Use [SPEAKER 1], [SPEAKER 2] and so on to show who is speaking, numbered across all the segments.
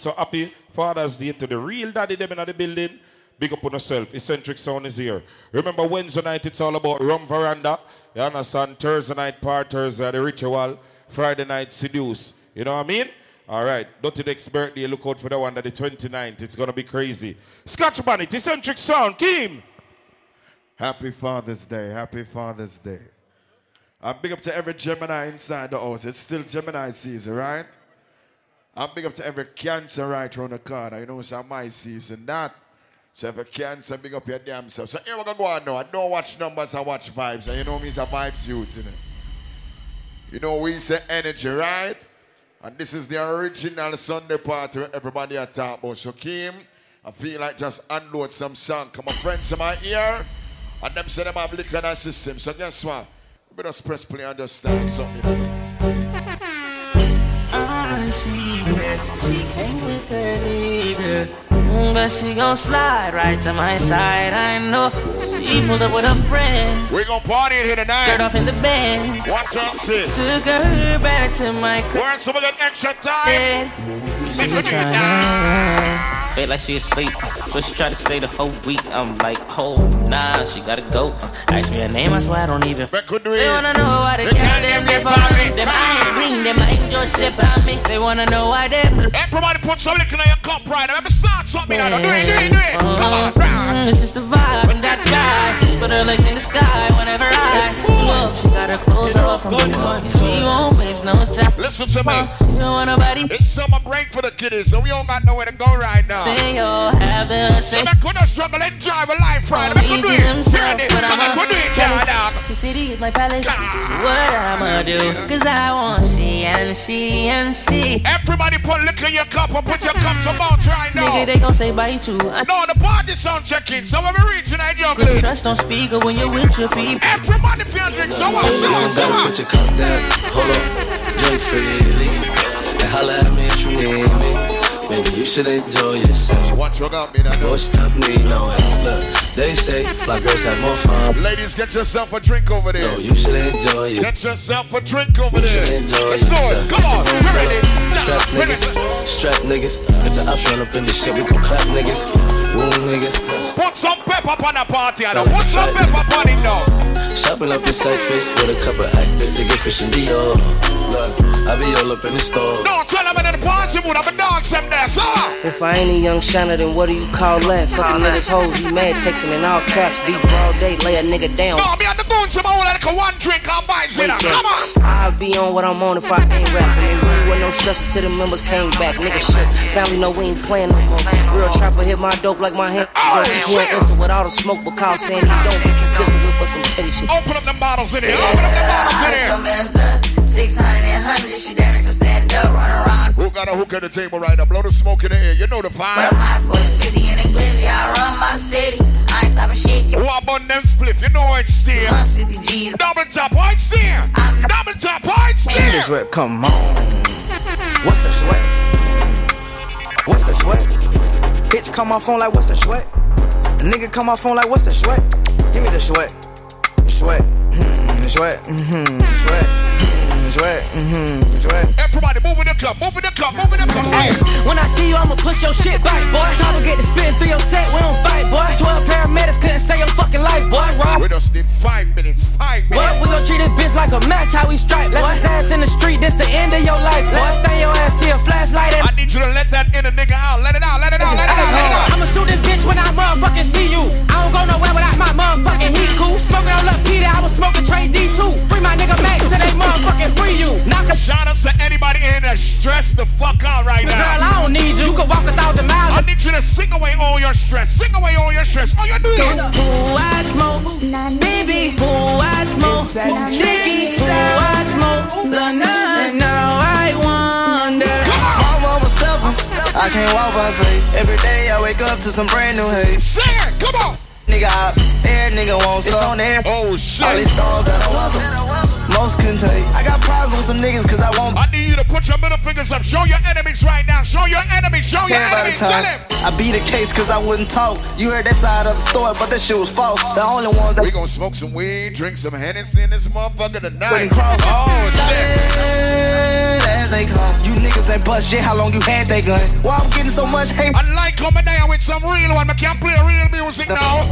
[SPEAKER 1] So happy Father's Day to the real daddy them in the building. Big up on yourself. Eccentric Sound is here. Remember Wednesday night it's all about rum veranda. You understand? Thursday night parters are the ritual. Friday night seduce. You know what I mean? All right. Dirty Deck's birthday. Look out for that one. That the 29th. It's gonna be crazy. Scotch Bonnet. Eccentric Sound. Kim.
[SPEAKER 2] Happy Father's Day. Happy Father's Day. I big up to every Gemini inside the house. It's still Gemini season, right? I big up to every Cancer right around the corner. You know, it's not my season, that. So if a Cancer, big up your damn self. So here we go, go on now. I don't watch numbers, I watch vibes. And you know me, it's a vibes youth, you know. You know, we say energy, right? And this is the original Sunday party where everybody are talking about. So, Kim, I feel like just unload some song. Come on, friends in my ear. And them say them have liquor in our system. So, guess what? We just press play and just start something. you know.
[SPEAKER 3] I see that she came with her nigga. Mm, But she gon' slide right to my side. I know she pulled up with her friends.
[SPEAKER 2] We gonna party in here
[SPEAKER 3] Skirt
[SPEAKER 2] tonight.
[SPEAKER 3] off in the bed.
[SPEAKER 2] Watch out, sis.
[SPEAKER 3] Took her back to my crib.
[SPEAKER 2] Words over that extra time.
[SPEAKER 3] Cause she been tryna Feel like she asleep, so she tried to stay the whole week. I'm like, oh nah, she gotta go. Uh, ask me her name, I swear I don't even.
[SPEAKER 2] Back could do
[SPEAKER 3] They
[SPEAKER 2] it.
[SPEAKER 3] wanna know why they
[SPEAKER 2] They
[SPEAKER 3] got them
[SPEAKER 2] can't give me
[SPEAKER 3] lip on
[SPEAKER 2] Ah.
[SPEAKER 3] me.
[SPEAKER 2] body.
[SPEAKER 3] Them I ain't bring them, I ain't just shit by me. They wanna know why them
[SPEAKER 2] Everybody put some liquor in your cup, right? Remember, start something. now. Do it, do it, do it. Come on, round.
[SPEAKER 3] Mm, It's just the vibe and that guy. But her legs in the sky whenever I pull up. She got her clothes off from the You see, you won't waste no time.
[SPEAKER 2] Listen to me.
[SPEAKER 3] She don't want nobody
[SPEAKER 2] It's summer break for the kiddies, so we don't got nowhere to go right now.
[SPEAKER 3] They all have the
[SPEAKER 2] So
[SPEAKER 3] same.
[SPEAKER 2] they couldn't struggle and drive a life right. They could do
[SPEAKER 3] Only
[SPEAKER 2] it.
[SPEAKER 3] to themself,
[SPEAKER 2] Turn it.
[SPEAKER 3] but
[SPEAKER 2] Come on,
[SPEAKER 3] I'm
[SPEAKER 2] could do it, yeah, dog.
[SPEAKER 3] The city is my palace. What I'ma do? Cause I want she and she and she.
[SPEAKER 2] Everybody put liquor in your cup and put your cups about right now.
[SPEAKER 3] Nigga, they gon' say bye too. I
[SPEAKER 2] No, the party sound checking, so when we reach tonight, young
[SPEAKER 3] don't
[SPEAKER 2] lady.
[SPEAKER 3] trust no speaker when you're with your people.
[SPEAKER 2] Everybody feel drink, so on,
[SPEAKER 4] You
[SPEAKER 2] so on,
[SPEAKER 4] don't
[SPEAKER 2] so
[SPEAKER 4] gotta
[SPEAKER 2] on.
[SPEAKER 4] put your cup down. Hold up, drink freely. And holla at me if you need me. Maybe you should enjoy yourself.
[SPEAKER 2] What you got me now?
[SPEAKER 4] No
[SPEAKER 2] though?
[SPEAKER 4] stop need no help. Look, they say fly girls have more fun.
[SPEAKER 2] Ladies, get yourself a drink over
[SPEAKER 4] No,
[SPEAKER 2] there.
[SPEAKER 4] you should enjoy it.
[SPEAKER 2] Get yourself a drink over
[SPEAKER 4] You should
[SPEAKER 2] there.
[SPEAKER 4] enjoy
[SPEAKER 2] Let's do it.
[SPEAKER 4] yourself.
[SPEAKER 2] Come on,
[SPEAKER 4] Oh, It's a room
[SPEAKER 2] turn
[SPEAKER 4] full
[SPEAKER 2] it.
[SPEAKER 4] of Strap
[SPEAKER 2] Nah, bring
[SPEAKER 4] niggas,
[SPEAKER 2] it.
[SPEAKER 4] strap niggas. If the ops run up in this shit, we gon' clap niggas. Wound niggas.
[SPEAKER 2] Put some pepper on the party, I know. Put some pepper on it now.
[SPEAKER 4] Shopping up in Cypress with a couple actors to get Christian Dior. Look, I be all up in the store.
[SPEAKER 2] No, tell them in the party mood. I'm a dog, some there, so uh. on.
[SPEAKER 5] If I ain't a young shiner, then what do you call that? Fucking niggas hoes, you mad texting in all caps. Deep broad day, lay a nigga down.
[SPEAKER 2] No, me and the goons, some old like a one drink, I'm vibes in it. Come on.
[SPEAKER 5] I'll be on what I'm on if I ain't rapping. It really was no structure till the members came back. Nigga shit, family know we ain't playing no more. Real trapper hit my dope like my hand.
[SPEAKER 2] Oh,
[SPEAKER 5] Yo, he went instant with all the smoke because saying he don't get you pistol whip for some petty shit.
[SPEAKER 2] Open up them bottles in here. Open up them bottles in here. Who got a hook at the table right now? Blow the smoke in the air. You know the vibe. Who up on them spliff? You know it's there. Double tap, oh, it's there. Double tap, oh, it's
[SPEAKER 5] English
[SPEAKER 2] there.
[SPEAKER 5] rap, come on. What's the sweat? What's the sweat? Bitch, call my phone like, what's the sweat? A nigga call my phone like, what's the sweat? Give me the sweat. Sweat. Mm-hmm. Sweat. Mm-hmm. Sweat. Mm-hmm. Sweat. Mm-hmm. Sweat.
[SPEAKER 2] Everybody, move in the cup, move in the cup, move in the cup. Hey,
[SPEAKER 3] When I see you, I'ma push your shit back, boy. Chopper get to spin through your set, we don't fight, boy. 12 paramedics couldn't save your fucking life, boy. Rob.
[SPEAKER 2] we just need five minutes, five
[SPEAKER 3] What?
[SPEAKER 2] minutes.
[SPEAKER 3] We gon' treat this bitch like a match, how we stripe. Let us ass in the street, this the end of your life, boy. Stay your ass, see a flashlight and
[SPEAKER 2] I need you to let that inner nigga out. Let it out, let it out, let it out, let it out.
[SPEAKER 3] I'ma shoot this bitch when I motherfucking see you. I don't go nowhere without my motherfucking heat cool. Smoking on Lil Peter, I was smoking Trey D2. Free my nigga Max, till they motherfucking free you. Knock a
[SPEAKER 2] Shout out to anybody in here that's stressed the fuck out right
[SPEAKER 3] girl,
[SPEAKER 2] now.
[SPEAKER 3] I don't need you. You could walk a thousand
[SPEAKER 2] I
[SPEAKER 3] miles.
[SPEAKER 2] need you to sing away all your stress. Sing away all your stress. All you do is.
[SPEAKER 6] Who I smoke, baby. Who I smoke, Nicky. Who I smoke, the nun. Now I wonder.
[SPEAKER 7] Mama was stubborn. I can't walk by faith. Every day I wake up to some brand new hate.
[SPEAKER 2] Sing it. Come on.
[SPEAKER 7] Nigga ops, air nigga wants it's on air.
[SPEAKER 2] Oh
[SPEAKER 7] All these
[SPEAKER 2] shit.
[SPEAKER 7] stars that I welcome, most couldn't take. I got problems with some niggas cause I won't
[SPEAKER 2] I need you to put your middle fingers up. Show your enemies right now. Show your enemies. Show your
[SPEAKER 7] Everybody
[SPEAKER 2] enemies.
[SPEAKER 7] time.
[SPEAKER 2] Tell them.
[SPEAKER 3] I beat the case cause I wouldn't talk. You heard that side of the story, but that shit was false. The only ones that
[SPEAKER 2] We gonna smoke some weed, drink some Hennessy in this motherfucker
[SPEAKER 3] Wouldn't
[SPEAKER 2] tonight.
[SPEAKER 3] cross.
[SPEAKER 2] Oh shit!
[SPEAKER 3] Solid as they come. You niggas ain't bust shit. How long you had that gun? Why I'm getting so much hate?
[SPEAKER 2] I like coming down with some real one. I can't play real music now.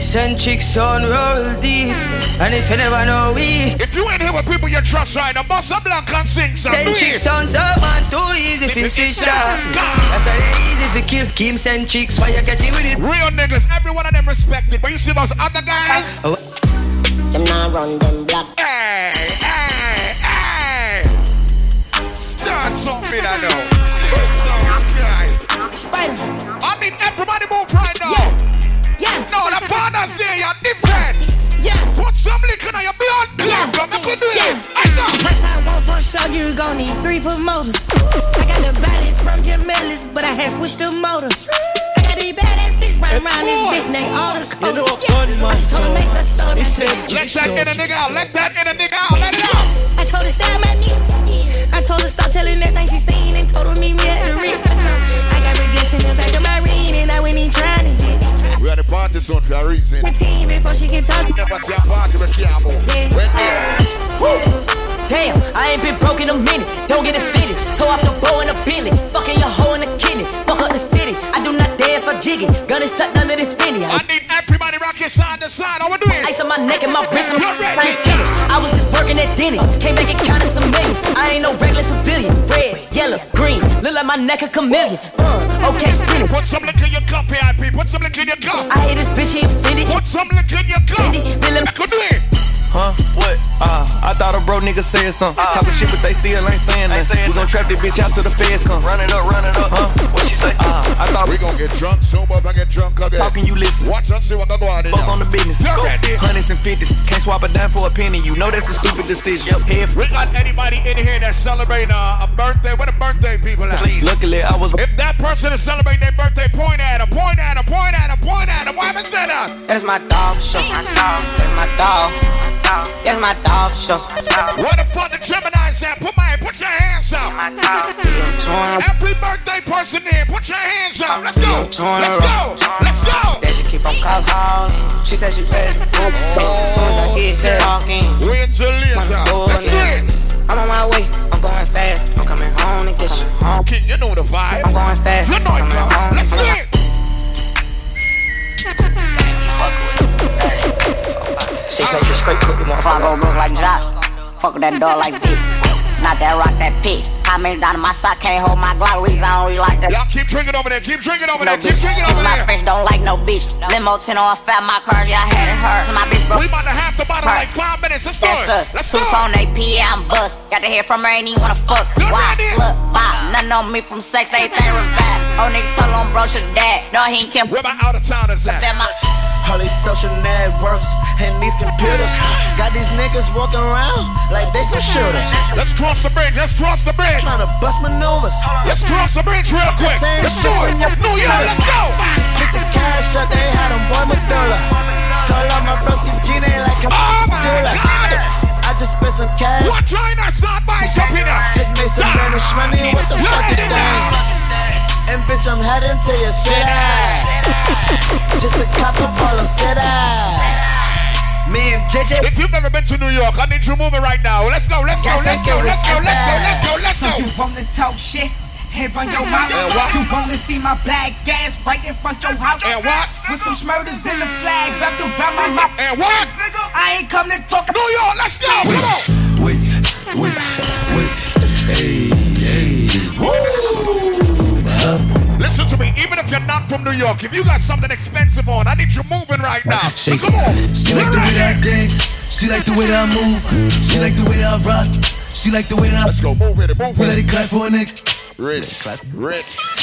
[SPEAKER 7] Send chicks on roll deep. And if you never know we,
[SPEAKER 2] If you ain't here with people you trust right now, bust a blank and sing some.
[SPEAKER 7] send chicks on someone too easy if you switch up. That's why they easy if you keep Kim send chicks. Why you catch him with it?
[SPEAKER 2] Real niggas, every one of them respected. But you see those other guys?
[SPEAKER 7] Oh.
[SPEAKER 8] Them now run them block.
[SPEAKER 2] Hey, hey, hey! Start something I know. Jesus
[SPEAKER 8] Spread.
[SPEAKER 2] Christ. I need everybody move right now.
[SPEAKER 8] Yeah.
[SPEAKER 2] No, the partners there, you're different.
[SPEAKER 8] Yeah.
[SPEAKER 2] Put some liquor on your blood.
[SPEAKER 8] Yeah.
[SPEAKER 2] Yeah. Come on, do
[SPEAKER 8] Yeah.
[SPEAKER 2] it. I know.
[SPEAKER 8] That's how I want for sure. You gon' need three promoters. I got the balance from Jamelis, but I had switched the motor. I got these badass bitch right around this bitch, they all the
[SPEAKER 7] You know
[SPEAKER 8] coats.
[SPEAKER 7] a gun
[SPEAKER 8] Yeah.
[SPEAKER 7] man,
[SPEAKER 8] I told her
[SPEAKER 7] so
[SPEAKER 8] make the soda.
[SPEAKER 7] he said,
[SPEAKER 2] Let that in a nigga out. Let that in a nigga out. Let it out.
[SPEAKER 8] I told her stop my knees. I told her stop telling that thing she seen and told her meet me at the Ritz. I got regrets in the back of my ring and I went in trying to get it.
[SPEAKER 2] We had a party soon for a reason.
[SPEAKER 8] Routine before she can talk.
[SPEAKER 2] Never see a party with Kiabo. Wait there.
[SPEAKER 5] Damn, I ain't been broke in a minute. Don't get it fitted. Tow off the bow and a billy. Fucking your hoe and a kidney. Fuck up the city. I do not dance or jiggy. Gun is shut under this finny.
[SPEAKER 2] I need everybody rock your side to side. I want to do it.
[SPEAKER 5] Ice on my neck and my wrist.
[SPEAKER 2] You're ready.
[SPEAKER 5] I ain't kidding. I was just working at Denny's. Can't make it count some millions. I ain't no regular civilian. Red, yellow, green. Look like my neck a chameleon. Uh, okay, spin it.
[SPEAKER 2] Put some liquor in your cup, AIP. Put some liquor in your cup.
[SPEAKER 5] I hate this bitch, he offended.
[SPEAKER 2] Put some liquor in your cup.
[SPEAKER 5] Really-
[SPEAKER 2] I could do it.
[SPEAKER 9] Huh? What? Uh, I thought a bro nigga said something.
[SPEAKER 7] Uh.
[SPEAKER 9] Talking shit, but they still ain't saying nothing. We gon' trap this bitch out till the feds come. Run it up, run it up. Huh? What she say? Uh, I thought
[SPEAKER 2] We
[SPEAKER 9] we
[SPEAKER 2] gonna get drunk, sober up and get drunk again.
[SPEAKER 9] How can you listen?
[SPEAKER 2] Watch and see what gonna go on in
[SPEAKER 9] fuck
[SPEAKER 2] here.
[SPEAKER 9] on the business.
[SPEAKER 2] You
[SPEAKER 9] Go.
[SPEAKER 2] ready?
[SPEAKER 9] Hundreds and fifties. Can't swap a dime for a penny. You know that's a stupid decision. Head
[SPEAKER 2] We got anybody in here that's celebrating uh, a birthday? Where the birthday people at?
[SPEAKER 9] please. Luckily, I was.
[SPEAKER 2] If that person is celebrating their birthday, point at them, point at them, point at them, point at them. Why haven't said that?
[SPEAKER 7] That's my dog show. That's my dog. That's my dog show.
[SPEAKER 2] What the fuck the Gemini said? Put my put your hands up.
[SPEAKER 7] Torn.
[SPEAKER 2] Every birthday person here, put your hands up. Let's go. Let's
[SPEAKER 7] Torn
[SPEAKER 2] go. Let's
[SPEAKER 7] That
[SPEAKER 2] go.
[SPEAKER 7] she keep on calling. She said she ready to go. As soon as I hit that walking.
[SPEAKER 2] Wait till later. Let's do it.
[SPEAKER 7] I'm on my way. I'm going fast. I'm coming home to get you.
[SPEAKER 2] King, you know the vibe.
[SPEAKER 7] I'm going fast.
[SPEAKER 2] You know it,
[SPEAKER 7] coming
[SPEAKER 2] bro.
[SPEAKER 7] home
[SPEAKER 2] Let's
[SPEAKER 7] to
[SPEAKER 2] do
[SPEAKER 7] get you.
[SPEAKER 2] it.
[SPEAKER 7] Six like straight, put them on
[SPEAKER 8] I go broke like Jock. Fuck that dog like dick. Not that rock, that pit. How many down in my sock can't hold my Glock? Reason I don't really like that.
[SPEAKER 2] Y'all keep drinking over there. Keep drinking over
[SPEAKER 8] No
[SPEAKER 2] there. Keep
[SPEAKER 8] bitch.
[SPEAKER 2] drinking over
[SPEAKER 8] Cause my
[SPEAKER 2] there.
[SPEAKER 8] friends don't like no bitch. Limo 10 on fat, my car, yeah, I had it hurt. So my bitch broke.
[SPEAKER 2] We about to have the bottom like five minutes. Let's do
[SPEAKER 8] That's us.
[SPEAKER 2] it. Let's
[SPEAKER 8] Two
[SPEAKER 2] do
[SPEAKER 8] phone
[SPEAKER 2] it.
[SPEAKER 8] AP, I'm bust. Got to hear from her, ain't even wanna fuck.
[SPEAKER 2] Good
[SPEAKER 8] Why
[SPEAKER 2] idea.
[SPEAKER 8] slut, bop. Nothing on me from sex, everything revived. Oh, nigga, tell on bro, shit dad. No, he ain't kept
[SPEAKER 2] Where my out of town is at?
[SPEAKER 8] that my
[SPEAKER 3] All these social networks and these computers got these niggas walking around like they some shooters.
[SPEAKER 2] Let's cross the bridge. Let's cross the bridge.
[SPEAKER 3] Trying to bust maneuvers.
[SPEAKER 2] Let's cross the bridge real quick.
[SPEAKER 3] Same
[SPEAKER 2] Let's do
[SPEAKER 3] shit
[SPEAKER 2] it.
[SPEAKER 3] from your-
[SPEAKER 2] New York, let's go.
[SPEAKER 3] Just pick the cash up, they had them boy Medulla. Call up my friends, give Gina like a
[SPEAKER 2] Oh my
[SPEAKER 3] jeweler.
[SPEAKER 2] God.
[SPEAKER 3] I just spent some cash.
[SPEAKER 2] What join our side by up in there?
[SPEAKER 3] Just made some
[SPEAKER 2] Ah.
[SPEAKER 3] brownish money. What the
[SPEAKER 2] You
[SPEAKER 3] fuck
[SPEAKER 2] ready
[SPEAKER 3] is that? And bitch, I'm heading to your city. Just a cop up all them city. Me and JJ.
[SPEAKER 2] If you've never been to New York, I need you moving right now. Let's go, let's go,
[SPEAKER 3] Yes,
[SPEAKER 2] let's
[SPEAKER 3] I
[SPEAKER 2] go,
[SPEAKER 3] can
[SPEAKER 2] let's go,
[SPEAKER 3] respect
[SPEAKER 2] let's go, let's go,
[SPEAKER 3] that.
[SPEAKER 2] let's go.
[SPEAKER 7] wanna talk shit and run your mouth.
[SPEAKER 2] And what?
[SPEAKER 7] You wanna see my black ass right in front your house.
[SPEAKER 2] And what?
[SPEAKER 7] With some smurders in the flag wrapped around my mouth.
[SPEAKER 2] And what?
[SPEAKER 7] Nigga, I ain't come to talk.
[SPEAKER 2] New York, let's go. Come on.
[SPEAKER 10] Wait, wait, wait. Hey, hey.
[SPEAKER 2] Listen to me. Even if you're not from New York, if you got something expensive on, I need you moving right now.
[SPEAKER 10] Shake
[SPEAKER 2] Come on.
[SPEAKER 10] it. She
[SPEAKER 2] You're
[SPEAKER 10] like the way that I
[SPEAKER 2] ready.
[SPEAKER 10] dance. She like the way that I move. She like the way that I rock. She like the way that I.
[SPEAKER 2] Let's go. Move with it.
[SPEAKER 10] Let
[SPEAKER 2] Move with it.
[SPEAKER 10] it clap for a nigga.
[SPEAKER 2] Rich. Rich.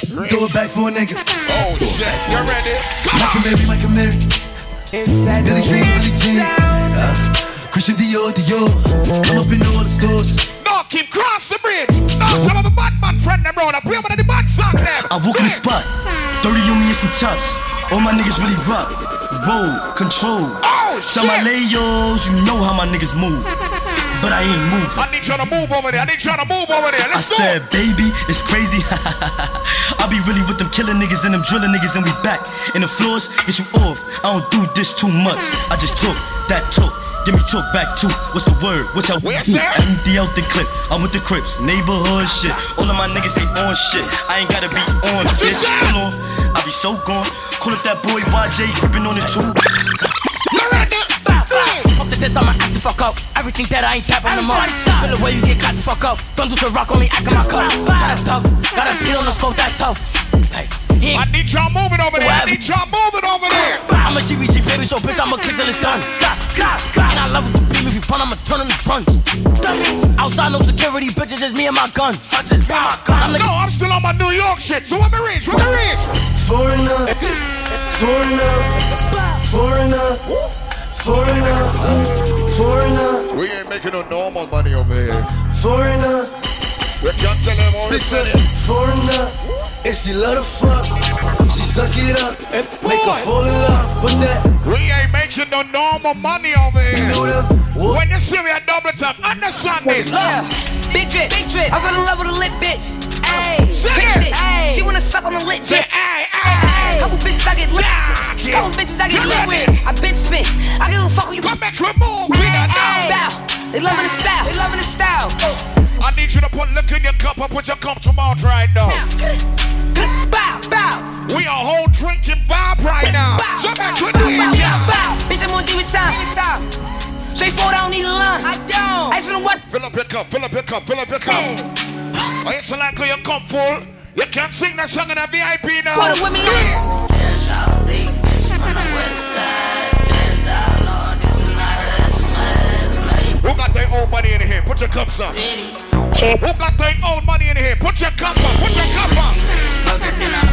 [SPEAKER 2] Rich.
[SPEAKER 10] Throw it back for a nigga.
[SPEAKER 2] Oh shit. You're ready. Come
[SPEAKER 10] Like a
[SPEAKER 2] on.
[SPEAKER 10] Mary, like a Mary. Billy Jean, Billy Jean. Uh, Christian Dior, Dior. I'm up in all the stores.
[SPEAKER 2] No, keep cross the bridge. No, some of the bad man friend them round. I play one of the bad song them.
[SPEAKER 10] I walk in the
[SPEAKER 2] Shit.
[SPEAKER 10] spot, 30 on me and some chops. All my niggas really rock. Roll, control.
[SPEAKER 2] Oh,
[SPEAKER 10] Some my
[SPEAKER 2] shit.
[SPEAKER 10] layos, you know how my niggas move. but I ain't moving.
[SPEAKER 2] I need you to move over there. I need you to move over there.
[SPEAKER 10] I
[SPEAKER 2] Let's go.
[SPEAKER 10] said, baby, it's crazy. I be really with them killing niggas and them drilling niggas, and we back. In the floors, get you off. I don't do this too much. I just talk that talk. Give me talk back too. What's the word? What y'all Where,
[SPEAKER 2] sir?
[SPEAKER 10] Empty out the clip. I'm with the Crips, neighborhood shit. All of my niggas, they on shit. I ain't gotta be on
[SPEAKER 11] What you
[SPEAKER 10] bitch.
[SPEAKER 11] said?
[SPEAKER 10] Hold on. I be so gone. Call up that boy YJ, creeping on the tube.
[SPEAKER 3] Fuck the test, I'ma act the fuck up. Everything that I ain't tapping no more. Feel the way you get caught the fuck up. Don't lose a rock, only act in my cup. Got a thug, got a pill on the scope, that's tough. Hey, I
[SPEAKER 2] need y'all moving over there. I need y'all moving over there.
[SPEAKER 3] I'm a GBG baby, so bitch, I'ma click till it's done. Stop, stop, stop. And I love it. Beat me if you front, I'ma turn them to fronts. Outside, no security, bitches, just me and my gun. I'm
[SPEAKER 2] no, I'm still on my New York shit, so I'm rich. What the rich?
[SPEAKER 12] Foreigner, foreigner, foreigner, foreigner, foreigner.
[SPEAKER 13] We ain't making no normal money over here.
[SPEAKER 12] Foreigner.
[SPEAKER 13] We can't tell them all
[SPEAKER 12] Listen, foreigner, and she love to fuck. She suck it up, make her fall in love. But that
[SPEAKER 2] We ain't making no normal money over here. When you see me at double tap, understand this.
[SPEAKER 7] Big drip, big drip. I fell in love with a lit bitch. Ayy, big shit. She wanna suck on a lit drip. Ayy, ayy. Couple bitches I get lit. with. Couple bitches I get lit with. I been spit. I give a fuck who you. Come
[SPEAKER 2] back with more.
[SPEAKER 7] We got They loving the style. They loving the style.
[SPEAKER 2] I need you to put look in your cup and put your cup to mouth right now.
[SPEAKER 7] Bow, bow.
[SPEAKER 2] We a whole drinking vibe right now. So back to the
[SPEAKER 7] Bow, bow, bow. Bitch, I'm on D with time. Straightforward, I don't need a line. I don't. I just don't what.
[SPEAKER 2] Fill up your cup, fill up your cup, fill up your cup. Oh, it's like your cup full. You can't sing that song in a VIP now.
[SPEAKER 7] What a woman is.
[SPEAKER 2] Who got their own money in here? Put your cups up. Who got their own money in here? Put your cup up. Put your cup up.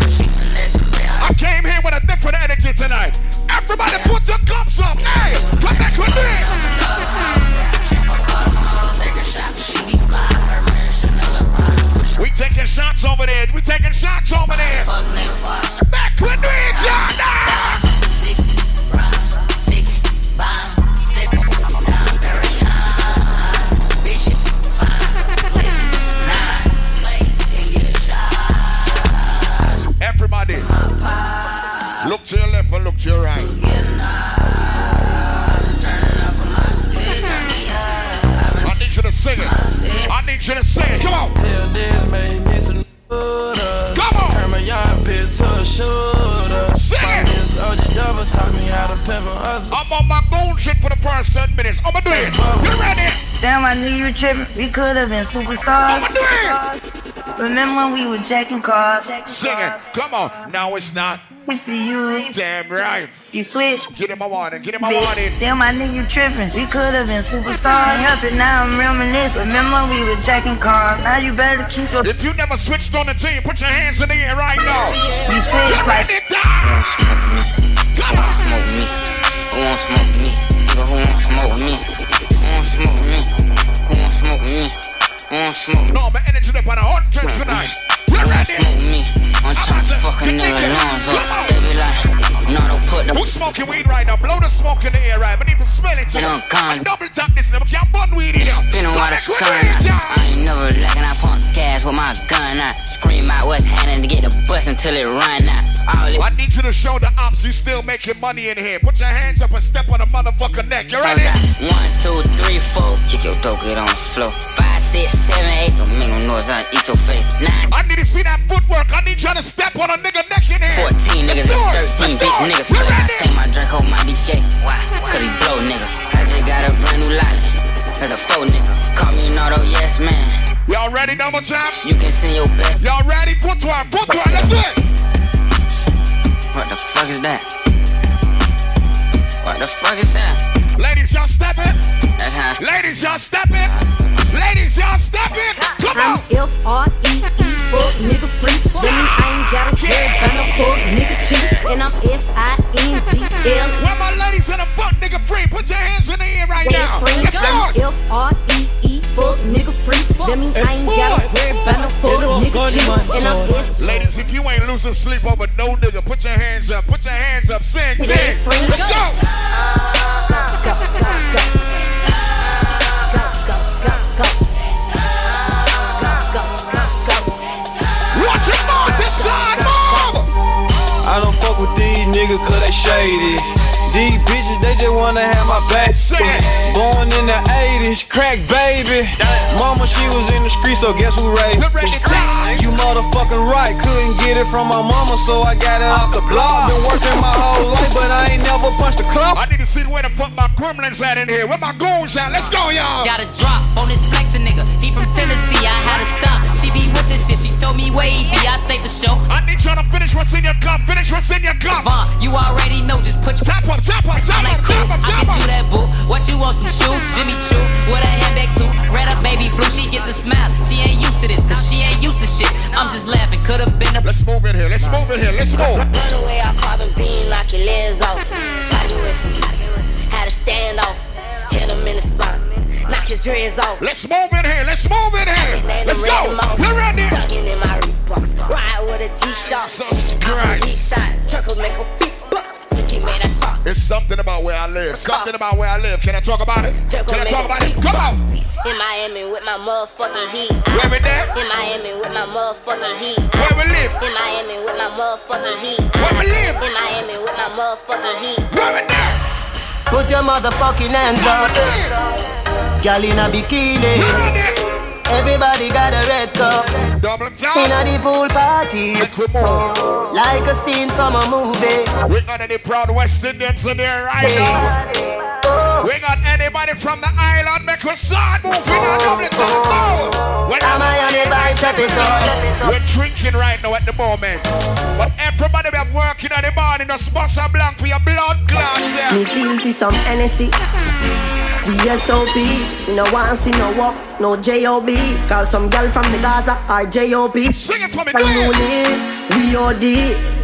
[SPEAKER 2] I came here with a different energy tonight. Everybody put your cups up. Hey, come back with me. We taking shots over there. We taking shots over there. Back with me, Jordan. Everybody, look to your left and look to your right. I need you to sing it. I need you to sing it. Come on.
[SPEAKER 12] Till this made me some shooter.
[SPEAKER 2] Come on.
[SPEAKER 12] Turn my young bitch to a shooter. My miss OG double taught me how to pimp a hustle.
[SPEAKER 2] I'm on my goon shit for the first 10 minutes. I'ma do it. You ready?
[SPEAKER 4] Damn, I knew you were tripping. We could have been superstars. Remember when we were jacking cars?
[SPEAKER 2] Sing it. Come on. No, it's not.
[SPEAKER 4] It's you.
[SPEAKER 2] Damn right.
[SPEAKER 4] You switch.
[SPEAKER 2] Get him a warning. Get him a warning.
[SPEAKER 4] Bitch, damn, I knew you tripping. We could have been superstars. Help it now, I'm reminiscing. Remember we were jacking cars. Now you better keep your.
[SPEAKER 2] If you never switched on the team, put your hands in the air right now.
[SPEAKER 4] You switch like.
[SPEAKER 5] Who won't smoke me? Nigga, who won't smoke me? Who won't smoke me? Who won't smoke me? Who won't smoke me?
[SPEAKER 2] No, my energy up on a hundred tonight. You ready?
[SPEAKER 5] Smoke me. I'm trying to fuck a nigga lungs up. They be like, no, don't put the
[SPEAKER 2] Who's smoking weed right now? Blow the smoke in the air right. But need to smell it too.
[SPEAKER 5] No,
[SPEAKER 2] I double tap this number. Can't bun weed in here.
[SPEAKER 5] Been a
[SPEAKER 2] Come
[SPEAKER 5] while
[SPEAKER 2] back
[SPEAKER 5] to
[SPEAKER 2] with
[SPEAKER 5] sun.
[SPEAKER 2] me,
[SPEAKER 5] I I ain't never lacking. I pump gas with my gun. I scream out what's happening to get the bus until it run out. All it
[SPEAKER 2] I need you to show the ops you still making money in here. Put your hands up and step on the motherfucker neck. You ready?
[SPEAKER 5] One, two, three, four. Kick your dope, get on the floor. Five, six, seven, eight. Don't make no noise, I eat your face. Nine.
[SPEAKER 2] I need to see that footwork. I need you to step on a nigga neck in here.
[SPEAKER 5] 14 niggas and
[SPEAKER 2] Let's
[SPEAKER 5] 13
[SPEAKER 2] do it. Let's do
[SPEAKER 5] bitch
[SPEAKER 2] it.
[SPEAKER 5] niggas.
[SPEAKER 2] You
[SPEAKER 5] But I
[SPEAKER 2] ready?
[SPEAKER 5] think my Draco might be gay. Why? Cause he blow niggas. I just got a brand new lolly. That's a faux nigga. Call me an auto yes man.
[SPEAKER 2] Y'all ready, number time?
[SPEAKER 5] You can send your bet.
[SPEAKER 2] Y'all ready? Footwork, footwork. Let's do it.
[SPEAKER 5] What the fuck is that? What the fuck is that?
[SPEAKER 2] Ladies, y'all step it.
[SPEAKER 5] That's how
[SPEAKER 14] Uh-huh.
[SPEAKER 2] Ladies, y'all step it. Ladies, y'all step it. Come on.
[SPEAKER 14] F R E E, fuck nigga free. Women, I ain't gotta care about no fuck nigga cheap. And I'm S I N G L. E.
[SPEAKER 2] Where my ladies in the fuck nigga free? Put your hands in the air right now.
[SPEAKER 14] That's free.
[SPEAKER 2] Let's do it.
[SPEAKER 14] F R E E, fuck nigga free.
[SPEAKER 15] free. That mean I ain't gotta worry about no fuck nigga cheat. And I'm S.
[SPEAKER 2] Ladies, if you ain't losing sleep over no nigga, put your hands up. Put your hands up. Sing, sing.
[SPEAKER 15] Niggas
[SPEAKER 2] Let's
[SPEAKER 15] free. Go,
[SPEAKER 2] go.
[SPEAKER 15] go, go. Go, go, go, go. Go, go, go, go.
[SPEAKER 2] Watch it, Marty side,
[SPEAKER 3] I don't fuck with these niggas cause they shady. These bitches, they just wanna have my back. Born in the 80s, crack baby. Mama, she was in the street, so guess who raised me? You motherfucking right, couldn't get it from my mama, so I got it off the block. Been working my whole life, but I ain't never punched a club.
[SPEAKER 2] I need to see where the fuck my gremlins at in here. Where my goons at? Let's go, y'all.
[SPEAKER 16] Got a drop on this flexin' nigga. He from Tennessee. I had a thought. She be with this shit. She told me where he be. I say for sure.
[SPEAKER 2] I need y'all to finish what's in your cup. Finish what's in your cup.
[SPEAKER 16] you already know. Just put your
[SPEAKER 2] top up, top up, top
[SPEAKER 16] I'm like,
[SPEAKER 2] up,
[SPEAKER 16] cool.
[SPEAKER 2] top up,
[SPEAKER 16] I
[SPEAKER 2] top
[SPEAKER 16] can
[SPEAKER 2] up.
[SPEAKER 16] do that, boo. What you want? Some shoes? Jimmy Choo with a handbag too. Red up, baby blue. She get the smile. She ain't used to this, cause she ain't used to shit. I'm just laughing. Could've been a.
[SPEAKER 2] Let's move in here. Let's move in here. Let's move.
[SPEAKER 8] Run away, I carbon beam, knock your legs off. Try to do it for you. Had a stand off. Hit him in the spine. Knock your dreads off.
[SPEAKER 2] Let's move in here. Let's move in here. Let's go. We're ready.
[SPEAKER 8] Dunking in my Reeboks. Ride with a G-Shock. I'm a shot. Truckle make a beatbox. Gucci made a shot.
[SPEAKER 2] It's something about where I live. Something about where I live. Can I talk about it? Can I talk about it? Come on.
[SPEAKER 8] In Miami with my motherfucking heat. Where we there? In Miami with my motherfucking heat. Where we live? In Miami with my motherfucking heat. Where we live? In Miami with my motherfucking heat.
[SPEAKER 2] Where we there?
[SPEAKER 17] Put your motherfucking hands up. Girl in a bikini. Everybody got a red cup.
[SPEAKER 2] Double tap.
[SPEAKER 17] In a the pool party. Like a scene from a movie.
[SPEAKER 2] We got any proud West Indians in there right now? We got anybody from the island make a side move in our double tap. No. When
[SPEAKER 17] Am I on the vice episode?
[SPEAKER 2] We're drinking right now at the moment. But everybody be working at the morning, just bust a blank for your blood clots. yeah.
[SPEAKER 5] Me feel for some Hennessy. VSOP, me no want see no walk, no J.O.B. Call some gal from the Gaza or J.O.B.
[SPEAKER 2] Sing it for me,
[SPEAKER 17] We OD.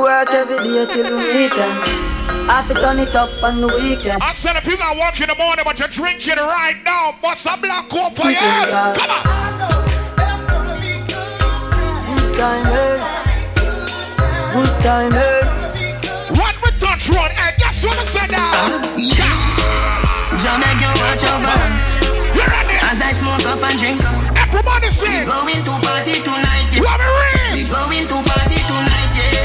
[SPEAKER 5] Work every day till the weekend. I fi turn it up on the weekend.
[SPEAKER 2] I said if you got work in the morning but you're drinking right now, bust a black coat for you. Come on.
[SPEAKER 5] Good time, eh? Good time, eh?
[SPEAKER 2] What we touch road, hey, guess what I said uh. now?
[SPEAKER 18] Jamaican watch over us. As I smoke up and drink up.
[SPEAKER 2] Everybody
[SPEAKER 18] We going to party tonight. Yeah. We going to party tonight, yeah.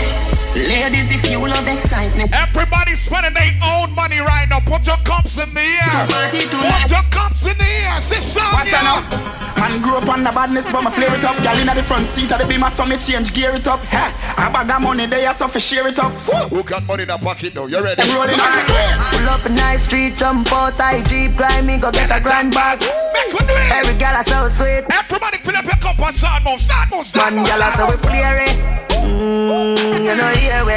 [SPEAKER 18] Ladies, if you love excitement.
[SPEAKER 2] Everybody spending their own money right now. Put your cups in the air. Put your cups in the air. Sister.
[SPEAKER 7] Watch out now. Man grew up on the badness, but my flare it up. Gal in the front seat of the beamer, so me change gear it up. Ha! I bag that money, they are so for share it up.
[SPEAKER 2] Who got money in the pocket though? You ready?
[SPEAKER 7] Rolling
[SPEAKER 5] Pull up a nice street, jump out, I jeep, grind me, go get a grand bag. Every gal is so sweet.
[SPEAKER 2] Everybody fill up your cup and start move, start move, start
[SPEAKER 5] One
[SPEAKER 2] move.
[SPEAKER 5] gal is so we flare it. Mm, you know here we.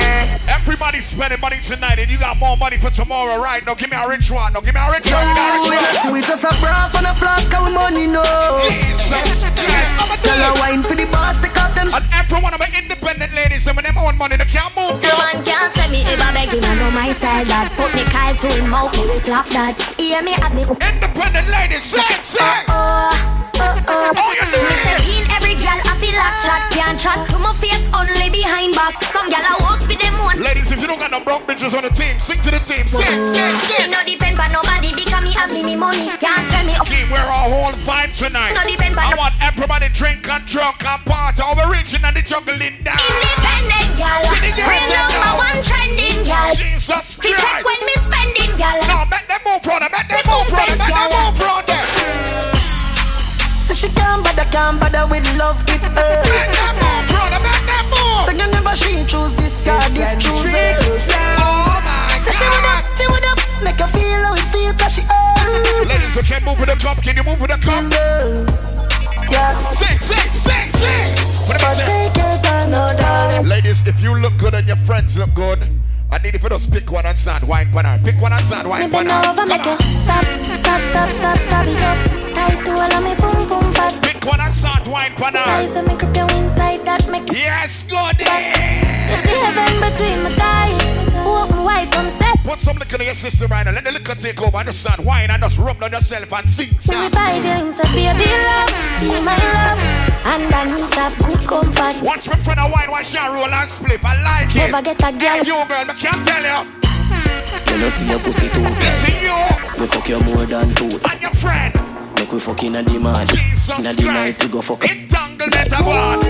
[SPEAKER 2] Everybody spending money tonight and you got more money for tomorrow right now. Give me a rich one. No, give me a rich one. Give me a
[SPEAKER 5] We
[SPEAKER 2] rich
[SPEAKER 5] just
[SPEAKER 2] one.
[SPEAKER 5] we just a bra and a flask and we money no. Tell her wine for the boss to cut them.
[SPEAKER 2] And every one of my independent ladies and when they want money, they can't move.
[SPEAKER 13] No one can say me ever begging, I know my style that Put me Kyle to him out, me we flop that Hear me at me
[SPEAKER 2] Independent ladies, say, say
[SPEAKER 13] Oh, oh, oh Me step in every girl, I feel like chat Can't chat to my face, only behind back Some girl I walk for them one
[SPEAKER 2] Ladies, if you don't got no broke bitches on the team, sing to the team. Sing, sing,
[SPEAKER 13] It
[SPEAKER 2] sing.
[SPEAKER 13] no depend but nobody because me have me me money Can't tell me up
[SPEAKER 2] Okay, we're a whole vibe tonight.
[SPEAKER 13] No depend but
[SPEAKER 2] I want everybody drink and drunk and party. Over reaching and the juggling down.
[SPEAKER 13] Independent gal, we number one trending gal.
[SPEAKER 2] Jesus
[SPEAKER 13] We check
[SPEAKER 2] Christ.
[SPEAKER 13] when me spending gal.
[SPEAKER 2] No, make them move, brother. Make them move, brother. Make them move, brother.
[SPEAKER 5] So she can't bother, can't bother with love it her. So you never she choose this guy, this choose her. So she would have, she would have make her feel how it feel 'cause she her.
[SPEAKER 2] Ladies, you can't move with the cup. Can you move with the cup?
[SPEAKER 5] Yeah.
[SPEAKER 2] Sing, sing, sing, sing. What am I saying?
[SPEAKER 5] no darling.
[SPEAKER 2] Ladies, if you look good and your friends look good, I need you to just pick one and start wine banana. Pick one and start
[SPEAKER 13] Me
[SPEAKER 2] wine
[SPEAKER 13] bend
[SPEAKER 2] banana.
[SPEAKER 13] over, make you stop, stop, stop, stop, stop it up. Tight to all of me, boom, boom, fat.
[SPEAKER 2] Pick one and start wine banana.
[SPEAKER 13] Size of me grip you inside, that make
[SPEAKER 2] yes, good. eh.
[SPEAKER 13] You see heaven between my thighs. Walk me white, come say
[SPEAKER 2] Put some liquor in your system right now. Let the liquor take over. Understand? Wine and just rub on yourself and sing.
[SPEAKER 8] When we buy them, so baby love, be my love. And I need to have good comfort.
[SPEAKER 2] Watch me friend a wine, watch your roll and split. I like it.
[SPEAKER 8] Never get a girl.
[SPEAKER 2] Yeah, you girl, I can't tell you.
[SPEAKER 3] You know see your pussy too tight.
[SPEAKER 2] See you,
[SPEAKER 3] We fuck you more than two.
[SPEAKER 2] And your friend.
[SPEAKER 3] Make we fuck in a demand. In a demand to go fuck.
[SPEAKER 2] Entanglement aboard.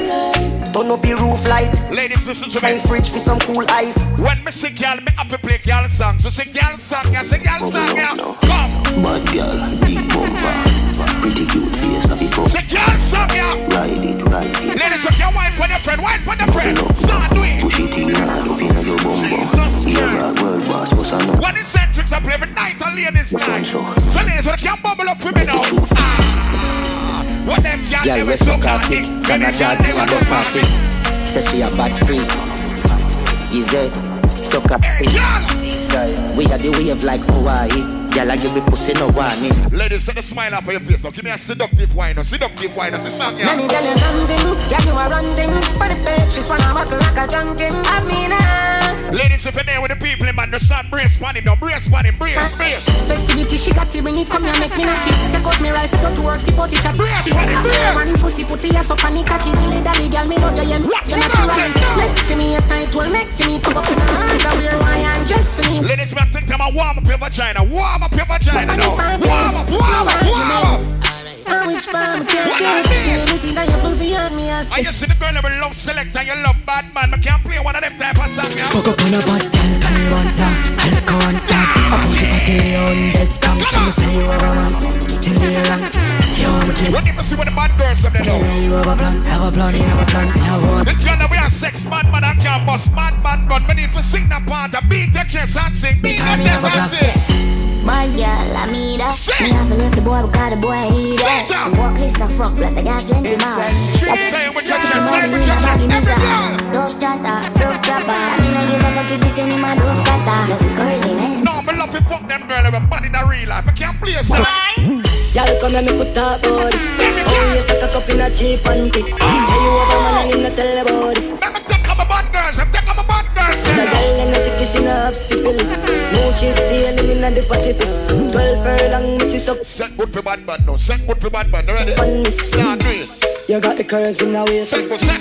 [SPEAKER 16] Turn up your roof light.
[SPEAKER 2] Ladies, listen to
[SPEAKER 16] My
[SPEAKER 2] me.
[SPEAKER 16] fridge for some cool ice.
[SPEAKER 2] When me see girl, me have to play girl songs. So sing girl song, yeah, sing girl song, yeah. Come,
[SPEAKER 3] Bad girl, big bumper, pretty cute face, happy fun.
[SPEAKER 2] sing girl song, yeah.
[SPEAKER 3] Ride it, ride it,
[SPEAKER 2] Ladies, if you wine for your friend, wine for your friend.
[SPEAKER 3] push it in hard up inna your bum bum. Be a bad world boss, what's a no?
[SPEAKER 2] What is centrics I play with night and ladies night. So ladies, when you can't bubble up for me now. Ah, what them girl
[SPEAKER 16] Girl,
[SPEAKER 2] never
[SPEAKER 16] we
[SPEAKER 2] suck
[SPEAKER 16] suck
[SPEAKER 2] on
[SPEAKER 16] off it.
[SPEAKER 2] dick.
[SPEAKER 16] Can I jazz me a rough off it? Say she a bad freak. Easy. Suck off it. We are the wave like Hawaii. Girl, I give me pussy no warning.
[SPEAKER 2] Ladies, take a smile off of your face now. Give me a seductive wine, a seductive wine, a song, yeah.
[SPEAKER 5] Let me tell you something, yeah, you are run things for the bed. She's wanna buckle like a junkin. I mean, ah.
[SPEAKER 2] Ladies, if you're there with the people, man, the sun brace on him, now brace on him, brace, brace.
[SPEAKER 5] Festivity, she got to bring it, come here, make me knock it. Take out me rifle, go to work, skip out the chat. One pussy, put the ass up on the cocky, dilly dally, girl, me love you, yeah, me- you're not right. Make for me a tight one, make for me to up in a underwear, why I'm just slim.
[SPEAKER 2] Ladies, man, take time and warm up your vagina, warm up your vagina now. Warm up, warm up, warm up.
[SPEAKER 5] I reach by, me can't get it. You me see that your pussy on me, I
[SPEAKER 2] I
[SPEAKER 5] see.
[SPEAKER 2] just see the girl that will love select and you love bad man. I can't play one of them type of song, yeah.
[SPEAKER 5] Fuck up on a bad girl, can you want that? I'll contact A pussy fatty on dead cam So you say you have a man, you be wrong You want me to
[SPEAKER 2] What if you see what the bad girls have there now?
[SPEAKER 5] You have a plan, have a plan, you have a plan, you have one
[SPEAKER 2] The girl that we are sex mad man and can't bust mad man gun. We need to sing that part and beat the chest and sing. Beat the chest and sing.
[SPEAKER 8] Bad girl, I mean that. Me have to leave the boy because the boy he that. Walk list and fuck plus I got twenty miles. Say what you say, say what you say. Every girl. Dope chatter, dope chopper. I mean I give a fuck if you send him a dope cutter. Love curly man.
[SPEAKER 2] No, me love to fuck them girl everybody that real life. I can't play a song.
[SPEAKER 5] Y'all come here, make we talk about this Oh, you suck a cup in a cheap and quick You say you have a man and you not tell about this
[SPEAKER 2] Let me take up a bad girls, I'm take up a bad girls.
[SPEAKER 5] It's a girl and a sick kissing up syphilis No ship sailing in the Pacific Twelve furlong, which is up
[SPEAKER 2] Set good for bad man now. Set good for bad man. Ready? Nah, do it.
[SPEAKER 5] You got the curves in the waist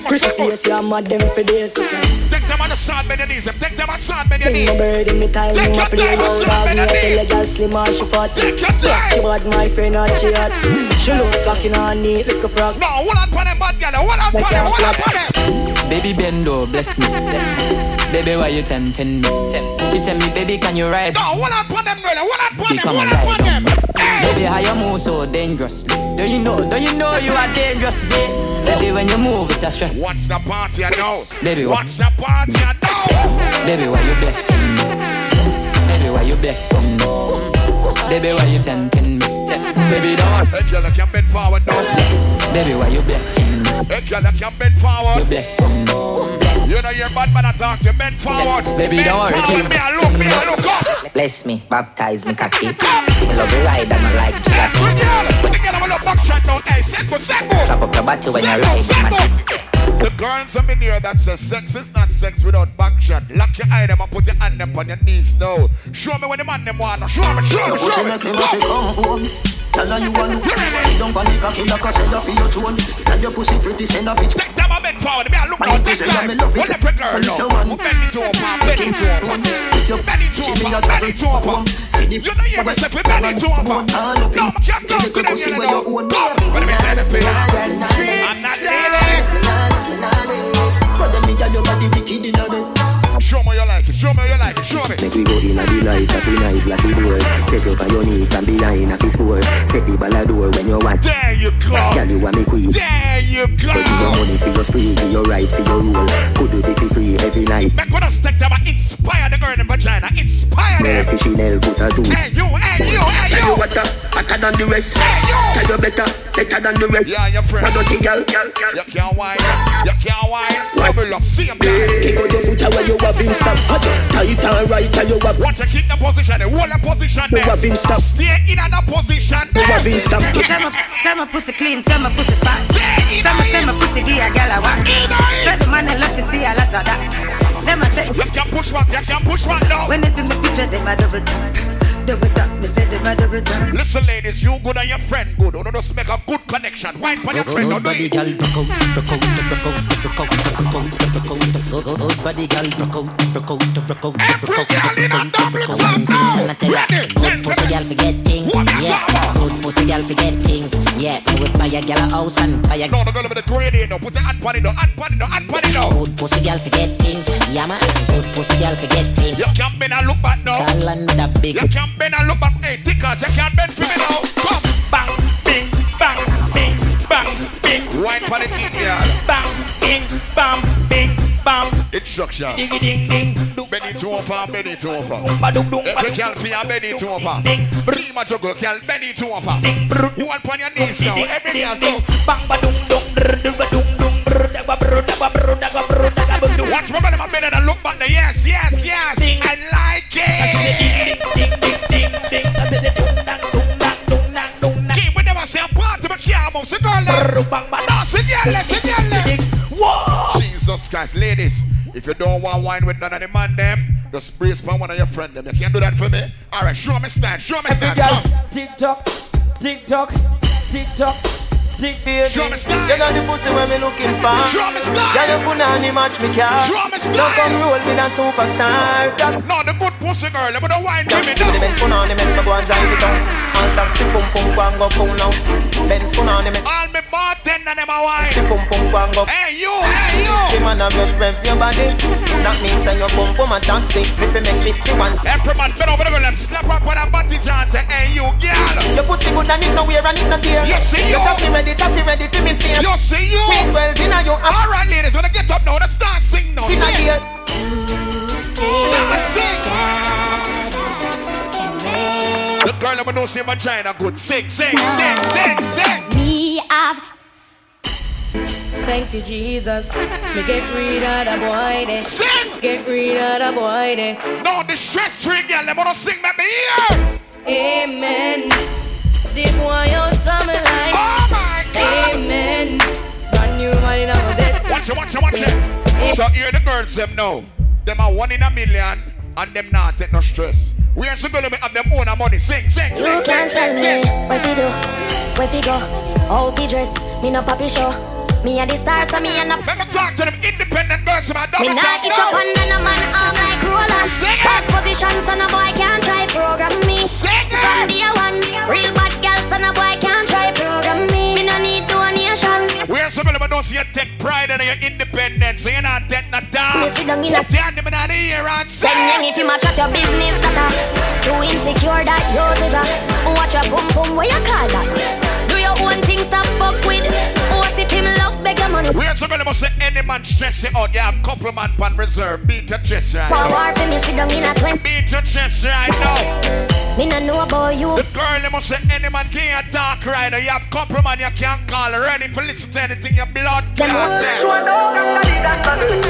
[SPEAKER 5] Pretty face, you're mad them for days
[SPEAKER 2] Take them on the side, bend your knees. them. Take them on the side, bend your
[SPEAKER 5] Bring
[SPEAKER 2] knees.
[SPEAKER 5] my bird in the time Take
[SPEAKER 2] Take your
[SPEAKER 5] your play
[SPEAKER 2] time,
[SPEAKER 5] out
[SPEAKER 2] son,
[SPEAKER 5] of
[SPEAKER 2] man,
[SPEAKER 5] me
[SPEAKER 2] I
[SPEAKER 5] I
[SPEAKER 2] need.
[SPEAKER 5] tell a girl slim or she fat Fuck she bad my friend or she hot She look cocky now and neat like a frog
[SPEAKER 2] Mm. No, hold on for them bad girl. Hold on for them. Hold on for them.
[SPEAKER 5] Baby bend over, bless me
[SPEAKER 4] Baby, why you tempting me? She tell me, baby, can you ride?
[SPEAKER 2] No, hold on for them girl. Hold on for
[SPEAKER 4] Baby,
[SPEAKER 2] them.
[SPEAKER 4] come
[SPEAKER 2] Hold
[SPEAKER 4] and
[SPEAKER 2] on for
[SPEAKER 4] ride on
[SPEAKER 2] them.
[SPEAKER 4] me. Baby, how you move so dangerously? Do you know? Do you know you are dangerous, babe? Baby, when you move with a strut.
[SPEAKER 2] Watch the party now.
[SPEAKER 4] Baby, what?
[SPEAKER 2] Watch the party now.
[SPEAKER 4] Baby, why you blessing me? Baby, why you blessing me? Baby, why you tempting me? Baby, don't.
[SPEAKER 2] Hey, girl, I can bend forward now.
[SPEAKER 4] Baby, why you blessing me?
[SPEAKER 2] Hey, girl, I can bend forward.
[SPEAKER 4] You blessing me.
[SPEAKER 2] You know your bad man attack. You bend forward.
[SPEAKER 5] Baby,
[SPEAKER 2] bend
[SPEAKER 5] don't worry, Jim.
[SPEAKER 2] forward. Me, I look, me, I look up.
[SPEAKER 5] Bless me, baptize me cocky Me love you ride and I like
[SPEAKER 2] Good
[SPEAKER 5] jigati
[SPEAKER 2] girl. Put the girl on the back shot now. Hey, set go, set go.
[SPEAKER 5] Slap up your body when you
[SPEAKER 2] Set go,
[SPEAKER 5] ride
[SPEAKER 2] set
[SPEAKER 5] my
[SPEAKER 2] go. The girls I'm in here that says sex is not sex without back shot. Lock your eye them and put your hand up on your knees now. Show me when the man them want. now. Show me, show
[SPEAKER 5] Your
[SPEAKER 2] me,
[SPEAKER 5] pussy
[SPEAKER 2] show me.
[SPEAKER 5] make him have to come
[SPEAKER 2] home.
[SPEAKER 5] Tell her you want Sit down on the cocky like a sailor for your throne Tell your pussy pretty send a bitch
[SPEAKER 2] Take them a bend forward. Me, I look now. Take time. Well, every girl now. Bend it to him, man.
[SPEAKER 5] Mm.
[SPEAKER 2] Bend it to him. Bend it to him, man. Bend it to him, man. You know you yourself. Bend it to him, man. No, I can't go to them, you know. Go. Wait a minute, let me play. I'm not Show me you like it, show me you like it, show me.
[SPEAKER 5] Make we go in a delight, happy nice like a door Set up on your knees and behind a fist score Set the ball a door when you want
[SPEAKER 2] There you go
[SPEAKER 5] Girl you want me queen
[SPEAKER 2] There you go
[SPEAKER 5] Put your money for your spree, do your right for your rule Could do the for free every night
[SPEAKER 2] Make one us take them and inspire the girl in the vagina. Inspire
[SPEAKER 5] Male
[SPEAKER 2] them.
[SPEAKER 5] fish in hell, put her two
[SPEAKER 2] Hey, you, hey, you, hey, you.
[SPEAKER 5] Tell you what
[SPEAKER 7] uh,
[SPEAKER 5] hotter than the rest Tell you better, better than the rest
[SPEAKER 2] Yeah, your friend.
[SPEAKER 5] I don't think girl, girl, girl
[SPEAKER 2] You can't whine, you can't whine. Double up, see him
[SPEAKER 5] Kick out your foot away, you have him stop I just tight and right and you have
[SPEAKER 2] Watch her keep the position, the whole position there.
[SPEAKER 5] You have him stop
[SPEAKER 2] Stay in another position there.
[SPEAKER 5] You have him stop
[SPEAKER 19] Tell my, tell my pussy clean, tell my pussy fat. Tell my, tell my pussy give a girl a whack. Tell the man that loves to see a lot of that. Let
[SPEAKER 16] them a say
[SPEAKER 2] You can push back, you can push back now
[SPEAKER 16] When they see me picture, them a double tap Double tap, me say them a double tap
[SPEAKER 2] Listen, ladies, you good and your friend good. Don't just make a good connection. Wine for your friend, oh, don't do
[SPEAKER 16] Nobody
[SPEAKER 2] it.
[SPEAKER 16] gal broke out, broke out, broke out, broke out, broke out, broke out, broke out. Nobody gal broke out, broke out, broke out, broke out, broke out, broke out.
[SPEAKER 20] I'ma tell ya, good pussy girl forget things. Yeah, good pussy girl forget things. Yeah, I would buy a girl a house and buy a.
[SPEAKER 2] No, the girl with the grade in, no. Put the hand pan in, no. Hand pan in, no. Hand pan in, no.
[SPEAKER 20] Good pussy girl forget things. Yeah, man, good pussy girl forget things.
[SPEAKER 2] You can't bend and look back now.
[SPEAKER 20] Call and the big.
[SPEAKER 2] You can't bend and look back. Hey, tickers, you can't bend for me now. Come. Bang, bing, bang, bing, bang, bing. Wine for the teeth, girl. Bang, bing, bang, bing, bang. Instruction. Ding, ding, ding. Benny to offer, Benny to offer. Every girl for your Benny to offer. Prima juggle, girl, Benny to offer. You want on your knees now. Every girl, go. Bang, ba, dung, dung, brr, dung, ba, dung, dung, brr, da, ba, brr, da, ba, brr, da, ba, brr, da, ba, dung. Watch my belly, my belly, and look back there. Yes, yes, yes. I like it. Keep with them and say, I'm part of a car, mom. Say, girl, no, say, girl, say, girl. Whoa! Jesus Christ, ladies. If you don't want wine with none of the man them, just brace for one of your friend them. You can't do that for me. All right, show me stand, show me
[SPEAKER 7] Every
[SPEAKER 2] stand.
[SPEAKER 7] girl,
[SPEAKER 2] Come.
[SPEAKER 7] tick tock, tick tock, tick tock, tick baby.
[SPEAKER 2] Show me style.
[SPEAKER 7] You got the pussy where me looking for.
[SPEAKER 2] Show me style.
[SPEAKER 7] Girl, you punani match me car.
[SPEAKER 2] Show me
[SPEAKER 7] So
[SPEAKER 2] style.
[SPEAKER 7] come roll with a superstar. That
[SPEAKER 2] No, the good pussy girl, but the wine for me.
[SPEAKER 7] the Benz punani make me go and drive it out. All taxi pum pum go and go phone now. Benz punani make
[SPEAKER 2] all me bartender them a wine.
[SPEAKER 7] Pum pum go and go.
[SPEAKER 2] Hey you, hey you.
[SPEAKER 7] The man a rev rev your body. That means that your bum bum a taxi. If you make 51.
[SPEAKER 2] Every man bend over the girl and slap up on a body John say, hey you girl.
[SPEAKER 7] Your pussy good and it no wear and it no tear.
[SPEAKER 2] You see
[SPEAKER 7] you
[SPEAKER 2] you.
[SPEAKER 7] just ready, just ready to me steer.
[SPEAKER 2] You see you.
[SPEAKER 7] Me twelve inna you up.
[SPEAKER 2] All right, ladies, wanna get up now? Let's start singing now.
[SPEAKER 7] Inna
[SPEAKER 2] Sing.
[SPEAKER 7] here.
[SPEAKER 2] Start sing. The girl never know say vagina good. Sing, sing, sing, sing, sing.
[SPEAKER 5] Me up.
[SPEAKER 3] Thank you, Jesus. Me get rid of the boy there. Get rid of the boy there.
[SPEAKER 2] No, the stress free girl, them wanna sing that here.
[SPEAKER 3] Amen. The boy out of my life.
[SPEAKER 2] Oh my
[SPEAKER 3] God. Amen. Brand new man in our bed.
[SPEAKER 2] Watch it, watch it, watch it. So here the girls them now. Them are one in a million and them not take no stress. We are so gonna have them own money. Sing, sing,
[SPEAKER 5] You
[SPEAKER 2] sing, sing,
[SPEAKER 5] can't tell
[SPEAKER 2] sing,
[SPEAKER 5] me
[SPEAKER 2] sing.
[SPEAKER 5] what we do, where we go, how we dress. Me no poppy show. Me a the star, so me and a.
[SPEAKER 2] Let me talk to them independent girls about
[SPEAKER 5] Me not itch up under no man arm like roller. First position, so no boy can try program me. From day one, real bad girl, so no boy can try program me. Me no need donation.
[SPEAKER 2] We are so gonna but don't see you take pride in your independence. So you're not dead, not down.
[SPEAKER 5] Me sit down in a-
[SPEAKER 2] Damn, them not here and sing.
[SPEAKER 5] When young, if you match up your business, that a too insecure that you is a watch your boom boom, what you call that? Do your own thing, stop fuck with. What if him love beg your money?
[SPEAKER 2] We are so gonna say any man stress you out. You have couple man pan reserve. Beat your chest right
[SPEAKER 5] Power for me, sit down in a twin.
[SPEAKER 2] Beat your chest right now.
[SPEAKER 5] Me no know about you.
[SPEAKER 2] The girl, they must say any man can't talk right now. You have couple man you can't call. Ready for listen to anything your blood
[SPEAKER 21] She want
[SPEAKER 2] clot.
[SPEAKER 21] dog and a big and cuddle.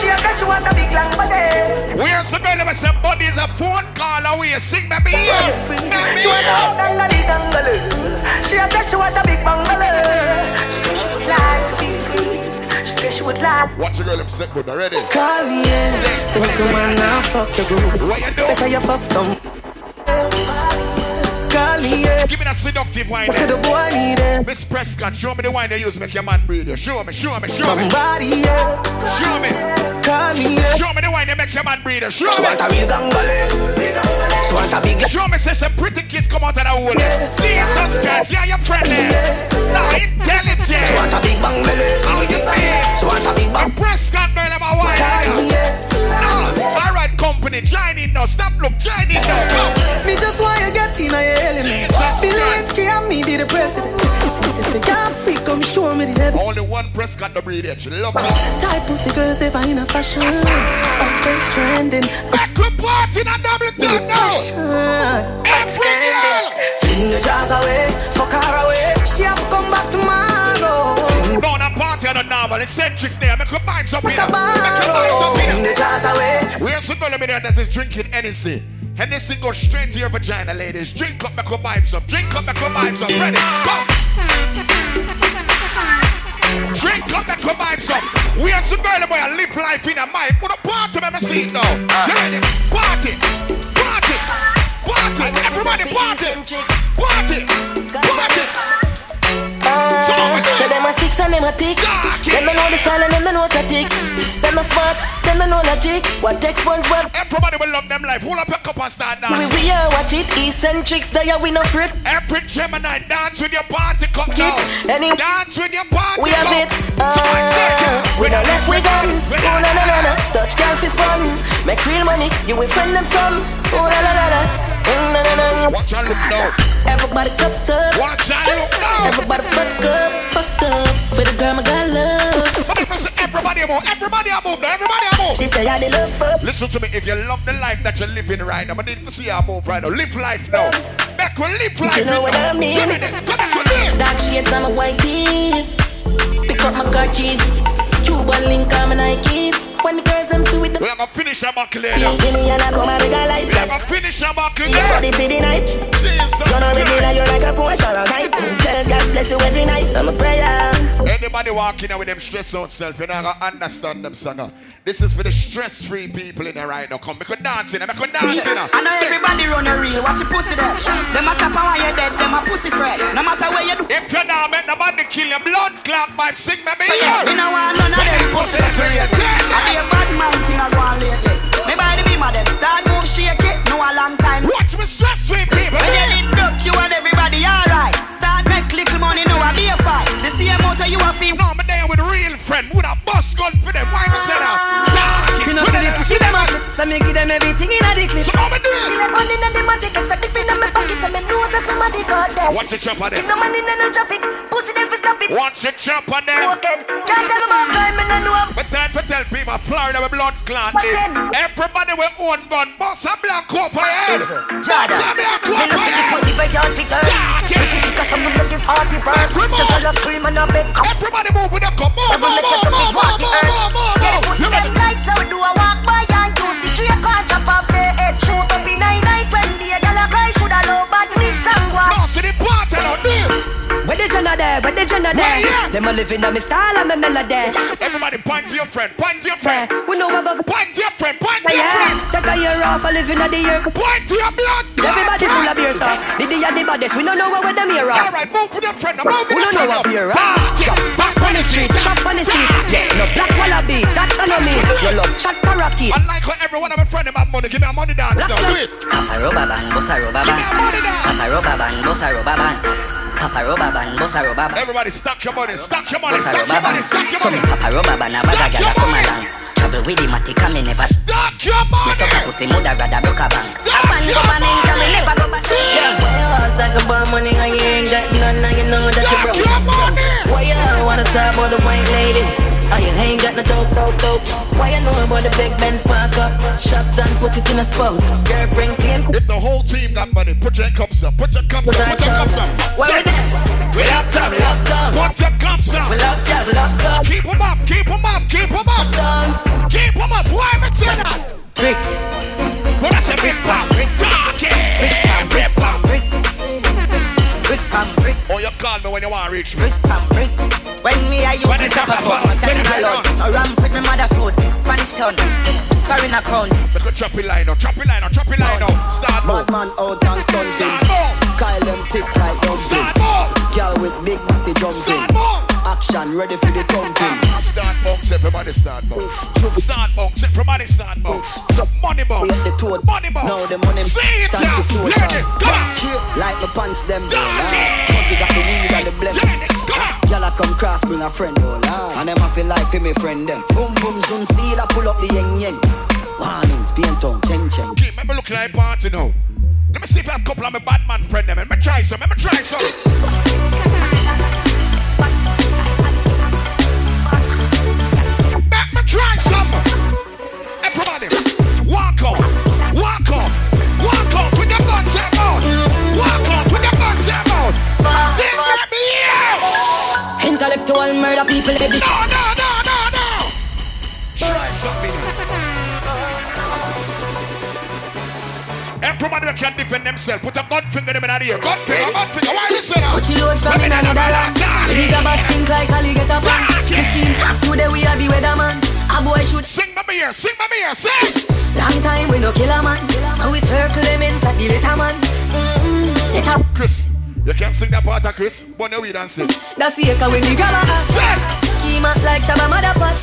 [SPEAKER 21] She a cat, she want a big long body.
[SPEAKER 2] We are so girl, they must say body is a phone call away. Sing baby here. Baby
[SPEAKER 21] She want
[SPEAKER 2] here.
[SPEAKER 21] dog and a big angle. She a cat, she want a big bungalow. She said she would like to be free. She said she would like.
[SPEAKER 2] Watch the girl, them set good already.
[SPEAKER 3] Call me, yeah. Don't come on now, fuck the group.
[SPEAKER 2] What you do?
[SPEAKER 3] Better you fuck some. Call me, yeah.
[SPEAKER 2] Give me that seductive wine.
[SPEAKER 3] Say the boy need it.
[SPEAKER 2] Miss Prescott, show me the wine they use make your man breathe. Show me, show me, show me.
[SPEAKER 3] Somebody else.
[SPEAKER 2] Show me.
[SPEAKER 3] Call me, yeah.
[SPEAKER 2] Show me the wine they make your man breathe. Show
[SPEAKER 3] She
[SPEAKER 2] me.
[SPEAKER 3] want a real gangale. She want a big
[SPEAKER 2] Show me say some pretty kids come out of the hole. eh? Jesus Christ, yeah, eh? you're friendly. Nah, intelligent.
[SPEAKER 3] want a big bang belly.
[SPEAKER 2] How you feel?
[SPEAKER 3] She want a big bang.
[SPEAKER 2] Prescott girl, I'm a
[SPEAKER 3] Call me,
[SPEAKER 2] wine.
[SPEAKER 3] yeah.
[SPEAKER 2] No, Ah, all right, company, join in now. Stop, look, join in now. Come.
[SPEAKER 3] Me just want you get in a element. Belinsky and me be the president. Say, say, say, can't freak, come show me the heaven.
[SPEAKER 2] Only one Prescott the breed edge. Look up.
[SPEAKER 3] Type pussy girls if I in a fashion. Up and stranding.
[SPEAKER 2] Back up, what in a double tap
[SPEAKER 3] now.
[SPEAKER 2] Every girl.
[SPEAKER 3] Fling your jaws away, fuck her away. She have to come back tomorrow.
[SPEAKER 2] No, not party on the normal. Eccentrics there. Make a bind up here. Make a
[SPEAKER 3] Tomorrow. Fling the jaws away.
[SPEAKER 2] We're so gonna be there that is drinking Hennessy. Hennessy goes straight to your vagina, ladies. Drink up, make a vibes up. Drink up, make a vibes up. Ready? Go. Drink up, make a vibes up. We are so girl boy. Live life in a mic. Put a party, let me see it now. You ready? Party, party, party. Everybody party, party, party.
[SPEAKER 5] So them a six and them a ticks. Them a know the style and them a know tactics. Them a smart, them a know logic. What text one web.
[SPEAKER 2] Everybody will love them life. Hold up your cup and start
[SPEAKER 5] We
[SPEAKER 2] dancing.
[SPEAKER 5] we are watch it. Eccentrics, they are we no freak.
[SPEAKER 2] Every Gemini dance with your party cup now.
[SPEAKER 5] Any
[SPEAKER 2] dance with your party
[SPEAKER 5] We have it. Uh, we don't left we gone. Oh na na na na. Touch girl for fun. Make real money. You will find them some. Oh na na na na. Mm, na na na.
[SPEAKER 2] Watch out look now.
[SPEAKER 5] Everybody cups up.
[SPEAKER 2] Watch out look now.
[SPEAKER 5] Everybody fuck up, fuck up. For the girl my girl love.
[SPEAKER 2] Everybody move, everybody move, now, everybody move.
[SPEAKER 5] She say I love her.
[SPEAKER 2] Listen to me, if you love the life that you're living right now, but need to see how move right now. Live life now. Back we live life.
[SPEAKER 5] You know what I mean?
[SPEAKER 2] You ready? Come back with me.
[SPEAKER 5] Dark shades on my white tees. Pick up my car keys. Cuban link on my Nikes. When the girls them see with the
[SPEAKER 2] We're gonna finish them up clear.
[SPEAKER 5] Yeah, see me and I come and make a light.
[SPEAKER 2] We're gonna finish them up clear.
[SPEAKER 5] Your body for the night.
[SPEAKER 2] You're
[SPEAKER 5] not regular, you're like a Porsche or a kite. Tell God bless you every night. I'm a prayer.
[SPEAKER 2] Anybody walking out with them stress out self, you're not gonna understand them, singer. This is for the stress free people in there right now. Come, make a dance in there, make a dance in there.
[SPEAKER 7] I know everybody run a reel, watch your pussy there. Them a tap on why you dead, them a pussy fret. No matter where you do.
[SPEAKER 2] If you not make nobody kill you, blood clot by sing me
[SPEAKER 7] But yeah, me no want none of them pussy fret. I be a bad man thing I go on lately. Me body be my them start move shake it, no a long time.
[SPEAKER 2] Watch me stress free people.
[SPEAKER 7] When you did broke, you and everybody alright. Start make little money, no a be a fight. The same motor you a feel.
[SPEAKER 2] No, me there with real friend, with a bus gun for them. Why you say
[SPEAKER 5] Ah.
[SPEAKER 2] that?
[SPEAKER 7] You
[SPEAKER 2] know,
[SPEAKER 7] say the pussy them
[SPEAKER 5] a So me give them everything in a the clip.
[SPEAKER 2] So how me do it?
[SPEAKER 5] Till I gun in the matic, it's a dip in my pocket, so me know that somebody got that.
[SPEAKER 2] Watch it chop on
[SPEAKER 5] Give
[SPEAKER 2] them.
[SPEAKER 5] no man in no traffic, pussy them for stop it.
[SPEAKER 2] Watch it chop on them.
[SPEAKER 5] Broken. Can't tell them I'm crime and I know I'm
[SPEAKER 2] But time for tell people Florida with blood clan
[SPEAKER 5] But
[SPEAKER 2] is.
[SPEAKER 5] then-
[SPEAKER 2] Everybody with own gun Boss a black up for head
[SPEAKER 5] Listen,
[SPEAKER 2] Boss
[SPEAKER 5] Jordan.
[SPEAKER 2] a black eh?
[SPEAKER 5] Me
[SPEAKER 2] up
[SPEAKER 5] no
[SPEAKER 2] for
[SPEAKER 5] see the
[SPEAKER 2] head
[SPEAKER 5] pussy where y'all pick her. Pussy tick us, I'm gonna give her the bird. The girl a scream and a beg.
[SPEAKER 2] Everybody move with a cup Move,
[SPEAKER 5] I'm gonna
[SPEAKER 2] move,
[SPEAKER 5] make
[SPEAKER 2] move,
[SPEAKER 5] your puppy
[SPEAKER 2] move,
[SPEAKER 5] walk
[SPEAKER 2] move,
[SPEAKER 5] the
[SPEAKER 2] move,
[SPEAKER 5] earth.
[SPEAKER 2] move,
[SPEAKER 5] Get the
[SPEAKER 2] move.
[SPEAKER 5] pussy them lights out, do a walk by and use the tree, can't drop off the head. Shoot up in nine night when the girl a cry, should a low bad miss and go.
[SPEAKER 2] Boss in the party now deal
[SPEAKER 7] Where the Jenna there? Where the Jenna
[SPEAKER 2] Where you?
[SPEAKER 7] there? Them a living on me style and me melody.
[SPEAKER 2] Everybody point to your friend Point to your friend
[SPEAKER 7] We know we go.
[SPEAKER 2] Point to your friend Point to your
[SPEAKER 7] Yeah,
[SPEAKER 2] friend
[SPEAKER 7] take a year off a living on the year.
[SPEAKER 2] Point to your blood clan
[SPEAKER 7] Everybody
[SPEAKER 2] friend.
[SPEAKER 7] full of beer sauce. The day and the baddest. We don't know where them here
[SPEAKER 2] All
[SPEAKER 7] are.
[SPEAKER 2] right, move with your friend now, Move with
[SPEAKER 7] We
[SPEAKER 2] your
[SPEAKER 7] don't know what beer
[SPEAKER 2] friend now.
[SPEAKER 7] are.
[SPEAKER 2] Boss,
[SPEAKER 7] Chop back on the street, chop on the seat. Yeah, no black wallaby, that on me. You love chat karaoke.
[SPEAKER 2] I like how every one of my friend them have money Give me a money dance now
[SPEAKER 7] Black
[SPEAKER 2] Do it
[SPEAKER 7] Papa
[SPEAKER 8] roba ban, bossa roba ban. Papa roba ban, bossa roba ban. Papa roba ban, bossa roba ban.
[SPEAKER 2] Everybody stack your money Stack your money
[SPEAKER 8] Bossa
[SPEAKER 2] Stack your
[SPEAKER 8] roba
[SPEAKER 2] money
[SPEAKER 8] ban.
[SPEAKER 2] Stack your
[SPEAKER 8] So me
[SPEAKER 2] money
[SPEAKER 8] papa roba ban, a bag a gyal a come along. Travel with the matic and me never.
[SPEAKER 2] Stack your
[SPEAKER 8] Me
[SPEAKER 2] money
[SPEAKER 8] suck a pussy, mother rather broke a bank. A ban government and me never go back. Yeah.
[SPEAKER 7] Why you all talk about money and you ain't got none and you know that you broke? Why you all wanna talk about the white lady? And you ain't got no dope, dope, dope. Why you know about the big Benz park up? Shop done, put it in a spot. Girlfriend clean,
[SPEAKER 2] If the whole team got money, put your cups up, put your cups up, put your cups up.
[SPEAKER 7] Why we there? We up top, we up top.
[SPEAKER 2] Put your cups
[SPEAKER 7] We
[SPEAKER 2] up.
[SPEAKER 7] love top, we love top.
[SPEAKER 2] Keep 'em up, keep 'em up, keep 'em up. Keep 'em up, why am I saying that?
[SPEAKER 7] Bricks.
[SPEAKER 2] Well, that's a big pop, big pop, yeah. Big pop, big pop, big
[SPEAKER 7] Brick pam brick,
[SPEAKER 2] Oh, you call me when you want to reach me.
[SPEAKER 7] brick pam brick. When me I you
[SPEAKER 2] When
[SPEAKER 7] the
[SPEAKER 2] it's
[SPEAKER 7] chopper
[SPEAKER 2] up,
[SPEAKER 7] phone,
[SPEAKER 2] up,
[SPEAKER 7] I'm chatting
[SPEAKER 2] when
[SPEAKER 7] a lot.
[SPEAKER 2] it's up.
[SPEAKER 7] A ram with me mother food, Spanish town, foreign account.
[SPEAKER 2] Look at choppy line up, choppy line up, choppy line up.
[SPEAKER 7] Bad
[SPEAKER 2] Start move,
[SPEAKER 7] man out and stunting.
[SPEAKER 2] start move,
[SPEAKER 7] Kyle them thick like dumpling.
[SPEAKER 2] start move,
[SPEAKER 7] Girl with big body jumping.
[SPEAKER 2] start move.
[SPEAKER 7] Action ready for the thumping.
[SPEAKER 2] Start box, everybody start box. Start box, everybody start box. Money box,
[SPEAKER 7] Let the toad.
[SPEAKER 2] money box.
[SPEAKER 7] Now the money.
[SPEAKER 2] See it,
[SPEAKER 7] Time to
[SPEAKER 2] yeah.
[SPEAKER 7] source
[SPEAKER 2] Let it
[SPEAKER 7] out.
[SPEAKER 2] go.
[SPEAKER 7] Back straight like my pants them.
[SPEAKER 2] Yeah.
[SPEAKER 7] Cause we got the weed and the blem.
[SPEAKER 2] Let it go.
[SPEAKER 7] Y'all a come cross, bring a friend, oh lord. And them a feel like fi me friend them. Boom boom zoom, see that pull up the yen yen. Warnings, be town, chen chen.
[SPEAKER 2] Okay, remember looking at party now. Let me see if I have a couple of my Batman friend them. Let me try some. Let me try some. Let me try some. Everybody, walk on, walk on, walk on. Put your guns up out. Walk on, put your guns up out. Sing for me yeah.
[SPEAKER 7] Intellectual murder people every
[SPEAKER 2] No, no, no, no, no. Try something. Everybody that can defend themselves, put a gun finger them in the ear. Gun finger, gun finger. Why you say that?
[SPEAKER 7] Put your load from in another land.
[SPEAKER 2] Dark
[SPEAKER 5] Big a bus stink like Ali get a pan. The skin hot today we are the weatherman. A boy should
[SPEAKER 2] sing my beer, sing my beer, sing.
[SPEAKER 5] Long time we no kill a man. Now we circle them in like the little man. Mm-mm. Set up.
[SPEAKER 2] Chris, you can't sing that part of Chris, but now we dance it.
[SPEAKER 5] That's the echo when the grabber act. Schema like Shabba Motherfuck.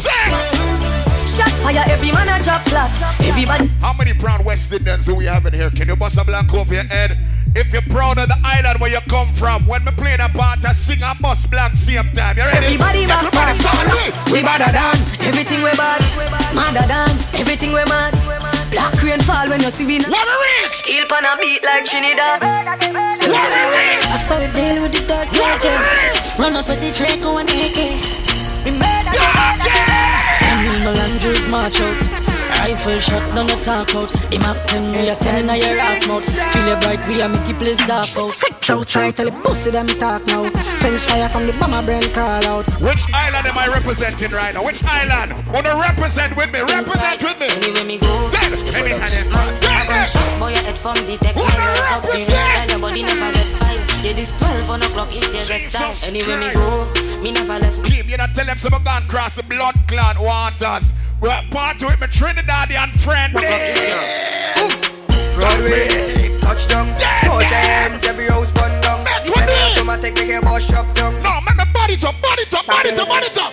[SPEAKER 5] Shot fire, every man a drop flat. Everybody.
[SPEAKER 2] How many proud West Indians do we have in here? Can you bust a blank over your head? If you're proud of the island where you come from, when we play the part, I sing a bust blank same time. You ready?
[SPEAKER 5] Everybody back back.
[SPEAKER 2] Everybody, sound it.
[SPEAKER 5] We badder than everything we bad. Madder than everything we mad. Black rain fall when you see we. What Steel pan a beat like Trinidad.
[SPEAKER 6] So, I saw we deal with the third gadget. Run up with the Draco and AK. We murder
[SPEAKER 5] When Lil Andrews march out Rifle shot, none of talk out Him up ten, we are sending a your ass mouth Feel your bright, we are make you place dark out
[SPEAKER 6] Sick outside, tell the pussy them talk now French fire from the bomber brain crawl out
[SPEAKER 2] Which island am I representing right now? Which island? Wanna represent with me? Represent with me. Anywhere me go.
[SPEAKER 8] Boy, your head from the tech, my nose up the red line, your body never get fine. Yeah, this 12 on o'clock is your bedtime. Anyway, me go, me never left.
[SPEAKER 2] Keep, you know, tell them some gone cross the blood clan waters. We're part with my Trinidadian friend.
[SPEAKER 22] Broadway, touchdown, touch hands, every house burn down. This is the automatic, make your boss shop down.
[SPEAKER 2] No, make me body top, body top, body top, body top.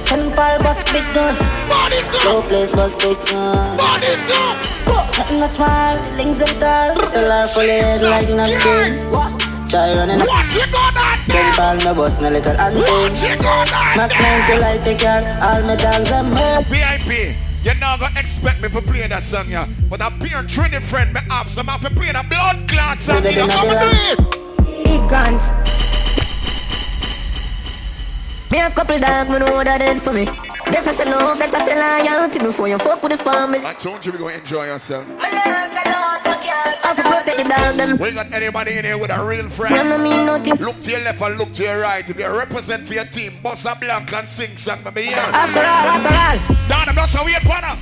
[SPEAKER 6] St. Paul bus big gun
[SPEAKER 2] Body
[SPEAKER 6] No place bus big gun
[SPEAKER 2] Body top
[SPEAKER 6] Nothing a small, links and tall Solar full head like nothing What? Try running up
[SPEAKER 2] What you got that?
[SPEAKER 6] Then ball no bus, no little and
[SPEAKER 2] you got
[SPEAKER 6] Mac 90 light the car All medals and merch
[SPEAKER 2] VIP. You're not gonna expect me to play that song, yeah. But I peer training friend, me abs, I'm to play that blood clot song. You know how we do it.
[SPEAKER 5] Big guns Me have couple dog, me know that end for me That I say love, that I say loyalty Before you fuck with the family
[SPEAKER 2] I told you we're gonna enjoy yourself.
[SPEAKER 5] I have to protect the dog, them
[SPEAKER 2] We got anybody in here with a
[SPEAKER 5] Them
[SPEAKER 2] real
[SPEAKER 5] no
[SPEAKER 2] friend.
[SPEAKER 5] mean nothing
[SPEAKER 2] Look to your left and look to your right. If you represent for your team, boss a blank and sing song, baby. Yeah.
[SPEAKER 5] After all, after all
[SPEAKER 2] Don, I'm not so weird, partner.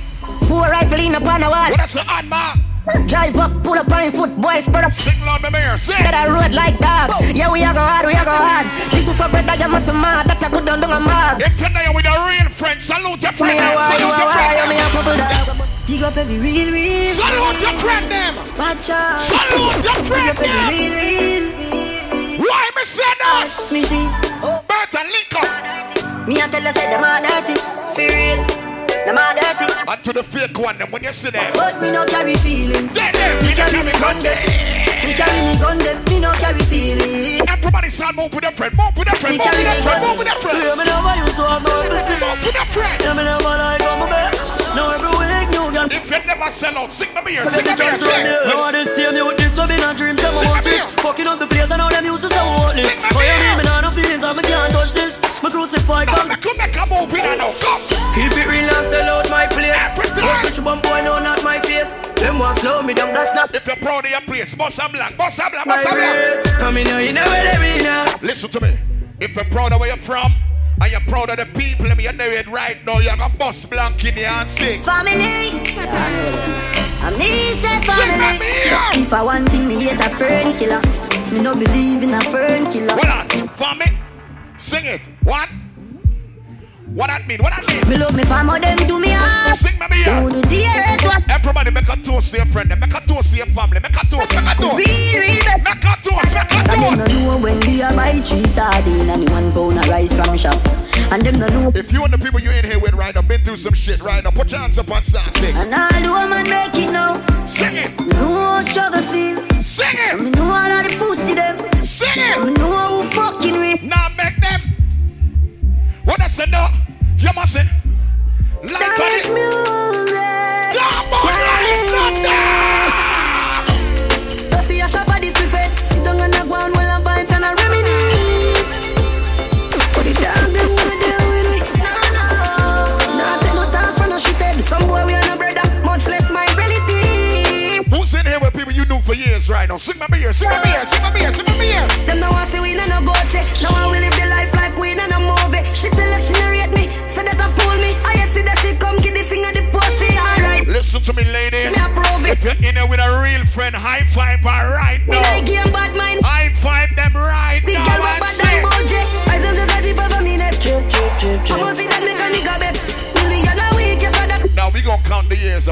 [SPEAKER 5] Four rifle in upon a wall
[SPEAKER 2] What that's the odd man?
[SPEAKER 5] Drive up, pull up on foot, boy, spread up
[SPEAKER 2] Sing loud, my mayor, sing
[SPEAKER 5] That I road like dog Yeah, we are go hard, we are go hard This is for bread, I am a mad That I go down, down a mad
[SPEAKER 2] If you're there with a real friend, salute your
[SPEAKER 5] Me
[SPEAKER 2] friend.
[SPEAKER 5] a
[SPEAKER 2] them,
[SPEAKER 5] why, you
[SPEAKER 2] Salute
[SPEAKER 5] a
[SPEAKER 2] your
[SPEAKER 5] why,
[SPEAKER 2] friend.
[SPEAKER 5] you me a couple dog
[SPEAKER 6] Big up every real, real
[SPEAKER 2] them. Salute your friend, them.
[SPEAKER 6] Watch out
[SPEAKER 2] Salute your friend, them.
[SPEAKER 6] Real, real
[SPEAKER 2] Why me say that?
[SPEAKER 5] Me see,
[SPEAKER 2] Burton, link up.
[SPEAKER 5] me a tell you say them are dirty For real, them are dirty
[SPEAKER 2] And to the fake one, them when you see them.
[SPEAKER 5] But me no carry feelings
[SPEAKER 2] Say them, we just have a gun there.
[SPEAKER 5] Me carry me gun, them, me no carry feelings
[SPEAKER 2] Everybody start move with their friend, move with their friend,
[SPEAKER 5] Me
[SPEAKER 2] move with
[SPEAKER 5] carry
[SPEAKER 2] their
[SPEAKER 5] me
[SPEAKER 2] friend,
[SPEAKER 5] gun
[SPEAKER 2] move with their friend.
[SPEAKER 5] Yeah, me never used to have no feelings
[SPEAKER 2] Move with their friend.
[SPEAKER 5] Yeah, me never like on my back Now every week, new gun
[SPEAKER 2] If you never sell out, sing the beer,
[SPEAKER 5] Make
[SPEAKER 2] sing the
[SPEAKER 5] a
[SPEAKER 2] beer,
[SPEAKER 5] chance around
[SPEAKER 2] sing.
[SPEAKER 5] here. Now I just see me with this one in a dream. Tell me what's this. Fucking up the place and all them used to say what this.
[SPEAKER 2] Sing my
[SPEAKER 5] But you
[SPEAKER 2] beer.
[SPEAKER 5] mean me not no feelings and me can't touch this. Me crucified
[SPEAKER 2] Come,
[SPEAKER 5] come.
[SPEAKER 2] come, come, move with her now, come.
[SPEAKER 22] Keep it real and sell out my place. Just rich bum boy, no, not my face. Them want slow me down, that's not
[SPEAKER 2] If you're proud of your place, boss a blank, boss a blank,
[SPEAKER 22] my
[SPEAKER 2] boss a blank.
[SPEAKER 22] race. Come in, now, you know where they be now.
[SPEAKER 2] Listen to me. If you're proud of where you're from and you're proud of the people, and you know it right now, you're gonna bust blank in the hand sing.
[SPEAKER 5] Family, I'm needed
[SPEAKER 2] Sing
[SPEAKER 5] family.
[SPEAKER 2] that beer.
[SPEAKER 5] If I want thing, me hate a fern killer. Me no believe in a fern killer.
[SPEAKER 2] What on? For me? Sing it. What? What that mean? What that mean?
[SPEAKER 5] Me love me family, them do me up.
[SPEAKER 2] Sing my
[SPEAKER 5] Who do
[SPEAKER 2] beer.
[SPEAKER 5] the red one?
[SPEAKER 2] Everybody make a toast to your friend, make a toast to your family, make a toast, make a toast.
[SPEAKER 5] Real, real bad.
[SPEAKER 2] Make a toast, make a
[SPEAKER 5] And them
[SPEAKER 2] toast.
[SPEAKER 5] no know when we a buy three sardine and one pound of rice from shop. And them no know.
[SPEAKER 2] If you and the people you in here with right now been through some shit right now, put your hands up and start sing.
[SPEAKER 5] And all the woman make it now.
[SPEAKER 2] Sing it,
[SPEAKER 5] Me know how struggle feel.
[SPEAKER 2] sing
[SPEAKER 5] Me
[SPEAKER 2] it,
[SPEAKER 5] know all of the pussy them.
[SPEAKER 2] sing
[SPEAKER 5] Me
[SPEAKER 2] it.
[SPEAKER 5] know who fucking with.
[SPEAKER 2] Now make them. What I said no, you must say. Like on
[SPEAKER 5] Dance
[SPEAKER 2] it.
[SPEAKER 5] music.
[SPEAKER 2] Come on, like that.
[SPEAKER 5] Pussy a shop for this buffet. Sit down on the ground while I'm vibes and I reminisce. Put it down, them with them with me. No, no. Nah, take no time for no shit head. Some boy we are no brother, much less my relative.
[SPEAKER 2] Who's in here with people you knew for years right now? Sing my beer, sing my beer, sing my beer, sing my beer.
[SPEAKER 5] Them no want see we no no go check. No one will live the life like we no no movie. She tell us she no rate me, so that a fool me. I see that she come get this thing at the pussy, alright.
[SPEAKER 2] Listen to me, ladies.
[SPEAKER 5] Me approve it.
[SPEAKER 2] If you're in here with a real friend, high five her right
[SPEAKER 5] Me like
[SPEAKER 2] now.
[SPEAKER 5] game bad mind.
[SPEAKER 2] High five them right
[SPEAKER 5] Big
[SPEAKER 2] now.
[SPEAKER 5] girl with
[SPEAKER 2] and
[SPEAKER 5] bad
[SPEAKER 2] say,
[SPEAKER 5] and bougie. Eyes them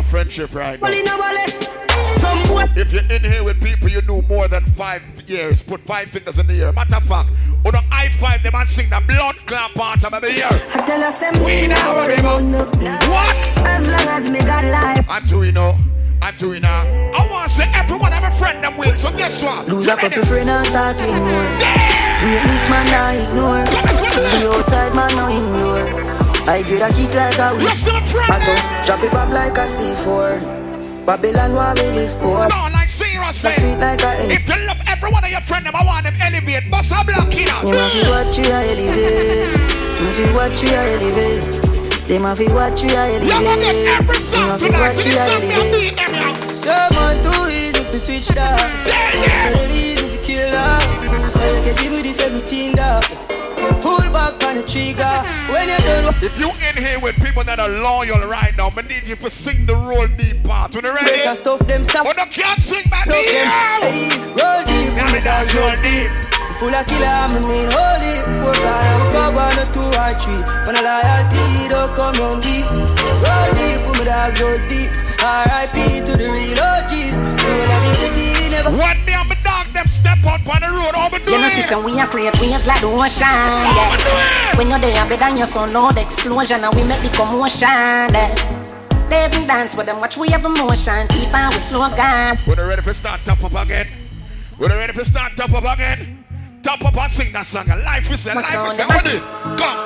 [SPEAKER 2] friendship right now.
[SPEAKER 13] Well, you know what,
[SPEAKER 2] If you're in here with people you knew more than five years, put five fingers in the air. Matter of fact, on the I five, them and sing the blood clot part of the year.
[SPEAKER 13] I tell us them we not worry about no
[SPEAKER 2] What?
[SPEAKER 13] As long as me got life.
[SPEAKER 2] I'm too, you know. I'm too, you know. I want to say everyone have a friend that wins. So guess what?
[SPEAKER 13] Lose a couple friend and start with more. Weakness man I ignore. The outside man I ignore. I get a kick like a whip. Back up, drop it up like a C4. Babylon where we live poor.
[SPEAKER 2] No, like seriously.
[SPEAKER 13] I sweet like a
[SPEAKER 2] If you love every one of your friend, them, I want them elevate. Bust a block killer.
[SPEAKER 13] Them a fi watch you a elevate. Them fi watch you a elevate. Them a fi watch you a elevate. Them a fi watch you a elevate.
[SPEAKER 3] Someone too easy to switch that. So it easy to kill that. So you can give with the 17 dog. Pull back on the trigger. When you done,
[SPEAKER 2] If you in here with people that are loyal right now, I need you to sing the roll deep part. You ready?
[SPEAKER 3] Yes, I stuff them stop.
[SPEAKER 2] Oh, no, can't sing my
[SPEAKER 3] Stop them. Hey, roll deep.
[SPEAKER 2] Yeah, me dance roll deep.
[SPEAKER 3] Full of killer, I mean holy. For God, I'm cover one or two or three. When a loyalty don't come on me. Roll deep, put my dogs roll deep. R.I.P. to the real OGs. So when I the city, never.
[SPEAKER 2] What me and my dog them step out on the road? How me do
[SPEAKER 5] You know, sister, we are create waves like the ocean. Yeah. When you're there, better than your son, all the explosion, and we make the commotion. Yeah. They even dance with them, watch we have emotion. Keep on with slogan.
[SPEAKER 2] When you ready for start top up again? When you ready for start top up again? Top up and sing that song. Life is a
[SPEAKER 5] My
[SPEAKER 2] life
[SPEAKER 5] song,
[SPEAKER 2] is a
[SPEAKER 5] my
[SPEAKER 2] money. Go.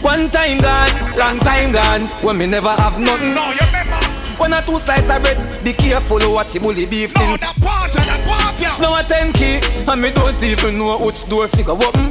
[SPEAKER 4] One time gone, long time gone, when me never have nothing.
[SPEAKER 2] No, you remember.
[SPEAKER 4] One or two slices of bread, be careful watch you bully beef thing.
[SPEAKER 2] That part, that part, yeah.
[SPEAKER 4] Now a ten key, and me don't even know which door figure open.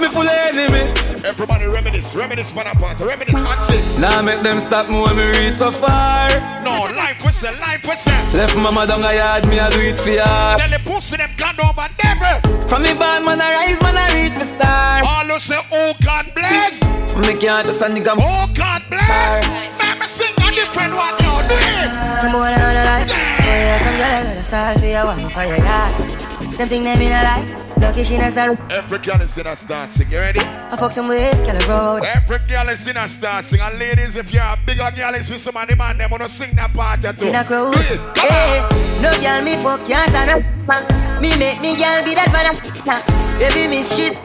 [SPEAKER 4] Me full of enemy.
[SPEAKER 2] Everybody reminisce, reminisce, man, apart, reminisce, and sing.
[SPEAKER 4] Now make them stop me when me reach so far.
[SPEAKER 2] No, life was a life was a.
[SPEAKER 4] Left mama down a yard, me a do it for ya.
[SPEAKER 2] Tell the pussy them God over my devil.
[SPEAKER 4] From me born, man I rise, man I reach me star.
[SPEAKER 2] All who say, oh God bless.
[SPEAKER 4] Me can't just a nigga.
[SPEAKER 2] Oh God bless. Man, me sing a different one now, do it.
[SPEAKER 5] Some boy on the life. Boy, have some girl I got a style for your one for your yard. Them think they mean a lie. Lucky she not sell.
[SPEAKER 2] Every girl is in a start sing, you ready?
[SPEAKER 5] I fuck some ways, girl I road.
[SPEAKER 2] Every girl is in a start sing. And ladies, if you're a bigger girl, it's with somebody, man, them wanna sing that part too.
[SPEAKER 5] In a crowd.
[SPEAKER 2] Do it. Come
[SPEAKER 5] Hey,
[SPEAKER 2] on.
[SPEAKER 5] no girl me fuck can't stand up. Me make me girl be that man. Baby me shit.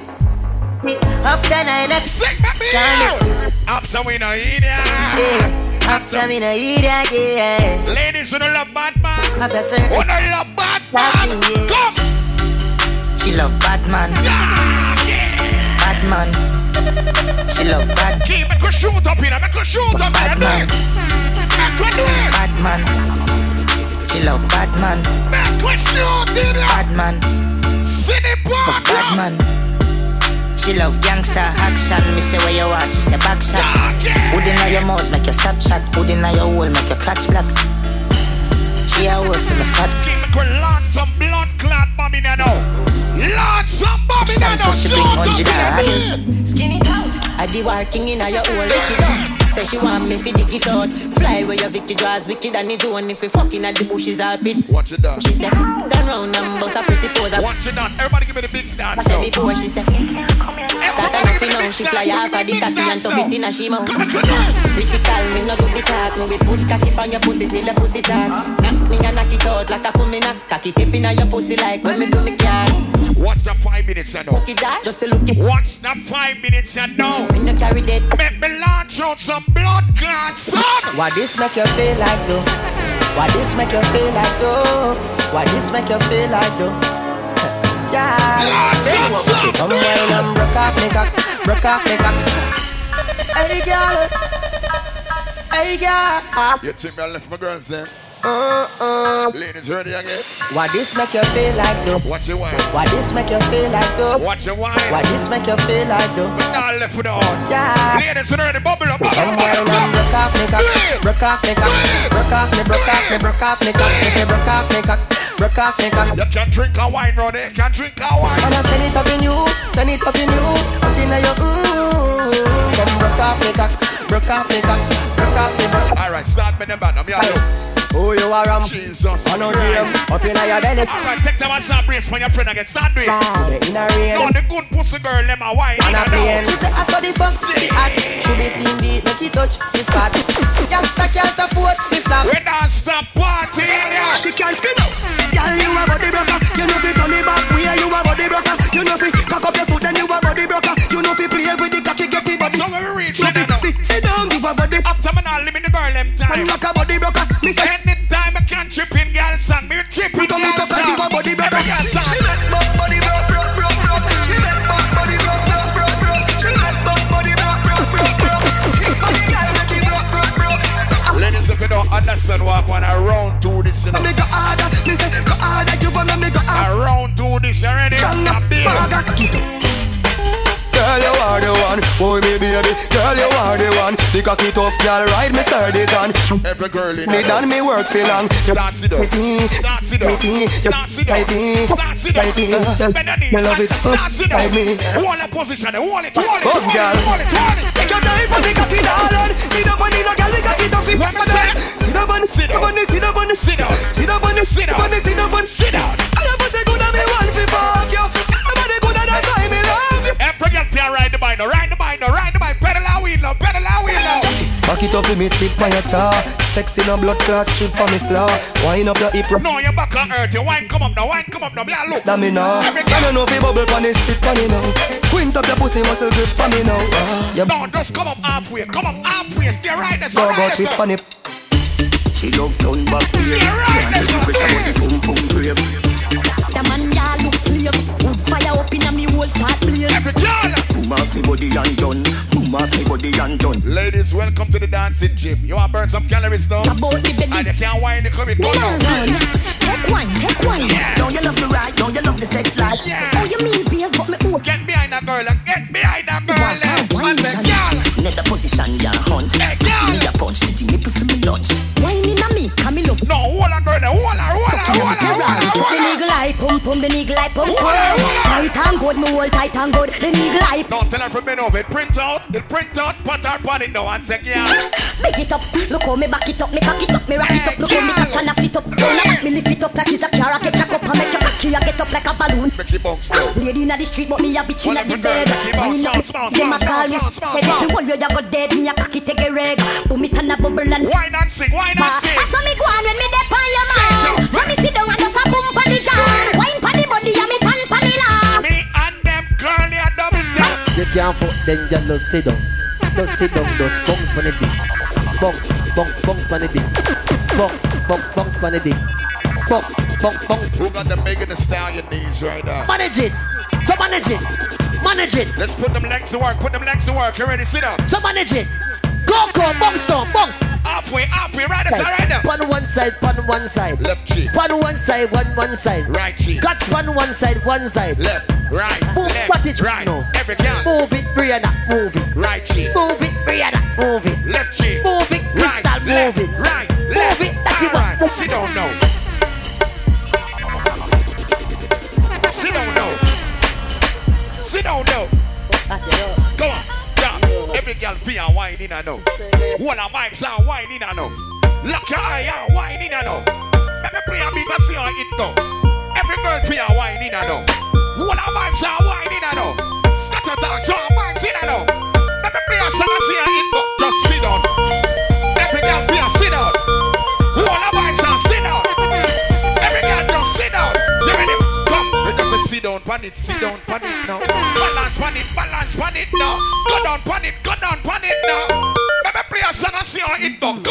[SPEAKER 5] After nine o'clock.
[SPEAKER 2] Sing my beer. After we know it,
[SPEAKER 5] Yeah.
[SPEAKER 2] yeah.
[SPEAKER 5] After me no eat again.
[SPEAKER 2] Ladies, who don't love bad man.
[SPEAKER 5] After certain.
[SPEAKER 2] Who don't love bad man.
[SPEAKER 5] Yeah.
[SPEAKER 2] Come.
[SPEAKER 5] She love Batman. Batman. She love bad
[SPEAKER 2] Keep make a shoot up here. Make a shoot up here. Do it. Make a do it.
[SPEAKER 5] Batman. She love Batman.
[SPEAKER 2] Make a shoot it up.
[SPEAKER 5] Batman.
[SPEAKER 2] City park.
[SPEAKER 5] Batman. She love gangster action. Me say where you are, she say back shot. Put in your mouth, make your stop shot. Put in your hole, make your clutch black. She a wolf in the fat.
[SPEAKER 2] Keep make a launch some blood clot bomb in here now. Launch some bomb in here
[SPEAKER 5] Some
[SPEAKER 2] now.
[SPEAKER 5] say she
[SPEAKER 2] Shoot
[SPEAKER 5] bring
[SPEAKER 2] up
[SPEAKER 5] hundred
[SPEAKER 2] in here.
[SPEAKER 5] dollar.
[SPEAKER 23] Skin it out. I be working in a your hole, let it out. Say she want me fi dig it out. Fly where your Vicky draws wicked and it one if we fucking at the bushes all pit.
[SPEAKER 2] Watch it done.
[SPEAKER 23] She said, turn round and bust a pretty pose. I
[SPEAKER 2] Watch it done. Everybody give me the big stance
[SPEAKER 23] said
[SPEAKER 2] now.
[SPEAKER 23] before she said, that
[SPEAKER 2] Everybody
[SPEAKER 23] enough
[SPEAKER 2] give me the
[SPEAKER 23] now.
[SPEAKER 2] big
[SPEAKER 23] She fly off
[SPEAKER 2] stance.
[SPEAKER 23] of
[SPEAKER 2] Give
[SPEAKER 23] the
[SPEAKER 2] me the big
[SPEAKER 23] cocky and
[SPEAKER 2] stance
[SPEAKER 23] stuff it in
[SPEAKER 2] now.
[SPEAKER 23] a she mouth.
[SPEAKER 2] Come on, sit down.
[SPEAKER 23] Pretty calm, me no do the talk. No we put cocky on your pussy till your pussy talk. Knock me and knock it out like a coming up. Cocky tip in your pussy like when me do me car.
[SPEAKER 2] Watch the five minutes and now.
[SPEAKER 23] Cocky die just to look it.
[SPEAKER 2] Watch the five minutes and now.
[SPEAKER 23] Me no carry that.
[SPEAKER 2] Make me launch out some blood clot, son.
[SPEAKER 3] Why this make you feel like though? Why this make you feel like though? Why this make you feel like though? yeah, baby,
[SPEAKER 2] Lord,
[SPEAKER 3] come down and broke off me cock, broke off me cock. Hey girl, hey girl,
[SPEAKER 2] You think I left my girls there?
[SPEAKER 3] uh, uh.
[SPEAKER 7] Uh-uh.
[SPEAKER 2] Ladies, ready again?
[SPEAKER 3] Why this make you feel like though?
[SPEAKER 2] Watch your wine.
[SPEAKER 3] Why this make you feel like though?
[SPEAKER 2] Watch your wine.
[SPEAKER 3] Why this make you feel like though?
[SPEAKER 2] But now I left with the horn.
[SPEAKER 3] Yeah.
[SPEAKER 2] Ladies, you ready? Bubble up, bubble
[SPEAKER 3] Come
[SPEAKER 2] up,
[SPEAKER 3] wine
[SPEAKER 2] bubble
[SPEAKER 3] and
[SPEAKER 2] up.
[SPEAKER 3] broke off me cock, broke off me cock, broke off me, broke off me, broke off me cock, if you broke off me cock, broke off me cock.
[SPEAKER 2] You can drink a wine, Roddy. You can drink a wine.
[SPEAKER 3] And I send it up in you, send it up in you, up in your mm. Come broke off me cock, broke off me cock, broke off me broke.
[SPEAKER 2] All right, start with the band. I'm here.
[SPEAKER 3] Oh,
[SPEAKER 5] Who you are, I'm
[SPEAKER 2] Jesus.
[SPEAKER 5] On a game, up in your belly.
[SPEAKER 2] Alright, take the one some brace for your friend again. Start doing.
[SPEAKER 5] Yeah, in a rain.
[SPEAKER 2] No, the good pussy girl, let my wine.
[SPEAKER 5] On a plane. She
[SPEAKER 2] know.
[SPEAKER 5] say, I saw the fuck, the hot. Should be team deep, make it touch the spot. Youngster can't afford the flop.
[SPEAKER 2] We don't stop partying, yeah.
[SPEAKER 5] She can't spin out. Girl, you a body broker. You know fi turn it back. Where you a body broker. You know fi cock up your foot and you a body broker. You know fi play with the cocky, get the body.
[SPEAKER 2] So when we reach
[SPEAKER 5] You fi sit, sit down, you a body.
[SPEAKER 2] Abdominal, limit the girl, them time.
[SPEAKER 5] Man, like a body broker. Me say,
[SPEAKER 2] Anytime I can trip in girl song, me trip in
[SPEAKER 5] Come here,
[SPEAKER 2] girl
[SPEAKER 5] cock up,
[SPEAKER 2] song.
[SPEAKER 5] you a body broker.
[SPEAKER 2] Every girl song.
[SPEAKER 5] She make my body broke, broke, broke, broke. She make my body broke, broke, broke, broke. She make my body broke, broke, broke, broke. Keep on the girl, make it broke, broke, broke.
[SPEAKER 2] Ladies, if you don't understand what I'm going around to this, you know.
[SPEAKER 5] Make a harder, me say, go harder, you wanna make a harder.
[SPEAKER 2] Around to this already. I'm big.
[SPEAKER 7] Girl, you are the one, boy, me baby. Girl, you are the one. The cocky tough girl, ride me sturdy tan.
[SPEAKER 2] Every girl in
[SPEAKER 7] Me done me work for long.
[SPEAKER 2] Start it up. Start it up. Start it up. Start it up. Bend your knees.
[SPEAKER 7] Me love it.
[SPEAKER 2] Start it
[SPEAKER 7] Like me.
[SPEAKER 2] up. Hold that position. Hold it. Hold it.
[SPEAKER 7] Up,
[SPEAKER 2] Hold
[SPEAKER 7] girl.
[SPEAKER 2] it. Hold it. Hold it.
[SPEAKER 5] Take your time, put the cocky down on. Sit up on it, no girl, the cocky tough, it
[SPEAKER 2] Let me
[SPEAKER 5] broke
[SPEAKER 2] see
[SPEAKER 5] down.
[SPEAKER 2] it.
[SPEAKER 5] Sit up on it, sit up on it, sit up on it.
[SPEAKER 2] Sit down.
[SPEAKER 5] Sit up on it,
[SPEAKER 2] Sit down.
[SPEAKER 5] on it, sit up on it.
[SPEAKER 2] Sit down.
[SPEAKER 5] I am a say good and me want fi fuck you. I'm a the good and that's why me love you.
[SPEAKER 2] Every girl play ride the bike. now, Ride the bike. now, Ride the bike. Pedal out wheel. now, Pedal out wheel. now.
[SPEAKER 7] Back it up with me, trip on your tar. Sexy no blood clot, trip for me slaw. Wind up your hip.
[SPEAKER 2] No, your back on earth. Your wine come up now. Wine come up now. Blah, look.
[SPEAKER 7] Stamina.
[SPEAKER 2] Every
[SPEAKER 7] I
[SPEAKER 2] girl.
[SPEAKER 7] don't know if you bubble pon it, sit pon it now. Quint up your pussy muscle grip for me now. Ah, Your
[SPEAKER 2] No, just come up halfway. Come up halfway. Stay right there. Stay
[SPEAKER 7] bug
[SPEAKER 2] right
[SPEAKER 7] out
[SPEAKER 2] there.
[SPEAKER 7] twist
[SPEAKER 2] sir.
[SPEAKER 7] pon it. She love down back here.
[SPEAKER 2] Can't take the pressure, but the
[SPEAKER 7] boom boom grave.
[SPEAKER 8] The man ya look slave. Wood fire up inna me whole start blaze.
[SPEAKER 2] Every girl.
[SPEAKER 7] Boom off me body and done. Boom off me body and done.
[SPEAKER 2] Ladies, welcome to the dancing gym. You want to burn some calories now?
[SPEAKER 8] About the belly.
[SPEAKER 2] And you can't wind the commit. Go
[SPEAKER 8] Bend
[SPEAKER 2] now.
[SPEAKER 8] around. Take one, take one.
[SPEAKER 7] Don't you love the ride? Don't you love the sex life?
[SPEAKER 8] Oh, you mean beers, but me old.
[SPEAKER 2] Get behind that girl. and Get behind that girl.
[SPEAKER 7] One
[SPEAKER 2] and- And
[SPEAKER 7] second.
[SPEAKER 2] say, girl.
[SPEAKER 7] Net the position, yeah, hun. See me a punch, titty nipple for me lunch.
[SPEAKER 8] Wine inna me, come me love.
[SPEAKER 2] No, hold on, girl. Hold on, hold on, hold on, hold on,
[SPEAKER 8] The
[SPEAKER 2] hold on.
[SPEAKER 8] nigga like pump, pump, the nigga like pump, pump.
[SPEAKER 2] Walla, walla.
[SPEAKER 8] Tight and good, me hold tight and good. The nigga like
[SPEAKER 2] No, tell her for me over. It print out. It print out. Put her on it now and say, girl.
[SPEAKER 8] Big it up, look how me back it up, me cock it up, me rock it up, look how me catch and I sit up. Down up, me lift it up like it's a car, I get jack up, I make your cocky, I get up like a balloon.
[SPEAKER 2] Make it bounce now.
[SPEAKER 8] Lady inna the street, but me a bitch inna the bed. Wine up, them a call me. Head the whole way I go dead, me a cocky take a reg. Boom it and a bubble and.
[SPEAKER 2] Why not sing? Why not sing?
[SPEAKER 8] I saw me go on when me dey on your man. So me sit down and just a boom pon the jam. Wine pon the body and me tan pon the lawn.
[SPEAKER 2] Me and them girl, you double down.
[SPEAKER 13] You can't fuck, then you no sit down. No sit down, just bounce pon the dick. Bounce, bounce, bounce pon the dick. Bounce, bounce, bounce pon the dick. Bounce, bounce, bounce.
[SPEAKER 2] Who got the big in the stallion knees right now?
[SPEAKER 13] Manage it. So manage it. Manage it.
[SPEAKER 2] Let's put them legs to work. Put them legs to work. You ready? Sit up.
[SPEAKER 13] So manage it. Go, go, bounce down, bounce.
[SPEAKER 2] Halfway, halfway. Right there, sir, right there.
[SPEAKER 13] On one side, on one side.
[SPEAKER 2] Left cheek.
[SPEAKER 13] On one side, one one side.
[SPEAKER 2] Right cheek.
[SPEAKER 13] Got on one side, one side.
[SPEAKER 2] Left, right,
[SPEAKER 13] Move,
[SPEAKER 2] left,
[SPEAKER 13] what it
[SPEAKER 2] right.
[SPEAKER 13] no.
[SPEAKER 2] Every girl.
[SPEAKER 13] Move it, Brianna. Move it.
[SPEAKER 2] Right cheek.
[SPEAKER 13] Move it, Brianna. Move it.
[SPEAKER 2] Left cheek.
[SPEAKER 13] Move it,
[SPEAKER 2] Right,
[SPEAKER 13] crystal.
[SPEAKER 2] left,
[SPEAKER 13] Move it.
[SPEAKER 2] right, left.
[SPEAKER 13] Move it. That's it.
[SPEAKER 2] All
[SPEAKER 13] one.
[SPEAKER 2] right, Sit down now. Sit down now. Sit down now. Go on. Yeah. Every girl feel a wine in I know. One of my are wine in I know. Lock your eye out, wine in I know. Let me play a beat and see how it go. Every girl feel a wine in I know. One of my are wine in I know. Scatter talk, draw vibes in I know. Let me play a song and see how it go. Just sit down. Every girl feel sit down. One of my are sit down. Every girl just sit down. You ready? Come. We just say sit down, pan it, sit down, pan it now. Balance, pan it, balance, pan it now. Go down, pan it, go down, pan it now. Let me play a song and see how it go. Come.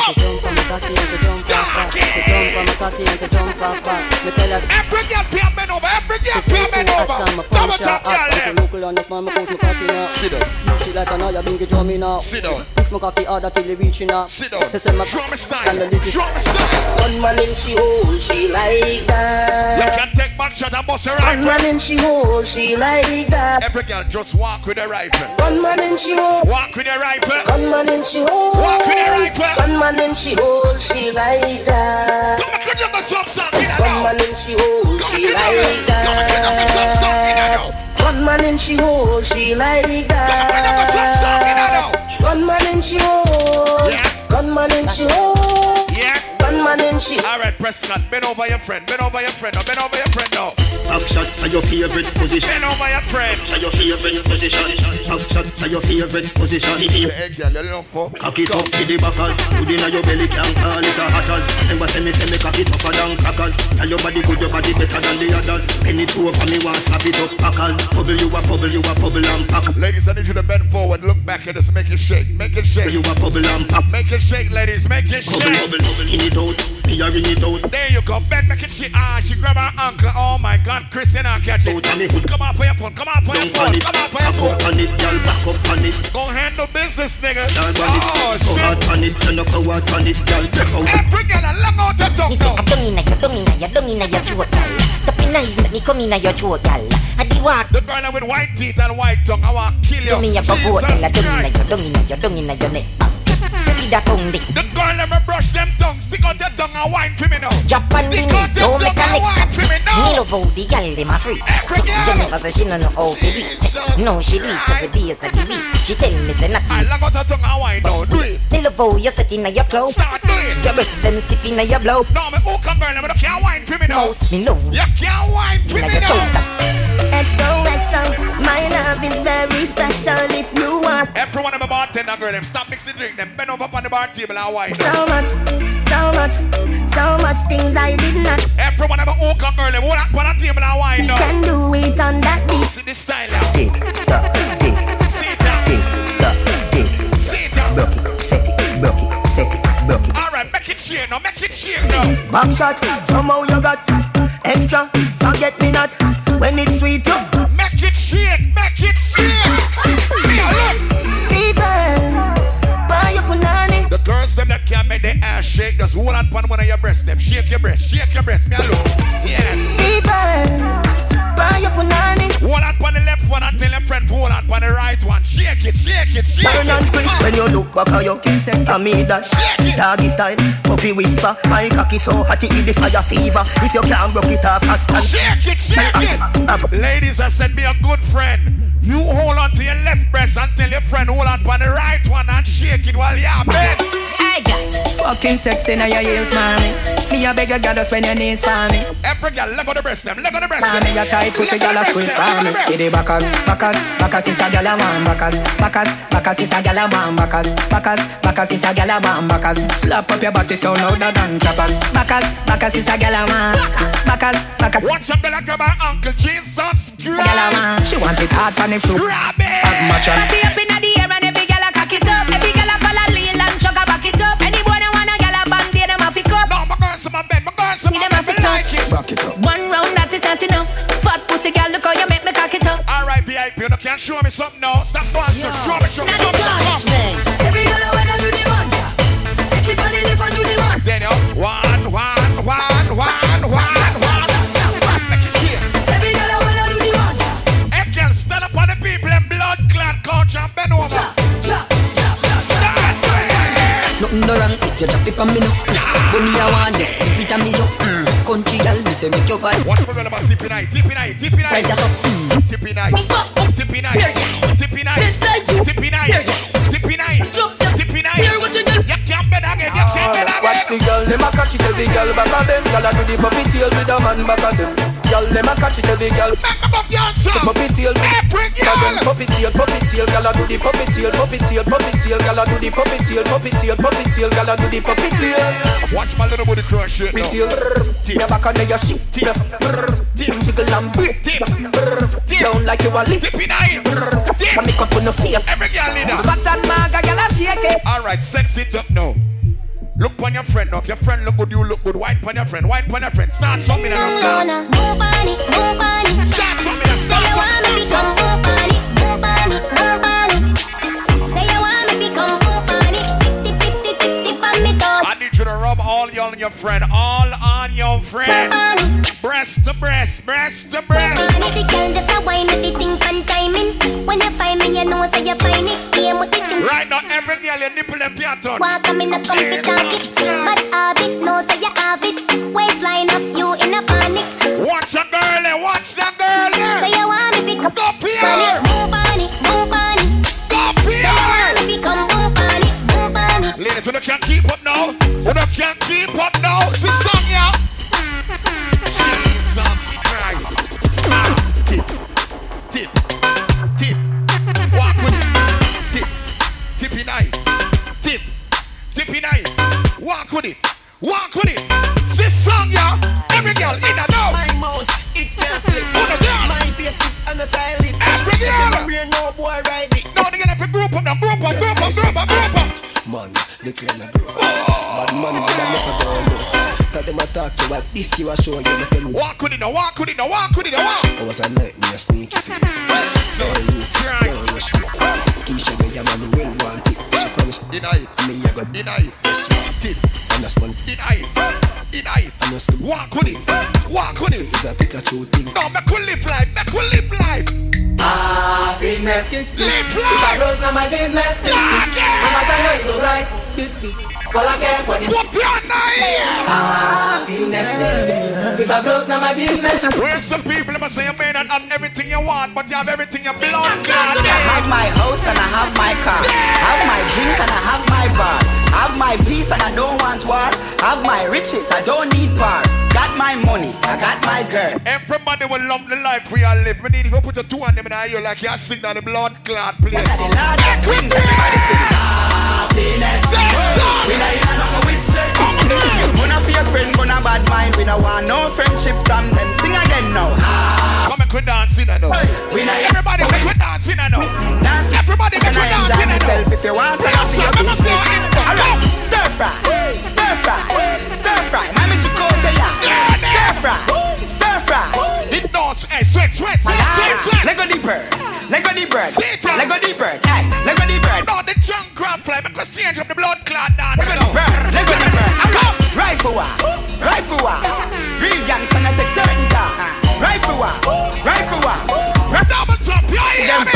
[SPEAKER 2] Every girl pay a man over. Every girl pay a man over. Double top girl there. Sit down. Sit down. Sit down. Drum style. Drum style.
[SPEAKER 3] One man in she hold, she like
[SPEAKER 2] You
[SPEAKER 3] that.
[SPEAKER 2] can take back shot and bust a
[SPEAKER 3] One
[SPEAKER 2] rifle.
[SPEAKER 3] man in she hold, she like that.
[SPEAKER 2] Every girl just walk with a rifle.
[SPEAKER 3] One man in she hold.
[SPEAKER 2] Walk with a rifle.
[SPEAKER 3] Gunman in she hold.
[SPEAKER 2] Walk with a rifle.
[SPEAKER 3] Gunman in she hold, she like that.
[SPEAKER 2] Come on, could you go some something now?
[SPEAKER 3] Gunman in she hold, she
[SPEAKER 2] Come on,
[SPEAKER 3] like
[SPEAKER 2] could you go some something
[SPEAKER 3] that.
[SPEAKER 2] now?
[SPEAKER 3] Gunman in she hold, she like that. Gunman in she hold.
[SPEAKER 2] Yes.
[SPEAKER 3] Gunman in she hold.
[SPEAKER 2] Yes.
[SPEAKER 3] Gunman in
[SPEAKER 2] Shit. All right, Prescott, bend over your friend, bend over your friend, now bend over your friend now.
[SPEAKER 7] Back shot to your favorite position.
[SPEAKER 2] Bend over your friend.
[SPEAKER 7] To your favorite position. Back shot to your favorite position. Cock it up to the backers. Good inna your belly, can call it a hatters. Remember say me say me cock it tougher than crackers. Tell your body good, your body better than the others. Penny two over me, want slap it up packers. Bubble you a bubble, you a bubble and pack.
[SPEAKER 2] Ladies, I need you to bend forward, look back and just make it shake, make it shake.
[SPEAKER 7] You a bubble and pack.
[SPEAKER 2] Make it shake, ladies, make it shake.
[SPEAKER 7] Bubble, bubble, skin it out. Me a ring it out.
[SPEAKER 2] There you go, bend, make it shake. Ah, she grab her ankle. Oh my God, Christian, I catch it. Come on for your phone, come on for your phone, come on for your phone.
[SPEAKER 7] Up on it, girl, back up on it.
[SPEAKER 2] Go handle business, nigga.
[SPEAKER 7] Girl, want it.
[SPEAKER 2] Oh
[SPEAKER 7] Go
[SPEAKER 2] shit.
[SPEAKER 7] hard on it, turn up, go hard on it, girl, break out.
[SPEAKER 2] Every girl, I love out your tongue.
[SPEAKER 8] Me say, I don't inna your, don't inna your, don't inna your throat, gal. Tapping eyes make me come inna your throat, gal. I di walk.
[SPEAKER 2] The girl with white teeth and white tongue, I want to kill you.
[SPEAKER 8] Don't inna your throat, gal. Don't inna your, don't inna your, don't inna your neck. You see that tongue dick?
[SPEAKER 2] The girl ever brush them tongue, stick out their tongue and wine for me now.
[SPEAKER 8] Drop on the
[SPEAKER 2] Stick
[SPEAKER 8] knee,
[SPEAKER 2] out your
[SPEAKER 8] Mm-hmm. don't
[SPEAKER 2] tongue
[SPEAKER 8] make a
[SPEAKER 2] and
[SPEAKER 8] next
[SPEAKER 2] wine
[SPEAKER 8] chat.
[SPEAKER 2] for me
[SPEAKER 8] Me
[SPEAKER 2] now.
[SPEAKER 8] love how the gal dem a freak. Jennifer say she no know how to do it. No, she do it every day of the week. She tell me say nothing.
[SPEAKER 2] Long out your tongue and wine now, do it.
[SPEAKER 8] Me love how you set inna your clothes. Your breasts them stiff inna your blow.
[SPEAKER 2] No, me who come girl, me don't care wine for me now.
[SPEAKER 8] Me love
[SPEAKER 2] You can't wine for
[SPEAKER 8] inna
[SPEAKER 2] me
[SPEAKER 8] your
[SPEAKER 2] now.
[SPEAKER 8] throat.
[SPEAKER 22] XOXO, my love is very special if you want
[SPEAKER 2] Everyone of a bartender girl, them stop mixing drink, them bend over on the bar table and wine.
[SPEAKER 22] so much, so much, so much things I did not.
[SPEAKER 2] Everyone have a hook up girl, them hold up on the table and wine now.
[SPEAKER 22] Can do it on that beat.
[SPEAKER 2] See this style now.
[SPEAKER 22] Dick,
[SPEAKER 2] tock, dick, sit down, dick, tock, dick, sit down. Buck it, set it, buck it, set it, buck it. All right, make it shake now, make it shake now.
[SPEAKER 3] Back shot, somehow you got extra. Forget me not when it's sweet. You
[SPEAKER 2] make it shake, make it shake. Me
[SPEAKER 22] Buy your punani.
[SPEAKER 2] The girls them that can't make their ass shake, just hold on pan one of your breasts, them shake your breast, shake your breast, me alone. Yeah.
[SPEAKER 22] Buy your punani.
[SPEAKER 2] Hold on pan the left one and tell your friend to hold on pan the right one. Shake it, shake it, shake
[SPEAKER 3] Burn and
[SPEAKER 2] it.
[SPEAKER 3] crisp when you look back at your kiss I mean that doggy style, puppy whisper My cocky so hot it is fire fever If you can't rock it off, I stand
[SPEAKER 2] Shake it, shake it. Ladies, I said be a good friend. You hold on to your left breast and tell your friend hold on pan the right one and shake it while you're bed.
[SPEAKER 3] Fucking sex in your heels, mommy Me a beg you goddess when your knees for me
[SPEAKER 2] Every girl, leg on the breast, them, leg on the breast.
[SPEAKER 3] Mommy, you tight pussy, girl, a squeeze for me Give the backers, backers, backers is a gal a man Backers, backers, backers is a gal a man Backers, backers, backers is a gal a man Backers, slap up your body so louder than clappers Backers, backers is a gal a man Backers, backers
[SPEAKER 2] Watch up the like of my Uncle Jesus Christ.
[SPEAKER 3] She want it hard on the floor.
[SPEAKER 2] Grab it.
[SPEAKER 3] Have matches.
[SPEAKER 5] Body up inna the air and every gal a cock it up. Every gal a follow lean and chuck a back it up. Any boy that want a gal a band, they them a fi cup.
[SPEAKER 2] No, my girls in my bed, my girls in
[SPEAKER 5] my bed, they like it.
[SPEAKER 3] Rock it up.
[SPEAKER 5] One round that is not enough. Fat pussy gal, look how you make me cock it up.
[SPEAKER 2] All right, VIP, you can't show me something now. Stop blasting, show me, show me something. Every girl I wanna do the one. Then you one, one, one, one, one, one. Make it shake. Every girl I wanna do the one. Hey, girl, stand up on the people and blood clot couch and bend over.
[SPEAKER 24] Nothing no wrong if you drop it on me now. Bunny I want it, leave it on me yo. Mm. Country girl, me say make your body.
[SPEAKER 2] Watch for girl about tipping eye, tipping eye, tipping eye.
[SPEAKER 24] Mm.
[SPEAKER 2] Tipping eye, tipping eye, tipping eye, tipping eye, tipping eye, tipping eye. You can't bet again, you can't bet again.
[SPEAKER 4] Watch the girl, them a catch it every girl back of them. Girl a do the puppy tail with a man back of them. Girl, them a catch it every girl. The puppy tail with a man. Puppy tail, puppy tail, girl a do the puppy tail, puppy tail, puppy tail, girl a do the puppy tail, puppy tail, puppy tail, girl a do the puppy tail.
[SPEAKER 2] Watch my little booty crush shit
[SPEAKER 4] Puppy
[SPEAKER 2] now.
[SPEAKER 4] tail, me back on your shit. Tip, jiggle and beat. Tip, down like you a lip.
[SPEAKER 2] Tip in eye. Tip,
[SPEAKER 4] make up on the fear.
[SPEAKER 2] Every girl in her.
[SPEAKER 4] Fat and maga, girl a shake it.
[SPEAKER 2] All right, sex it up now. Look pon your friend now. If your friend look good, you look good. Wine pon your friend. Wine pon your friend. Start something and start.
[SPEAKER 3] uh,
[SPEAKER 2] Start something and start something. Start something. I need you to rub all y'all on your friend. All on your friend. Breast to breast. Breast to breast. Right now, every girl your nipple them can't touch.
[SPEAKER 22] Walk on me, no comfy target. Bad habit, no say you have it. Waistline up, you in a panic.
[SPEAKER 2] Watch a girl, eh, watch a girl. eh.
[SPEAKER 22] Say you want me fi come
[SPEAKER 2] Go here.
[SPEAKER 22] Move on it, move on it.
[SPEAKER 2] Go
[SPEAKER 22] Say you want me fi come move on it, move on it.
[SPEAKER 2] Ladies, we don't can't keep up now. We don't can't keep up now. Sister, Ah, walk with it. Walk with it. This song, yeah. Every girl in and out.
[SPEAKER 7] My mouth, it can't flip.
[SPEAKER 2] Put it down.
[SPEAKER 7] My face, it and the tile it.
[SPEAKER 2] Every
[SPEAKER 7] This is
[SPEAKER 2] girl.
[SPEAKER 7] my real no boy ride it.
[SPEAKER 2] No, they gonna have to group up, now group up, group up, group up, group up.
[SPEAKER 3] Man, little and a grow. Bad man, put a neck a door low. Tell them I talk to you like this, you a show you nothing.
[SPEAKER 2] Walk with it, now walk with it, now walk with it, now walk.
[SPEAKER 3] I was a nightmare sneaky feel. So you feel your shit. Keisha, where your man will want it. She promise.
[SPEAKER 2] Deny
[SPEAKER 3] it. Me, I go
[SPEAKER 2] deny it.
[SPEAKER 3] Yes, want
[SPEAKER 2] it.
[SPEAKER 3] And that's one.
[SPEAKER 2] Deny it. Deny it.
[SPEAKER 3] And that's good.
[SPEAKER 2] Walk with it. Walk with it.
[SPEAKER 3] It's a Pikachu thing.
[SPEAKER 2] No, make we live life, make we live life.
[SPEAKER 7] Happiness.
[SPEAKER 2] Live
[SPEAKER 7] If I
[SPEAKER 2] life.
[SPEAKER 7] broke, now my business. How much I know it look like. Well, I care for the
[SPEAKER 2] What your name?
[SPEAKER 7] happiness. If I broke, now my business.
[SPEAKER 2] Where some people must say you may not have everything you want, but you have everything you belong to.
[SPEAKER 7] I have my house and I have my car. Have my drink and I have my bar. Have my peace and I don't want war. Have my riches, I don't need par. Got my money, I got my girl.
[SPEAKER 2] Everybody will love the life we are living. We need to put a two on them in the ear like you're singing on the blood clot, please.
[SPEAKER 7] Lord of Queens, everybody sing. Happiness. We not in a no with stress. We not fear friend, we not bad mind. We not want no friendship from them. Sing again now.
[SPEAKER 2] Come and quit dancing, I know.
[SPEAKER 7] We not
[SPEAKER 2] Everybody make we dancing, I know.
[SPEAKER 7] Dance.
[SPEAKER 2] Everybody make
[SPEAKER 7] Can
[SPEAKER 2] we
[SPEAKER 7] I enjoy
[SPEAKER 2] dancing, I know.
[SPEAKER 7] myself if you want to for your business? Alright, stir fry, stir fry, stir fry. Mami chicote ya, stir fry, stir fry.
[SPEAKER 2] The dance, eh, sweat, sweat, sweat, sweat, sweat.
[SPEAKER 7] Let go deeper, let go deeper,
[SPEAKER 2] Sit down.
[SPEAKER 7] let go deeper, hey, let go deeper.
[SPEAKER 2] No, the junk crab fly, make us change up the blood clot dance.
[SPEAKER 7] Let go
[SPEAKER 2] I know.
[SPEAKER 7] deeper, let go deeper. Come, right for what, right for what. Real gangsta not take certain talk. Right for what, right for what.
[SPEAKER 2] Double jump, you hear me?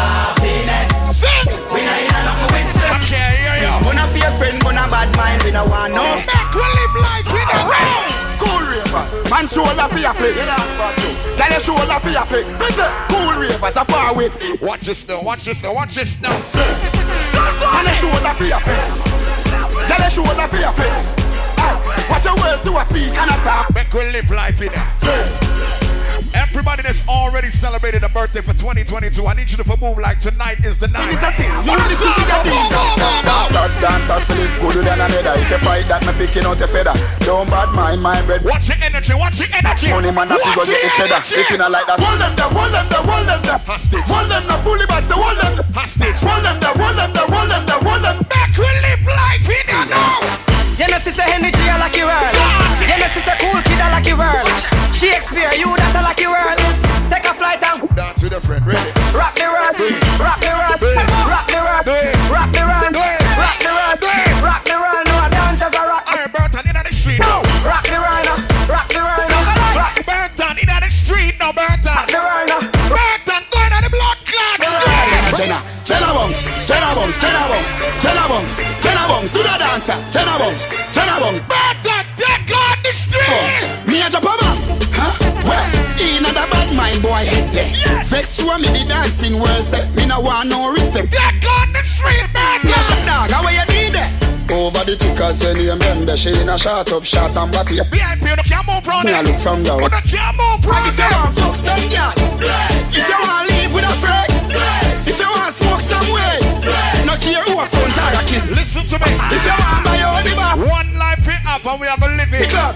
[SPEAKER 7] Happiness.
[SPEAKER 2] Sing.
[SPEAKER 7] We not in a long with them.
[SPEAKER 2] Okay, hear you.
[SPEAKER 7] We not fear friend, we not bad mind, we not want no.
[SPEAKER 2] Make we live life in a way.
[SPEAKER 3] Cool ravers, man shoulder for your flick. Tell your shoulder for your flick. Listen, cool ravers a par with.
[SPEAKER 2] Watch this now, watch this now, watch this now.
[SPEAKER 3] Man your shoulder for your flick. Tell your shoulder for your flick. Hey, Ah, Watch your words to a speak and a talk.
[SPEAKER 2] Make we live life in a Everybody that's already celebrated a birthday for 2022, I need you to move like tonight is the night.
[SPEAKER 3] It's a thing. You know the thing with your beat. Dancers, dancers, Philip, good than another. If you fight that, me picking out a feather. Don't bad mind my bread.
[SPEAKER 2] Watch your energy, watch your energy.
[SPEAKER 3] Money man,
[SPEAKER 2] Watch
[SPEAKER 3] happy go
[SPEAKER 2] your
[SPEAKER 3] get the cheddar.
[SPEAKER 2] energy.
[SPEAKER 3] If you not like that, hold them there, hold them there, hold them there.
[SPEAKER 2] Hostage.
[SPEAKER 3] Hold them there, fully back, so hold them.
[SPEAKER 2] Hostage.
[SPEAKER 3] Hold them there, hold them there, hold them there, hold them.
[SPEAKER 2] Make we live life in a now.
[SPEAKER 7] You know sister energy a lucky world. You know sister cool kid a lucky world. Shakespeare, you that a lucky world. Take a flight and
[SPEAKER 2] Dance with a friend, ready?
[SPEAKER 7] rock the world, rock the world, rock the world, rock the world, rock the world, rock the world. No dancers are rock.
[SPEAKER 2] I'm Burton in the street. No.
[SPEAKER 7] Rock the world, rock the world, rock
[SPEAKER 2] Burton in the street, no
[SPEAKER 7] the
[SPEAKER 2] Burton.
[SPEAKER 7] world.
[SPEAKER 2] Burton going on the blood clot.
[SPEAKER 3] Jenna, Jenna Bunks, Jenna Bunks, Jenna Bunks, Jenna Bunks, Jenna Bunks, do the dancer, Jenna Bunks, Jenna Bunks,
[SPEAKER 2] Burton, dead go on the
[SPEAKER 3] Bunks.
[SPEAKER 2] street.
[SPEAKER 3] Me a jump over, huh? Where? In a bad mind boy head there. Vex you and me the dancing worse, eh? me no want no respect.
[SPEAKER 2] Dead go on the street,
[SPEAKER 3] Me a
[SPEAKER 2] Burton.
[SPEAKER 3] shot dog, how you need it? Over the tickers when you them there, she in a shot up shots and body.
[SPEAKER 2] VIP, you can't move round
[SPEAKER 3] Me a
[SPEAKER 2] it.
[SPEAKER 3] look from down.
[SPEAKER 2] You can't move
[SPEAKER 3] And
[SPEAKER 2] round
[SPEAKER 3] if you
[SPEAKER 2] it.
[SPEAKER 3] want fuck some girl, if you want live with a friend, if you want smoke some way, no care who a friends are a kid.
[SPEAKER 2] Listen to me.
[SPEAKER 3] If you want buy your own bar,
[SPEAKER 2] One life we have and we have to live it.
[SPEAKER 3] Club.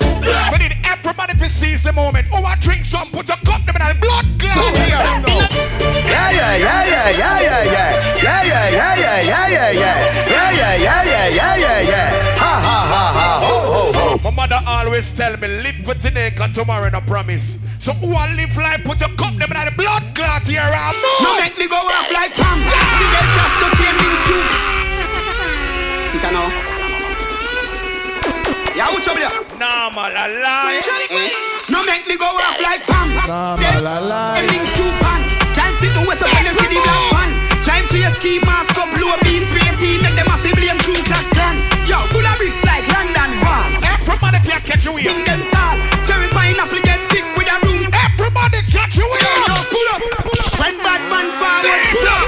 [SPEAKER 2] We need everybody to seize the moment. Oh, I drink some, put a cup them in a blood glass here.
[SPEAKER 7] Yeah, yeah, yeah, yeah, yeah, yeah, yeah. Yeah, yeah, yeah, yeah, yeah, yeah, yeah. Yeah, yeah, yeah, yeah, yeah, yeah, yeah. Ha, ha, ha, ha, ho, ho, ho.
[SPEAKER 2] My mother always tell me, live for today, cause tomorrow no promise. So who I live life, put a cup them in a blood clot here. I'm
[SPEAKER 7] No make me go off like Pam. The girl just to change in cube. Sit down now. Yeah, what's up here?
[SPEAKER 2] normal alive.
[SPEAKER 7] Eh, No make me go off like Pam. Normal alive. Link to pan. Can't sit down with up when you see the black pan. Climb to your ski mask up, blow a beast, spray team, make them a civilian crew class clan. Yo, full of bricks like London Wall.
[SPEAKER 2] Everybody can catch you
[SPEAKER 7] Bring
[SPEAKER 2] here.
[SPEAKER 7] them tall. Cherry pineapple get thick with a room.
[SPEAKER 2] Everybody catch you
[SPEAKER 7] Yo, yo,
[SPEAKER 2] here.
[SPEAKER 7] pull up. When bad man forward, pull up.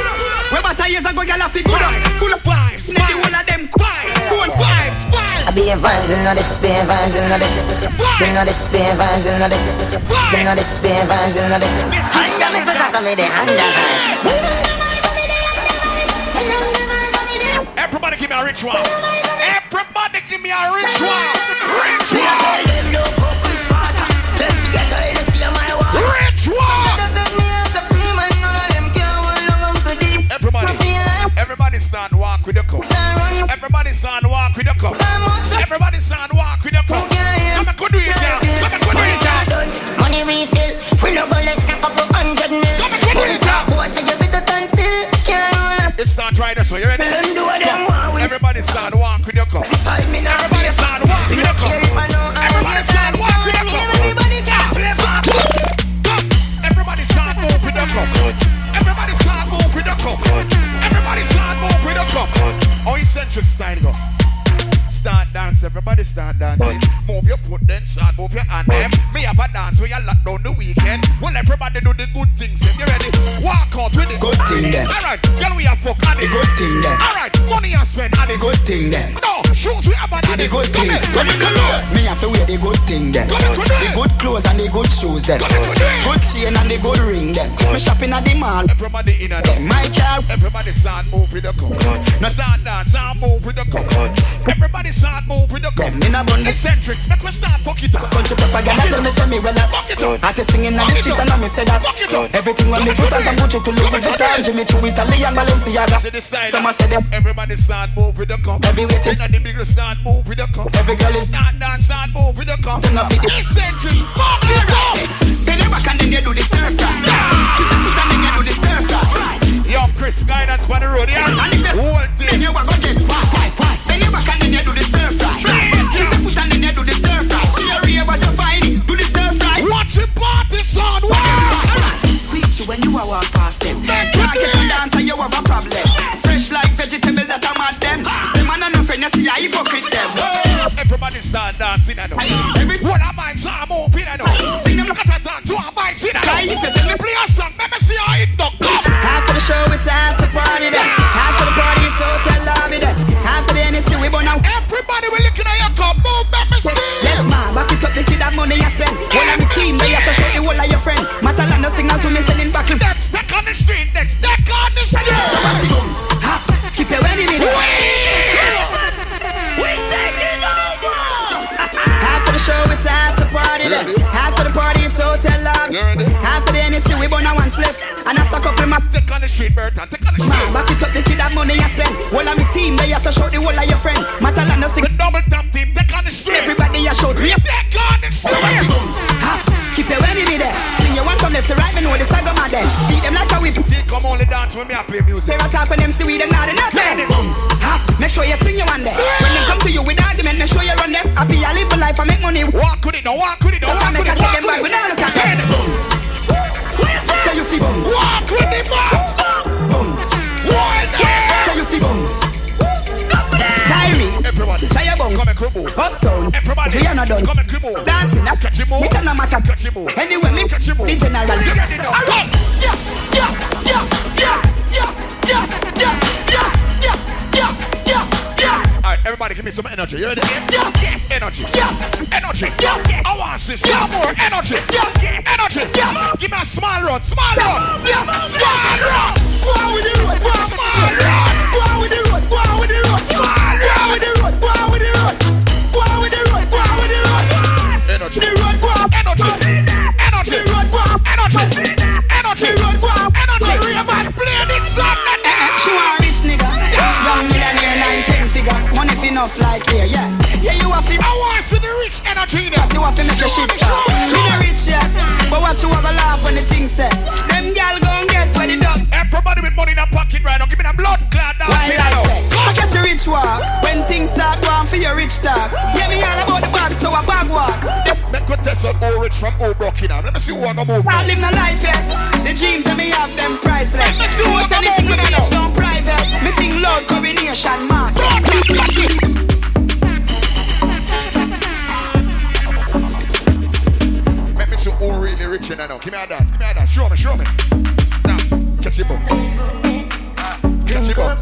[SPEAKER 7] Where better years ago, y'all have to good up. Full
[SPEAKER 2] Full
[SPEAKER 7] up.
[SPEAKER 2] of vibes,
[SPEAKER 7] Let the whole
[SPEAKER 2] vibes,
[SPEAKER 7] of them
[SPEAKER 2] vibes,
[SPEAKER 7] phone
[SPEAKER 2] vibes, vibes.
[SPEAKER 5] I be in vines and not a spin vines and not a sister. Bring all the spin vines and not a sister. Bring all the spin vines and not a sister. Hang on, Mr. Johnson, me the hand of vines.
[SPEAKER 2] Everybody give me a ritual. Everybody give me a ritual. Ritual. Everybody, everybody stand walk with your cup. Everybody stand walk with your cup. Everybody stand walk with your cup. Come and go do it, girl. Come and go do it, girl.
[SPEAKER 25] Money refill, we no go less than couple hundred mil. Money talk, boy, so you better stand still. Can't roll up.
[SPEAKER 2] It's start right this way. You ready?
[SPEAKER 25] Let 'em do what they
[SPEAKER 2] Come.
[SPEAKER 25] want with-
[SPEAKER 2] Everybody start walk with your cup. Everybody start walk with your cup. Everybody start walk with your cup. Everybody start move with your cup. Everybody start move with your cup. Everybody start move with your cup. Oh, eccentric style go. Start dance, everybody start dancing. Move your foot, then start move your hand. Them. Me have a dance where you lock down the weekend. Well, everybody do the good things. If you ready, walk out with it.
[SPEAKER 26] Good thing them.
[SPEAKER 2] All right, girl, we have fuck. and
[SPEAKER 26] The
[SPEAKER 2] it.
[SPEAKER 26] good thing them.
[SPEAKER 2] All right, money I spend. and it.
[SPEAKER 26] good thing them.
[SPEAKER 2] No, shoes we have a
[SPEAKER 26] And the good thing, when you come here, me have to wear the good thing them. The good clothes and the good shoes them. Good chain and the good ring them. Me shopping at the mall.
[SPEAKER 2] Everybody in a
[SPEAKER 26] My car.
[SPEAKER 2] Everybody start move with the cup. Now start dance and move with the cup. Everybody start move with the cup.
[SPEAKER 26] Them in a bundle.
[SPEAKER 2] Eccentrics, make me start fuck it up.
[SPEAKER 26] Country propaganda tell me say me well up.
[SPEAKER 2] Fuck it up.
[SPEAKER 26] Artist singing on the
[SPEAKER 2] Fuck it
[SPEAKER 26] streets
[SPEAKER 2] up.
[SPEAKER 26] and now me say that.
[SPEAKER 2] Fuck it up.
[SPEAKER 26] Everything when me put on from Gucci to Louis
[SPEAKER 2] Fuck it up.
[SPEAKER 26] Vuitton, Jimmy Choo, Italian Balenciaga.
[SPEAKER 2] See the style.
[SPEAKER 26] Them a say them.
[SPEAKER 2] Everybody start move with the cup.
[SPEAKER 26] Everywhere to-
[SPEAKER 2] Inna the big start move with the cup.
[SPEAKER 26] Every girl is-
[SPEAKER 2] start dance, start move with the cup.
[SPEAKER 26] Turn off it.
[SPEAKER 2] Eccentrics, fuck it up.
[SPEAKER 26] Bend your back and then you do the stir fry. Twist your foot and then you do the stir fry.
[SPEAKER 2] Yo, Chris, guidance for the road, yeah.
[SPEAKER 26] And if you
[SPEAKER 2] Whole
[SPEAKER 26] then
[SPEAKER 2] thing.
[SPEAKER 26] you a go get why why why. Bend your back and then you do the stir fry. Twist your foot and then you do the stir fry. She a rave as you find it. Do the stir fry.
[SPEAKER 2] Watch it, party sound. Wow.
[SPEAKER 26] Squeeze you when you a walk past them. Can't get a dancer, you have a problem. Fresh like vegetable that I'm at them. The man and no friend, you see a hypocrite them.
[SPEAKER 2] Everybody start dancing, I know. What am I, so I'm open, I know. Sing them like a dance, so I'm vibing,
[SPEAKER 26] Guy,
[SPEAKER 2] I
[SPEAKER 26] if you
[SPEAKER 2] know. Play a song, let me see how it do.
[SPEAKER 7] After the show, it's after party then. After the party, it's hotel lobby then. After the NSC, we burn out.
[SPEAKER 2] Everybody, we looking at your cup, move, let me see.
[SPEAKER 7] Yes, ma, back it up, the kid that money I spend. All of my team, they also show the whole of your friend. Matalan, no signal to me selling back.
[SPEAKER 2] That's back on the street, that's back on the street.
[SPEAKER 7] So much guns, hop, skip your wedding in
[SPEAKER 2] We-
[SPEAKER 7] After the show, it's after party then. After the party, it's hotel lobby. After the NSC, we burn out one split. And after couple map.
[SPEAKER 2] Take on the street, Bertha, take on the
[SPEAKER 7] Ma,
[SPEAKER 2] street.
[SPEAKER 7] back it up, the kid that money I spend. All of my team, they also show the whole of your friend. Matalan, no
[SPEAKER 2] The
[SPEAKER 7] signal.
[SPEAKER 2] double tap team, take on the street.
[SPEAKER 7] Everybody, I showed rape.
[SPEAKER 2] Take on the
[SPEAKER 7] So watch your
[SPEAKER 2] street.
[SPEAKER 7] bones, hop, skip your wedding in there. Swing your one from left to right, me know the saga mad then. Beat them like a whip.
[SPEAKER 2] Think I'm only dance when me I play music.
[SPEAKER 7] They rock up and them see we them not enough then. Bones, hop, make sure you swing your one there. When they come to you with argument, make sure you run them. I be a live for life, I make money.
[SPEAKER 2] Walk with it, now walk with it, now
[SPEAKER 7] Don't
[SPEAKER 2] walk
[SPEAKER 7] come
[SPEAKER 2] with
[SPEAKER 7] make
[SPEAKER 2] it,
[SPEAKER 7] us set them
[SPEAKER 2] walk
[SPEAKER 7] back, we
[SPEAKER 2] with it.
[SPEAKER 7] not look at them. Bones, so you feel bones,
[SPEAKER 2] Walk with it, man.
[SPEAKER 7] bones,
[SPEAKER 2] Walk with it.
[SPEAKER 7] so you feel bones. Diary,
[SPEAKER 2] Everybody,
[SPEAKER 7] Try your bone.
[SPEAKER 2] Come and cribble.
[SPEAKER 7] uptown,
[SPEAKER 2] Everybody,
[SPEAKER 7] we are not done.
[SPEAKER 2] Come and cribble.
[SPEAKER 7] Dancing up,
[SPEAKER 2] Catch him all.
[SPEAKER 7] me turn a match up.
[SPEAKER 2] Catch him all.
[SPEAKER 7] Anyway, me,
[SPEAKER 2] Catch him all.
[SPEAKER 7] the general.
[SPEAKER 2] You ready now? Come.
[SPEAKER 7] Yes, yes, yes, yes, yes, yes, yes, yes, yes, yes, yes, yes.
[SPEAKER 2] All right, everybody, give me some energy. You ready?
[SPEAKER 7] Yes.
[SPEAKER 2] Energy.
[SPEAKER 7] Yes.
[SPEAKER 2] Energy.
[SPEAKER 7] Yes.
[SPEAKER 2] I want to see
[SPEAKER 7] Yes.
[SPEAKER 2] some more energy.
[SPEAKER 7] Yes.
[SPEAKER 2] Energy.
[SPEAKER 7] Yes.
[SPEAKER 2] Give me a small run. Small run.
[SPEAKER 7] Yes.
[SPEAKER 2] Small run.
[SPEAKER 7] Why we do it? Why we do it? Why we do it? Why we do it? Why we do it? Why we do it? Why we do it? Why we do it?
[SPEAKER 2] Energy.
[SPEAKER 7] The road walk.
[SPEAKER 2] Energy. Energy.
[SPEAKER 7] The road walk.
[SPEAKER 2] Energy. Energy.
[SPEAKER 7] The road walk.
[SPEAKER 2] Energy.
[SPEAKER 7] Hurry up and
[SPEAKER 2] Play this song.
[SPEAKER 7] Eh, eh, she want rich nigga, young millionaire, nine ten figure, money fi enough like here, yeah. Yeah, you a fi,
[SPEAKER 2] I want to see the rich energy now.
[SPEAKER 7] chat, you a fi make your shit talk. Me no rich yet, but what you a go laugh when the thing set? Them gal gon' get where the dog
[SPEAKER 2] Everybody with money in their pocket right now. Give me that blood clot down.
[SPEAKER 7] Why like say, so get your rich walk When things start going for your rich talk Yeah, me all about the bag, so I bag walk
[SPEAKER 2] Make me test on old rich from old Burkina. Let me see who I gonna move.
[SPEAKER 7] I live no life yet The dreams that me have, them priceless
[SPEAKER 2] Let me see what
[SPEAKER 7] Most
[SPEAKER 2] I'm
[SPEAKER 7] anything me
[SPEAKER 2] opening
[SPEAKER 7] teach,
[SPEAKER 2] up.
[SPEAKER 7] don't private Me think Lord Coronation Mark
[SPEAKER 2] Make me see who really rich in there now. Give me a dance. Give me a dance. Show me. Show me. Now, catch it up. Catch it up.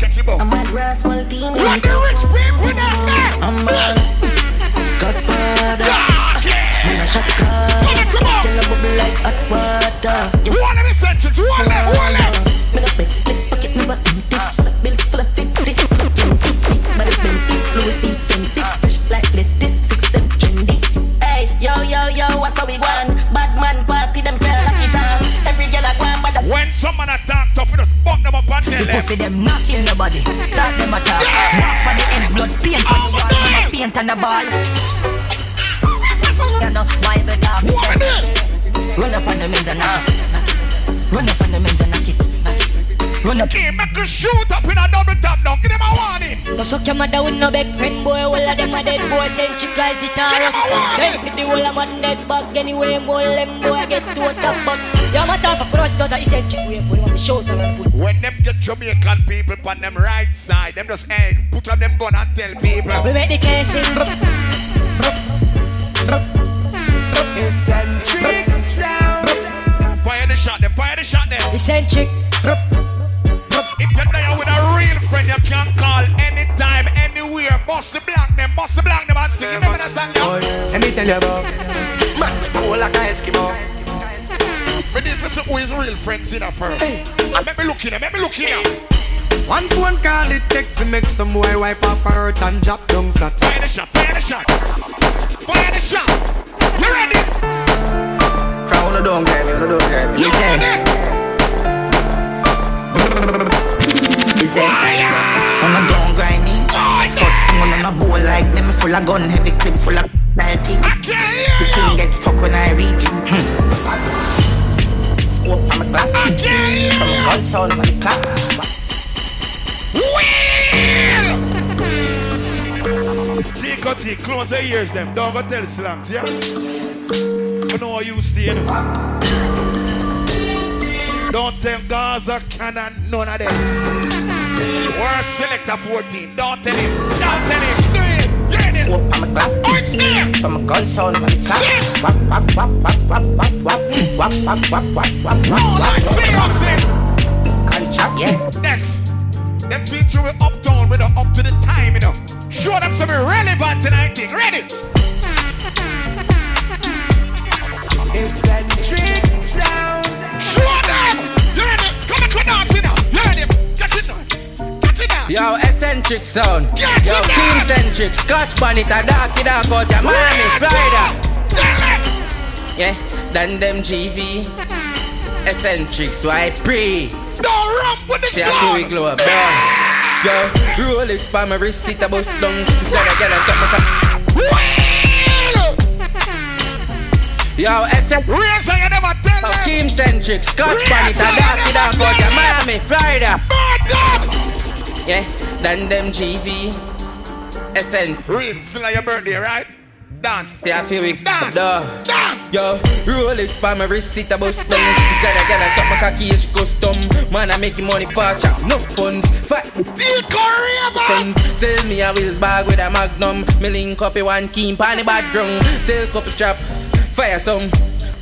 [SPEAKER 2] Catch it up.
[SPEAKER 5] mad grass will team.
[SPEAKER 2] What the rich people down there?
[SPEAKER 5] I'm bad. Godfather.
[SPEAKER 2] Ah, yeah.
[SPEAKER 5] When I shot the car.
[SPEAKER 2] Come on, come on.
[SPEAKER 5] Girl, I bubble like hot water.
[SPEAKER 2] One of the sentence. One left. One left.
[SPEAKER 5] Me no big split pocket, never empty. Full of bills, full of fifty. Fucking fifty, but it been it.
[SPEAKER 3] tell
[SPEAKER 13] The
[SPEAKER 3] them.
[SPEAKER 13] pussy them not kill nobody. Talk them a talk. Walk for the end, blood paint on the wall. I'm a paint on the ball. You know, Bible talk. me say. Run up on the men's and knock. Run up on the men's and knock it. Run up.
[SPEAKER 2] Okay, make a shoot up in a double tap now. Give them a warning.
[SPEAKER 27] Go suck your mother with no big friend boy All of them a dead boy Send chick guys the Taurus Send for the whole of man dead bag Anyway, more them boy get to a top But your mother for cross daughter Is send chick way Boy, want me shout her and put
[SPEAKER 2] When them get Jamaican people on them right side, them just hey, put up them gun and tell people.
[SPEAKER 27] We make the case in
[SPEAKER 2] Eccentric sound. Fire the shot, them fire the shot, them.
[SPEAKER 27] Eccentric.
[SPEAKER 2] If you're there with a real friend, you can call anytime, anywhere. Boss the black them, boss the black them, and sing. Remember that song, yo?
[SPEAKER 7] Let me tell you about Man, we cool like an Eskimo
[SPEAKER 2] We need to see who is real friends in first. And Let me look in, let me look in.
[SPEAKER 7] One phone call it take to make some boy wipe up her hurt and drop down flat.
[SPEAKER 2] Fire the shot, fire the shot, fire the shot. You ready?
[SPEAKER 7] Crown the don't get me, the don't get me.
[SPEAKER 16] Is it? On a don't grind me. First thing on a bowl like me, me full of gun, heavy clip full of penalty. You can get fuck when I reach. Hmm. Scope on my clock. From a gun sound on the clock.
[SPEAKER 2] Take a take, close the ears, them. Don't go tell slangs, yeah? You know how you stay, you know. Don't tell Gaza, Canaan, none of them. We're selector 14. Don't tell him. Don't tell him. Do it.
[SPEAKER 16] Scope on my clock. From a gun sound on the clock. Wap wap wap wap wap wap wap wap wap wap wap wap wap wap. Contract, yeah.
[SPEAKER 2] Next. Them teach you we're uptown, we're up to the time, you know. Show them something relevant tonight, thing. Ready?
[SPEAKER 7] Eccentric sound.
[SPEAKER 2] Show them. You ready? Come on, come on, sit down. You ready? Get it down.
[SPEAKER 4] Yo, eccentric sound. Yo, team centric. Scotch bonnet, a darky dark out your Miami Florida. Yeah, than them GV. Eccentric, so I pray.
[SPEAKER 2] Don't run with the
[SPEAKER 4] See, I feel we glow up, bro. Yo, roll it, spam my wrist, it a bust down. Instead of get a Yo, eccentric.
[SPEAKER 2] Raise your head, I'm tell you.
[SPEAKER 4] Team centric, Scotch bonnet, a darky dark out your Miami Florida. Yeah, than them GV. SN.
[SPEAKER 2] Real, still on your birthday, right? Dance.
[SPEAKER 4] Yeah, I feel it. Dance. Duh. Dance. Yo, roll it, spam my wrist, sit about stone. Gotta get a summer cocky, it's custom. Man, I making money fast, chop no funds. Fat.
[SPEAKER 2] Deal Korea,
[SPEAKER 4] Sell me a wheels bag with a magnum. Me link up a one keen, panny bad drum. Sell cup strap, fire some.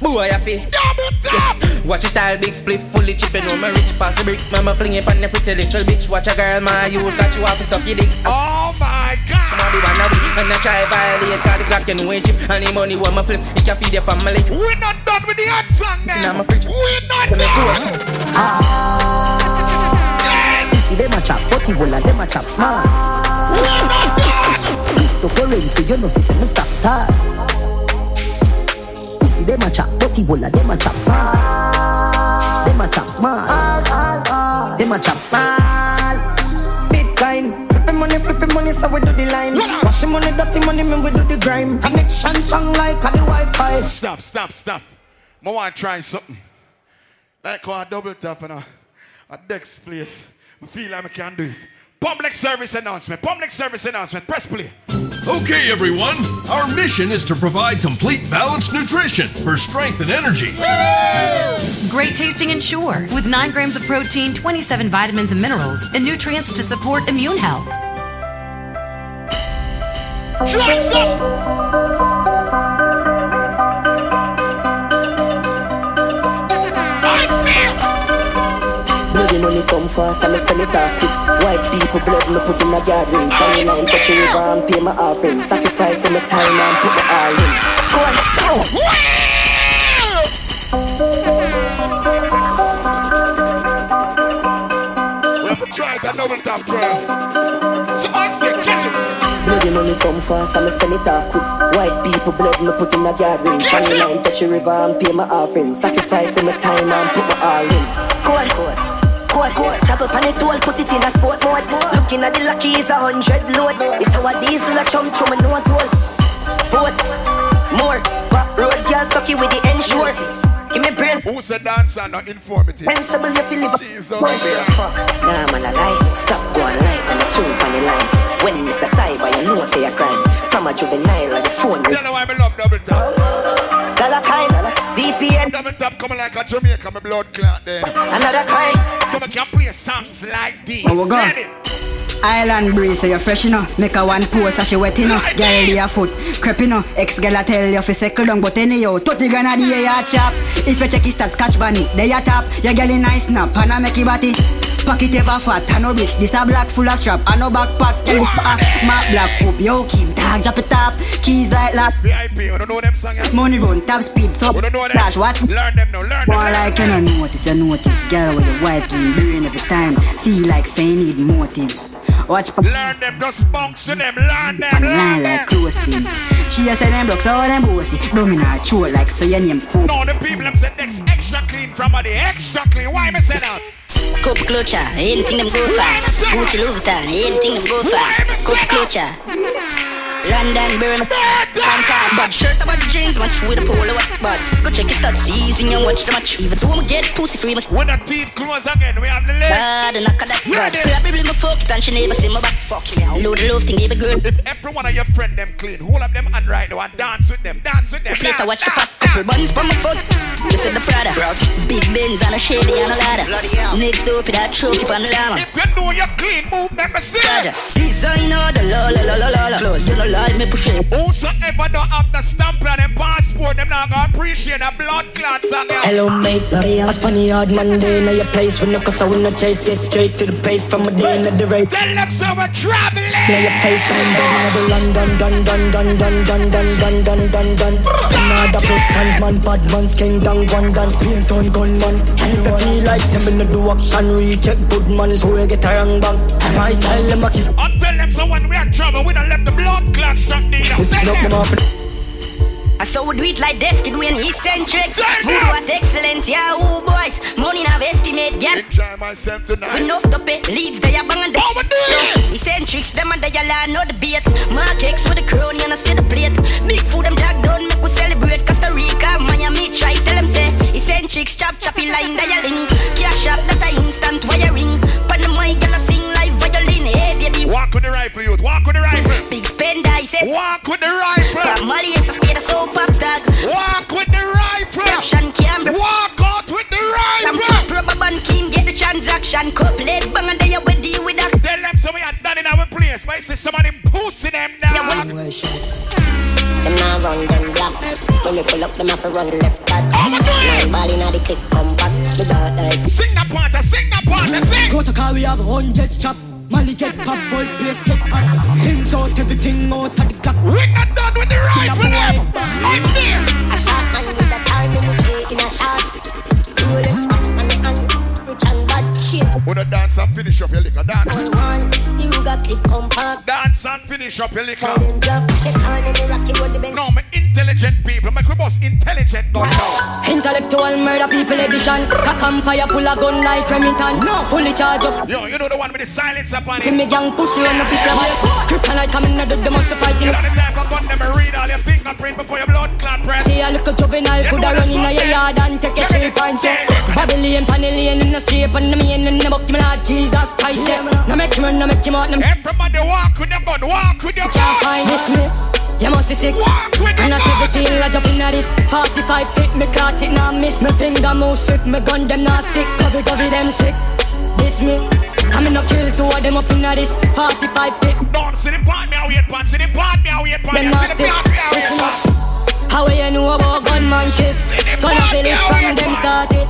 [SPEAKER 4] Boy, I feel. Yeah. Watch your style, big split, fully chipping on my rich pass the brick. Mama fling it on the pretty little bitch. Watch a girl, my you got you off to suck your dick.
[SPEAKER 2] Oh my
[SPEAKER 4] Come
[SPEAKER 2] god.
[SPEAKER 4] on, be one of we, and I try violate. Cause the clock can wage it, and the money want my flip. It can feed your family.
[SPEAKER 2] We're not done with the hot song now. We're not done.
[SPEAKER 5] See them a chop, but evil and them a chop smart. Cryptocurrency, you know, see some stop start. You see them a chop, but evil and them a chop smart. Them a chop smart. Them a chop smart.
[SPEAKER 13] Bitcoin. Flipping money, flipping money, so we do the line. Washing money, dirty money, man, we do the grime. Connection strong like a the Wi-Fi.
[SPEAKER 2] Stop, stop, stop. I want to try something. Like how I double tap and a, a deck's place. I feel like I can do it. Public service announcement. Public service announcement. Press play.
[SPEAKER 10] Okay, everyone. Our mission is to provide complete balanced nutrition for strength and energy.
[SPEAKER 28] Great tasting and sure, with 9 grams of protein, 27 vitamins and minerals, and nutrients to support immune health.
[SPEAKER 5] Bloody money come fast, I'm spend it off quick. White people blood, me put in a garden. Money line, touch a river and pay my offering. Sacrifice in my time and put my all in. Go on, go.
[SPEAKER 2] Try that double tap first. So I say, catch it.
[SPEAKER 5] Bloody money come fast, I'm spend it off quick. White people blood, me put in a garden. Money line, touch a river and pay my offering. Sacrifice in my time and put my all in. Go on, go on, go on, go on. Chop Stop up on the toll, put it in a sport mode. Looking at the lucky is a hundred load. It's how a diesel a chum chum and nose hole. Boat, more, back road, girl, sucky with the ensure. Give me brain.
[SPEAKER 2] Who's the dancer? Not informative.
[SPEAKER 5] Sensible, you feel it.
[SPEAKER 2] Jesus.
[SPEAKER 5] Boy, brain fuck. Nah, man, I lie. Stop going light when I swing on the line. When it's a cyber, you know say a crime. From a juvenile or the phone. Tell
[SPEAKER 2] her why me love double tap.
[SPEAKER 5] Dollar kind, VPN.
[SPEAKER 2] Double tap coming like a Jamaica, my blood clot then.
[SPEAKER 5] Another kind.
[SPEAKER 2] So we can play songs like these.
[SPEAKER 23] Oh, we go.
[SPEAKER 2] Ready?
[SPEAKER 23] Island breeze, so you fresh, you know. Make a one pose, so she wet, you know. Girl, your foot, crep, you know. Ex girl, I tell you, fi second down, but anyhow, 30 grand a day, you chop. If you check his stats, catch bunny, they a top. Your girl in nice snap, and I make it body. Pocket ever fat, I no rich, this a black full of strap, I no backpack, you ah, my black hoop, yo, Kim tag, drop it top, keys like lap.
[SPEAKER 2] VIP, we don't know them songs. yeah?
[SPEAKER 23] Money run, top speed, so
[SPEAKER 2] We don't know them.
[SPEAKER 23] dash what?
[SPEAKER 2] Learn them now, learn them.
[SPEAKER 23] More like you don't notice, you notice Girl with your wife in brain every time Feel like say need motives Watch pa-
[SPEAKER 2] Learn them, just bounce to them, learn them,
[SPEAKER 23] Online
[SPEAKER 2] learn
[SPEAKER 23] like
[SPEAKER 2] them.
[SPEAKER 23] close pin She a say them blocks all them bossy Don't in her throat like say your name cool
[SPEAKER 2] No, the people them said next extra clean from the extra clean. Why me say that?
[SPEAKER 8] Cup clutcher, anything them go for. Gucci Louis Vuitton, anything them go for. Cup clutcher. London burn, pants hard, but shirt about the jeans match with a polo what but go check your stats easy and watch the match. Even though I'm get pussy free, must
[SPEAKER 2] when the teeth close again, we have the leg.
[SPEAKER 8] Bad and knock at that god. Probably my fuck it and she never see my back. Fuck yeah, load the love thing, give a girl.
[SPEAKER 2] If every one of your friend them clean, hold up them hand right now and dance with them, dance with them.
[SPEAKER 8] Later
[SPEAKER 2] dance,
[SPEAKER 8] watch the pop couple buns from my foot. Listen the Prada, big Benz and a shady and a ladder. Next door, put that choke up on the llama.
[SPEAKER 2] If you know you're clean, move them
[SPEAKER 8] Roger. Designer, the la la la la la la. Close, you know like me push it.
[SPEAKER 2] Whosoever don't have the stamp and them passport, them not gonna appreciate the blood clot song. yeah.
[SPEAKER 8] Hello mate, I was funny hard Monday Now your place with no cause I will not chase Get straight to the pace from a day at the rate
[SPEAKER 2] Tell them so we're traveling
[SPEAKER 8] Now your face I'm down Now the London dun dun dun dun dun dun dun dun dun dun Another place trans man Bad man's king down gun dance Paint on gun man And if feel like Send me no do action Recheck good man So you get a wrong bang And my style them a kick
[SPEAKER 2] And tell them so when we are trouble, we don't let the blood clot stop need
[SPEAKER 8] This is
[SPEAKER 2] Tell
[SPEAKER 8] not
[SPEAKER 2] them.
[SPEAKER 8] them off I saw we do it like this, kid, we an eccentric. Food what excellence, yeah, ooh, boys. Money now estimate, yeah.
[SPEAKER 2] Enjoy myself tonight.
[SPEAKER 8] Enough to pay, leads they are bang and they. No, eccentrics, them and they all are not the beat. Mark X with the crown, you know, see the plate. Big food, them tag down, make we celebrate. Costa Rica, Miami, try tell them, say. Eccentrics, chop, choppy line, dialing. Cash up, that I instant wiring. Pan the mic, you sing like violin, hey, baby.
[SPEAKER 2] Walk with the rifle, youth. Walk with the rifle.
[SPEAKER 8] Big spender, I say.
[SPEAKER 2] Walk with the rifle.
[SPEAKER 8] Bob Marley is a spade, a soap pop tag.
[SPEAKER 2] Walk with the rifle.
[SPEAKER 8] Caption camera.
[SPEAKER 2] Walk out with the
[SPEAKER 8] rifle. Rubber band king, get the transaction. Cup lead bang and they will deal with that.
[SPEAKER 2] Tell them so we are done in our place. Why see somebody pussy them down?
[SPEAKER 8] Them now run them black. When we pull up, them have to run left back. Nine ball inna the kick, come back. We got like.
[SPEAKER 2] Sing that part, sing that part, sing.
[SPEAKER 29] Go to car, we have hundred chop. Mali get pop, boy, place get hot. Hymns out, everything out at the clock.
[SPEAKER 2] We're not done with the right for them. I'm there.
[SPEAKER 29] A shot man with a time when we play in a shots.
[SPEAKER 2] Rolex watch on the hand. Rich and bad shit. Wanna dance and finish up your liquor. Dance. Dance and finish up your liquor. No, my intelligent people. My boss intelligent don't know.
[SPEAKER 8] Intellectual murder people edition. Cock and fire full of gun like Remington. No, fully charge up.
[SPEAKER 2] Yo, you know the one with the silence upon it.
[SPEAKER 8] Give me gang pussy on the pick up. Kryptonite coming out of the muscle fighting.
[SPEAKER 2] You know the type of gun them read all your fingerprint before your blood clot press.
[SPEAKER 8] See a little juvenile could have run in your yard and take a three pints. yeah. Babylon, Panellian in the street, and the main in the book, my Lord Jesus Christ. yeah. No make him run, no make him out.
[SPEAKER 2] Everybody walk with the gun, walk with the gun.
[SPEAKER 8] Can't find this me. You must be sick. And I see the thing I jump in at this 45 feet, me clot it now miss. My finger move swift, me gun them now stick. Cover, cover them sick. This me. I'm in a kill two of them up in at this 45 feet.
[SPEAKER 2] Don't see the part me, I wait part. See the part me, I wait part.
[SPEAKER 8] Them
[SPEAKER 2] See
[SPEAKER 8] now
[SPEAKER 2] the
[SPEAKER 8] stick.
[SPEAKER 2] part me, I
[SPEAKER 8] Listen
[SPEAKER 2] wait part.
[SPEAKER 8] up. How you know about gunmanship? Gonna feel it from them started.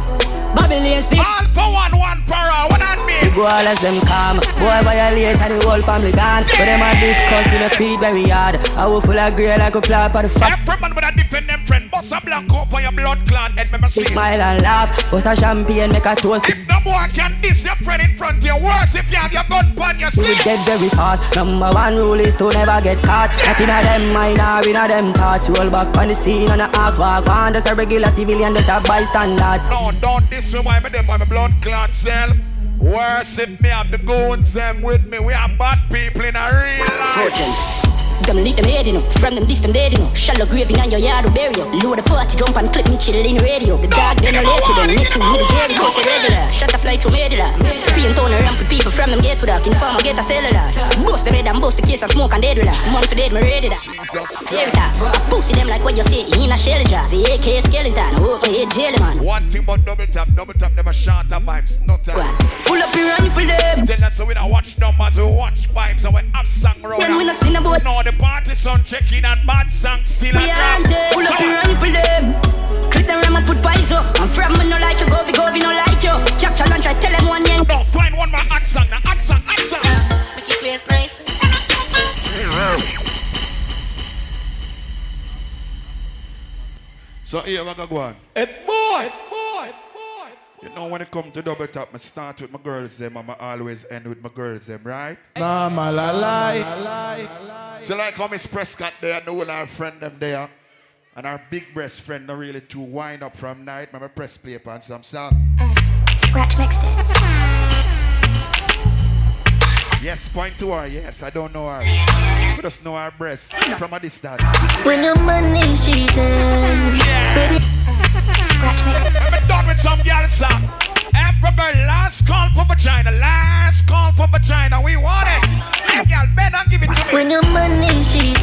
[SPEAKER 8] Babylon speak.
[SPEAKER 2] All for one, one for all. What that
[SPEAKER 8] You
[SPEAKER 2] mean?
[SPEAKER 8] go all as them calm. Boy violate and the whole family gone. But them a discuss with the feet very hard. I will full of grey like a clap on the fuck.
[SPEAKER 2] Everyone with a defend them friend. Bust a black coat for your blood clot head, remember
[SPEAKER 8] She
[SPEAKER 2] see.
[SPEAKER 8] smile and laugh. Bust a champagne make a toast.
[SPEAKER 2] No boy can diss your friend in front of you. Worse if you have your gun pan, you
[SPEAKER 8] We
[SPEAKER 2] see.
[SPEAKER 8] dead very fast. Number one rule is to never get caught. Nothing of them mind or in them thoughts. Roll back on the scene on the act walk on. Just a regular civilian, just a bystander.
[SPEAKER 2] No, don't diss me, why me them, why my blood clot cell. Worse worship me and the goons them with me. We are bad people in a real life.
[SPEAKER 8] Them lick them head, you know. From them this, them dead, you know. Shallow grave in your yard to bury you. Load the 40, jump and clip me chilling radio. The dog, then I let you down. Missing with the jerry, cause it regular. Shut a fly through medulla. Spin town around with people from them get without. Inform I get a cellular. Boost the head and boost the case and smoke and dead with her. Money for dead, me ready that. Here it are. I pussy them like what you say in a shell jar. The AK skeleton, open head jelly man.
[SPEAKER 2] One thing about double tap, double tap never shot the vibes, no time.
[SPEAKER 8] Full up your run for them.
[SPEAKER 2] Tell us so we don't watch numbers, we watch vibes, and we have song road.
[SPEAKER 8] When we not sing about-
[SPEAKER 2] No, the party sound checking and bad song still
[SPEAKER 8] We hunted, full up your rifle them. Click the ram and put pies up. I'm from me no like you, govy govy no like you. Capture lunch, I tell them one yen.
[SPEAKER 2] No, find one more hot song, now hot song, hot song.
[SPEAKER 8] Make it place nice.
[SPEAKER 2] So here we go, go on.
[SPEAKER 6] boy,
[SPEAKER 2] You know when it come to double tap, I start with my girls them and I always end with my girls them, right?
[SPEAKER 6] Nah, man, I
[SPEAKER 2] So like how Miss Prescott there, I know all our friend them there. And our big breast friend not really too wind up from night. Remember press play upon some song.
[SPEAKER 30] Scratch mixed.
[SPEAKER 2] Yes, point to her, yes, I don't know her. We just know her breast from a distance.
[SPEAKER 30] When your money she does. Scratch mixed.
[SPEAKER 2] I'm done with some girl song. Everybody, last call for vagina, last call for vagina, we want it. Y'all better give it to me.
[SPEAKER 30] When your money she
[SPEAKER 2] Oh,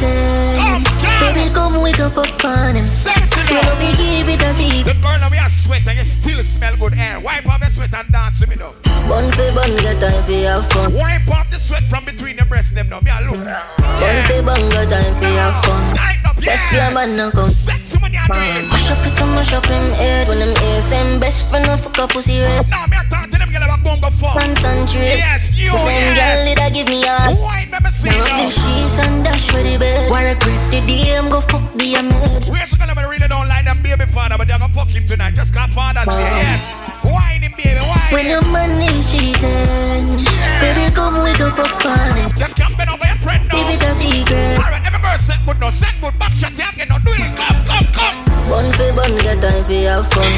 [SPEAKER 30] does. Baby, come wake up upon him.
[SPEAKER 2] Sexy
[SPEAKER 30] You know me give it a see.
[SPEAKER 2] The girl now we are sweat and you still smell good air. Wipe off your sweat and dance with me now.
[SPEAKER 30] Bun for bun, get time for your fun.
[SPEAKER 2] Wipe off the sweat from between your breasts them now. Me a look.
[SPEAKER 30] Bun for bun, get time for your fun.
[SPEAKER 2] Tighten up,
[SPEAKER 30] Left your man now come.
[SPEAKER 2] Sexy when you are doing.
[SPEAKER 30] Mash up it and mash up him head. When him ears same best friend and fuck up pussy red.
[SPEAKER 2] Now me a talk to them girl about bumble fuck.
[SPEAKER 30] Pants and drip.
[SPEAKER 2] Yes, you,
[SPEAKER 30] Same girl
[SPEAKER 2] yes.
[SPEAKER 30] did I give me all.
[SPEAKER 2] Why never see
[SPEAKER 30] Now
[SPEAKER 2] now?
[SPEAKER 30] the sheets and dash with the bed. Wanna quit the DM, go fuck the amid.
[SPEAKER 2] Where's the girl that really don't like them baby father, but they're gonna fuck him tonight. Just cause father's day, yes. Wine him, baby, wine
[SPEAKER 30] When your money she done. Baby, come wake up for fun.
[SPEAKER 2] You can't bend over your friend now.
[SPEAKER 30] Give it a secret.
[SPEAKER 2] Alright, every girl set good now, set good. Back shot, you get no do it. Come, come, come.
[SPEAKER 30] Bun for bun, get time for your fun.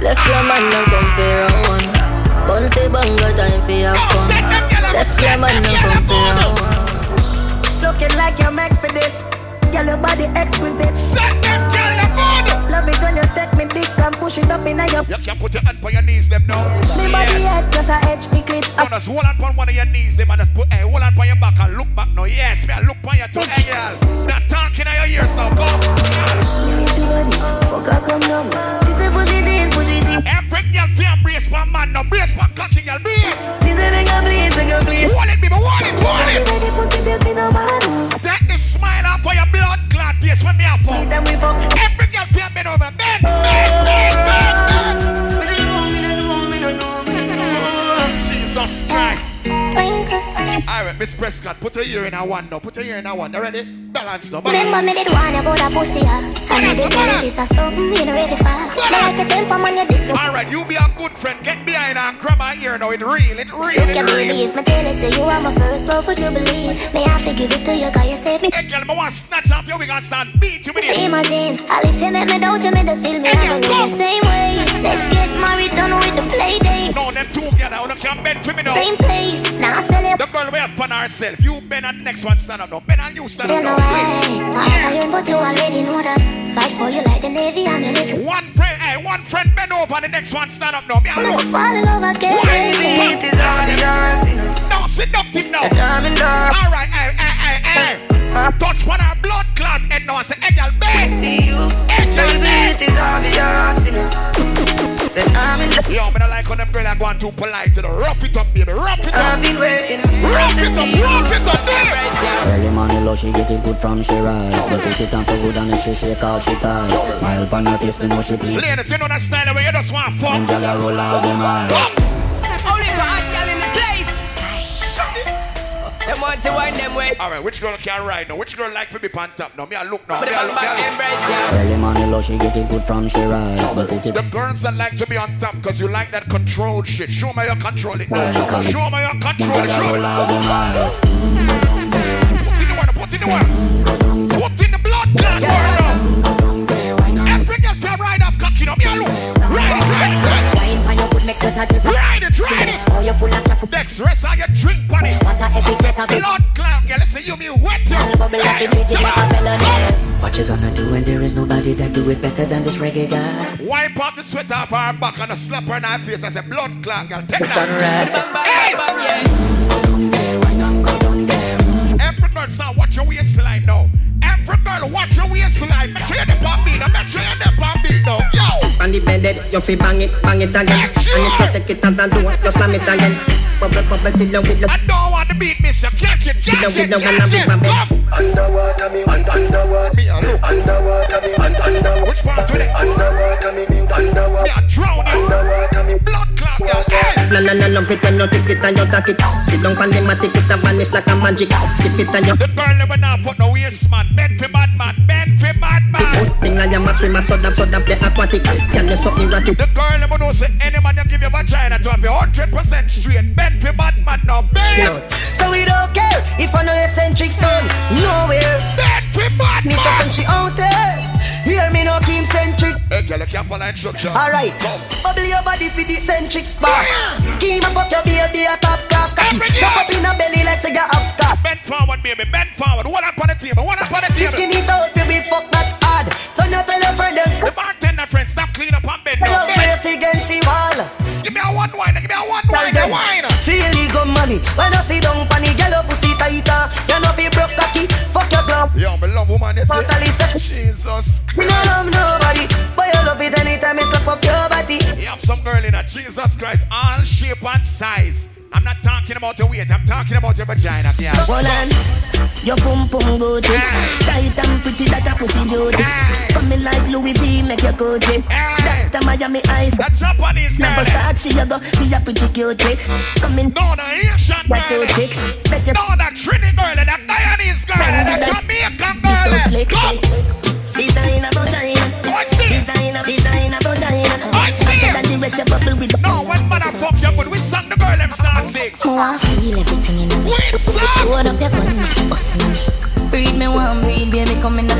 [SPEAKER 30] Left your man and come for round one. Bun for bun, get time for your fun. Left your man and come for round one.
[SPEAKER 22] Looking like you're meant for this. Girl, your body exquisite.
[SPEAKER 2] Love
[SPEAKER 22] it when you take me dick and push it up in your.
[SPEAKER 2] You can put your hand on your knees, them now.
[SPEAKER 22] Me body head plus a edge the clit.
[SPEAKER 2] Now just hold on on one of your knees, them, and just put, hey, hold on on your back and look back now. Yes, me, I look on your toe, hey, girl. Now talking in your ears now, come.
[SPEAKER 22] Little body, fuck her come down. She say push it in, push it in.
[SPEAKER 2] Every girl feel brace for man now, brace for cocky girl, brace.
[SPEAKER 22] She say make her please, make her please.
[SPEAKER 2] Hold it, baby, hold it, hold it.
[SPEAKER 22] Everybody pussy pierce in her man.
[SPEAKER 2] Take the smile off of your blood clot face when me a fuck. Every girl feel bend over, bend, bend, bend, bend, bend. Jesus Christ. Alright, Miss Prescott, put her ear in her one now. Put her ear in her one. You ready? Balance now. Balance.
[SPEAKER 30] Remember me did one about a pussy ah. And I did tell you this is something you know ready for. Now like your temper man your dick's
[SPEAKER 2] Alright, you be a good friend. Get behind her and grab her ear now. It real, it real,
[SPEAKER 30] You can
[SPEAKER 2] it real.
[SPEAKER 30] believe me tell you say you are my first love would you believe? May I forgive it to you cause you saved me.
[SPEAKER 2] Hey girl, me want snatch off your wig and start beat you with it.
[SPEAKER 30] See my jeans, all if you make me doubt you me just feel me I don't know the same way. Let's get married, don't know with the play date.
[SPEAKER 2] No, them two together. You can't bend for me now.
[SPEAKER 30] Same place, now I sell it.
[SPEAKER 2] The girl we have fun herself. You bend and the next one stand up now. Bend and you stand
[SPEAKER 30] You
[SPEAKER 2] up
[SPEAKER 30] know
[SPEAKER 2] now.
[SPEAKER 30] I talk iron but you already know that. Fight for you like the navy I'm your little.
[SPEAKER 2] One friend, hey, one friend bend over, the next one stand up now. Me
[SPEAKER 30] Not to
[SPEAKER 2] alone.
[SPEAKER 30] fall in love again.
[SPEAKER 2] No, sit down, sit down. All right, hey, hey, hey, hey. Touch one our blood clot head now and say, hey, girl, bend. see you. Hey, girl, bend.
[SPEAKER 22] It is obvious, you know. Then I'm in love.
[SPEAKER 2] Yo, me don't like when them girl are going too polite. You know, rough it up, baby, rough it up.
[SPEAKER 22] I've been waiting
[SPEAKER 2] Rough
[SPEAKER 22] to
[SPEAKER 2] it
[SPEAKER 22] see you.
[SPEAKER 2] up, rough it up, there.
[SPEAKER 22] Early money love, she get it good from she rise But it on so good and make she shake all she ties Smile upon her face, me know she bleed
[SPEAKER 2] Ladies, you know that style where you just want fuck.
[SPEAKER 22] And gyal a roll all them eyes
[SPEAKER 2] Only for hot girl in the place.
[SPEAKER 31] Them want to wind them way.
[SPEAKER 2] All right, which girl can ride now? Which girl like to be pan top now? Me I look now.
[SPEAKER 31] Put
[SPEAKER 2] Me
[SPEAKER 31] them
[SPEAKER 2] I
[SPEAKER 31] on
[SPEAKER 2] look
[SPEAKER 31] back
[SPEAKER 2] me I
[SPEAKER 31] them
[SPEAKER 2] look.
[SPEAKER 31] breasts, yeah.
[SPEAKER 22] Early money love, she get it good from she rise But it
[SPEAKER 2] The girls that like to be on top because you like that control shit. Show me you control it. Show me you control it. Show me.
[SPEAKER 22] all them eyes
[SPEAKER 2] Put in the work. Put in the blood clot. Every girl feel right up cocky now. Me I look. Ride it, ride it, ride it.
[SPEAKER 32] Wine for your good makes you touch it.
[SPEAKER 2] Ride it, ride it.
[SPEAKER 32] Oh, you full of chat,
[SPEAKER 2] X, rest on your drink buddy. What a epic set of Blood clown, girl, listen, you be wet. Hey, come on.
[SPEAKER 22] What you gonna do when there is nobody that do it better than this reggae guy?
[SPEAKER 2] Wipe up the sweat off her back and a slap her in her face as a blood clot, girl. Take
[SPEAKER 22] Sun red.
[SPEAKER 2] that. Every girl, start watch your waistline now. Every girl, watch your waistline. Make sure you're the bomb beat. Make sure you're the bomb beat now. Yo.
[SPEAKER 3] On the bed, dead, you fi bang it, bang it again. And if you take it as a do, you slam it again. Bubble, bubble till you get
[SPEAKER 2] I don't want to beat miss. You catch it, catch it, catch it. Come.
[SPEAKER 33] Underwater me, un- underwater me, underwater me, un- underwater. Which part with it? Underwater me, me, underwater. Me a
[SPEAKER 2] drowning.
[SPEAKER 33] Underwater me,
[SPEAKER 2] blood clot.
[SPEAKER 3] La la la love nah, it and you take it and you take it Sit down pan them a take it a vanish like a magic Skip it and you
[SPEAKER 2] The girl never now put no waist man. Bend for bad man. Bend for bad man.
[SPEAKER 3] Thing I am a swimmer so damn so damn play aquatic Can you so erratic
[SPEAKER 2] The girl never knows say any man you give your vagina to have you 100% straight. Bend for bad man now. Bend.
[SPEAKER 13] So we don't care if I know eccentric son nowhere.
[SPEAKER 2] Bad for bad
[SPEAKER 13] Me fucking she out there. Hear me no keep centric.
[SPEAKER 2] Hey, girl, you can't follow instruction.
[SPEAKER 13] Alright, bubble your body for the centric spots. Keep up fuck your baby a top class cocky. Chop up in a belly like say you have scot.
[SPEAKER 2] Bend forward, baby. Bend forward. One up on the table. One up on the
[SPEAKER 13] She
[SPEAKER 2] table.
[SPEAKER 13] skin it out till we fuck that hard. Don't you tell your friend else.
[SPEAKER 2] The bartender friend, stop clean up on bed.
[SPEAKER 13] Tell
[SPEAKER 2] No
[SPEAKER 13] your
[SPEAKER 2] bed.
[SPEAKER 13] face against the wall.
[SPEAKER 2] Give me a one wine. Give me a one
[SPEAKER 13] Tell
[SPEAKER 2] wine. A
[SPEAKER 13] them
[SPEAKER 2] wine.
[SPEAKER 13] feel ego money. When I sit down pon the yellow pussy tighter, you know fi broke cocky. Fuck your glove.
[SPEAKER 2] Yo, me love woman. They
[SPEAKER 13] Totally
[SPEAKER 2] say.
[SPEAKER 13] set.
[SPEAKER 2] Jesus.
[SPEAKER 13] Me no love nobody, but you love it anytime it's up up your body.
[SPEAKER 2] You have some girl in a Jesus Christ, all shape and size. I'm not talking about your weight. I'm talking about your vagina. Yeah.
[SPEAKER 7] Hold on. Your pum pum go to Tight and pretty that a pussy jody Coming like Louis V make your coat it That a Miami ice
[SPEAKER 2] That Japanese
[SPEAKER 7] Now
[SPEAKER 2] girl.
[SPEAKER 7] Versace you go be a pretty cute it Coming
[SPEAKER 2] No, the Asian
[SPEAKER 7] That
[SPEAKER 2] girl.
[SPEAKER 7] too thick Better
[SPEAKER 2] No, the Trinity girl and the Guyanese girl and the Jamaican girl. eh.
[SPEAKER 7] so slick Designer vagina
[SPEAKER 2] What's this?
[SPEAKER 7] Designer, designer vagina
[SPEAKER 2] What's
[SPEAKER 7] Faster than the rest you bubble with
[SPEAKER 2] No, when motherfuck you good, we sang the girl them start sick.
[SPEAKER 8] Oh, I feel everything in me. Load up your gun, make it bust in me. Read me one, read baby, come in me.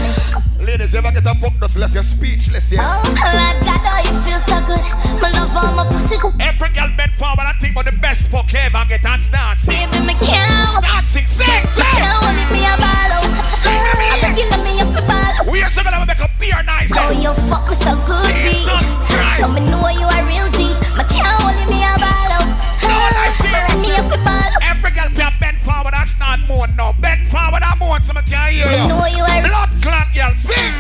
[SPEAKER 2] Ladies, ever get a fuck that's left you speechless, yeah?
[SPEAKER 8] Alright, God, oh, you feel so good. My love, all my pussy.
[SPEAKER 2] Every girl bent forward and think about the best fuck ever get and start sick.
[SPEAKER 8] Baby, me can't.
[SPEAKER 2] Start sick, sick,
[SPEAKER 8] Me
[SPEAKER 2] sick.
[SPEAKER 8] can't hold it, me a ball out. I beg you, let me up the ball.
[SPEAKER 2] We are so gonna make a beer nice.
[SPEAKER 8] Oh, you fuck me so good, B. So me know you a real G. Me can't hold it, me a ball out. Run me up the ball.
[SPEAKER 2] Every girl be a bent forward and start moan now. Bent forward and moan so me can hear
[SPEAKER 8] Me
[SPEAKER 2] you.
[SPEAKER 8] know you are-
[SPEAKER 2] Blood clot, girl, sing.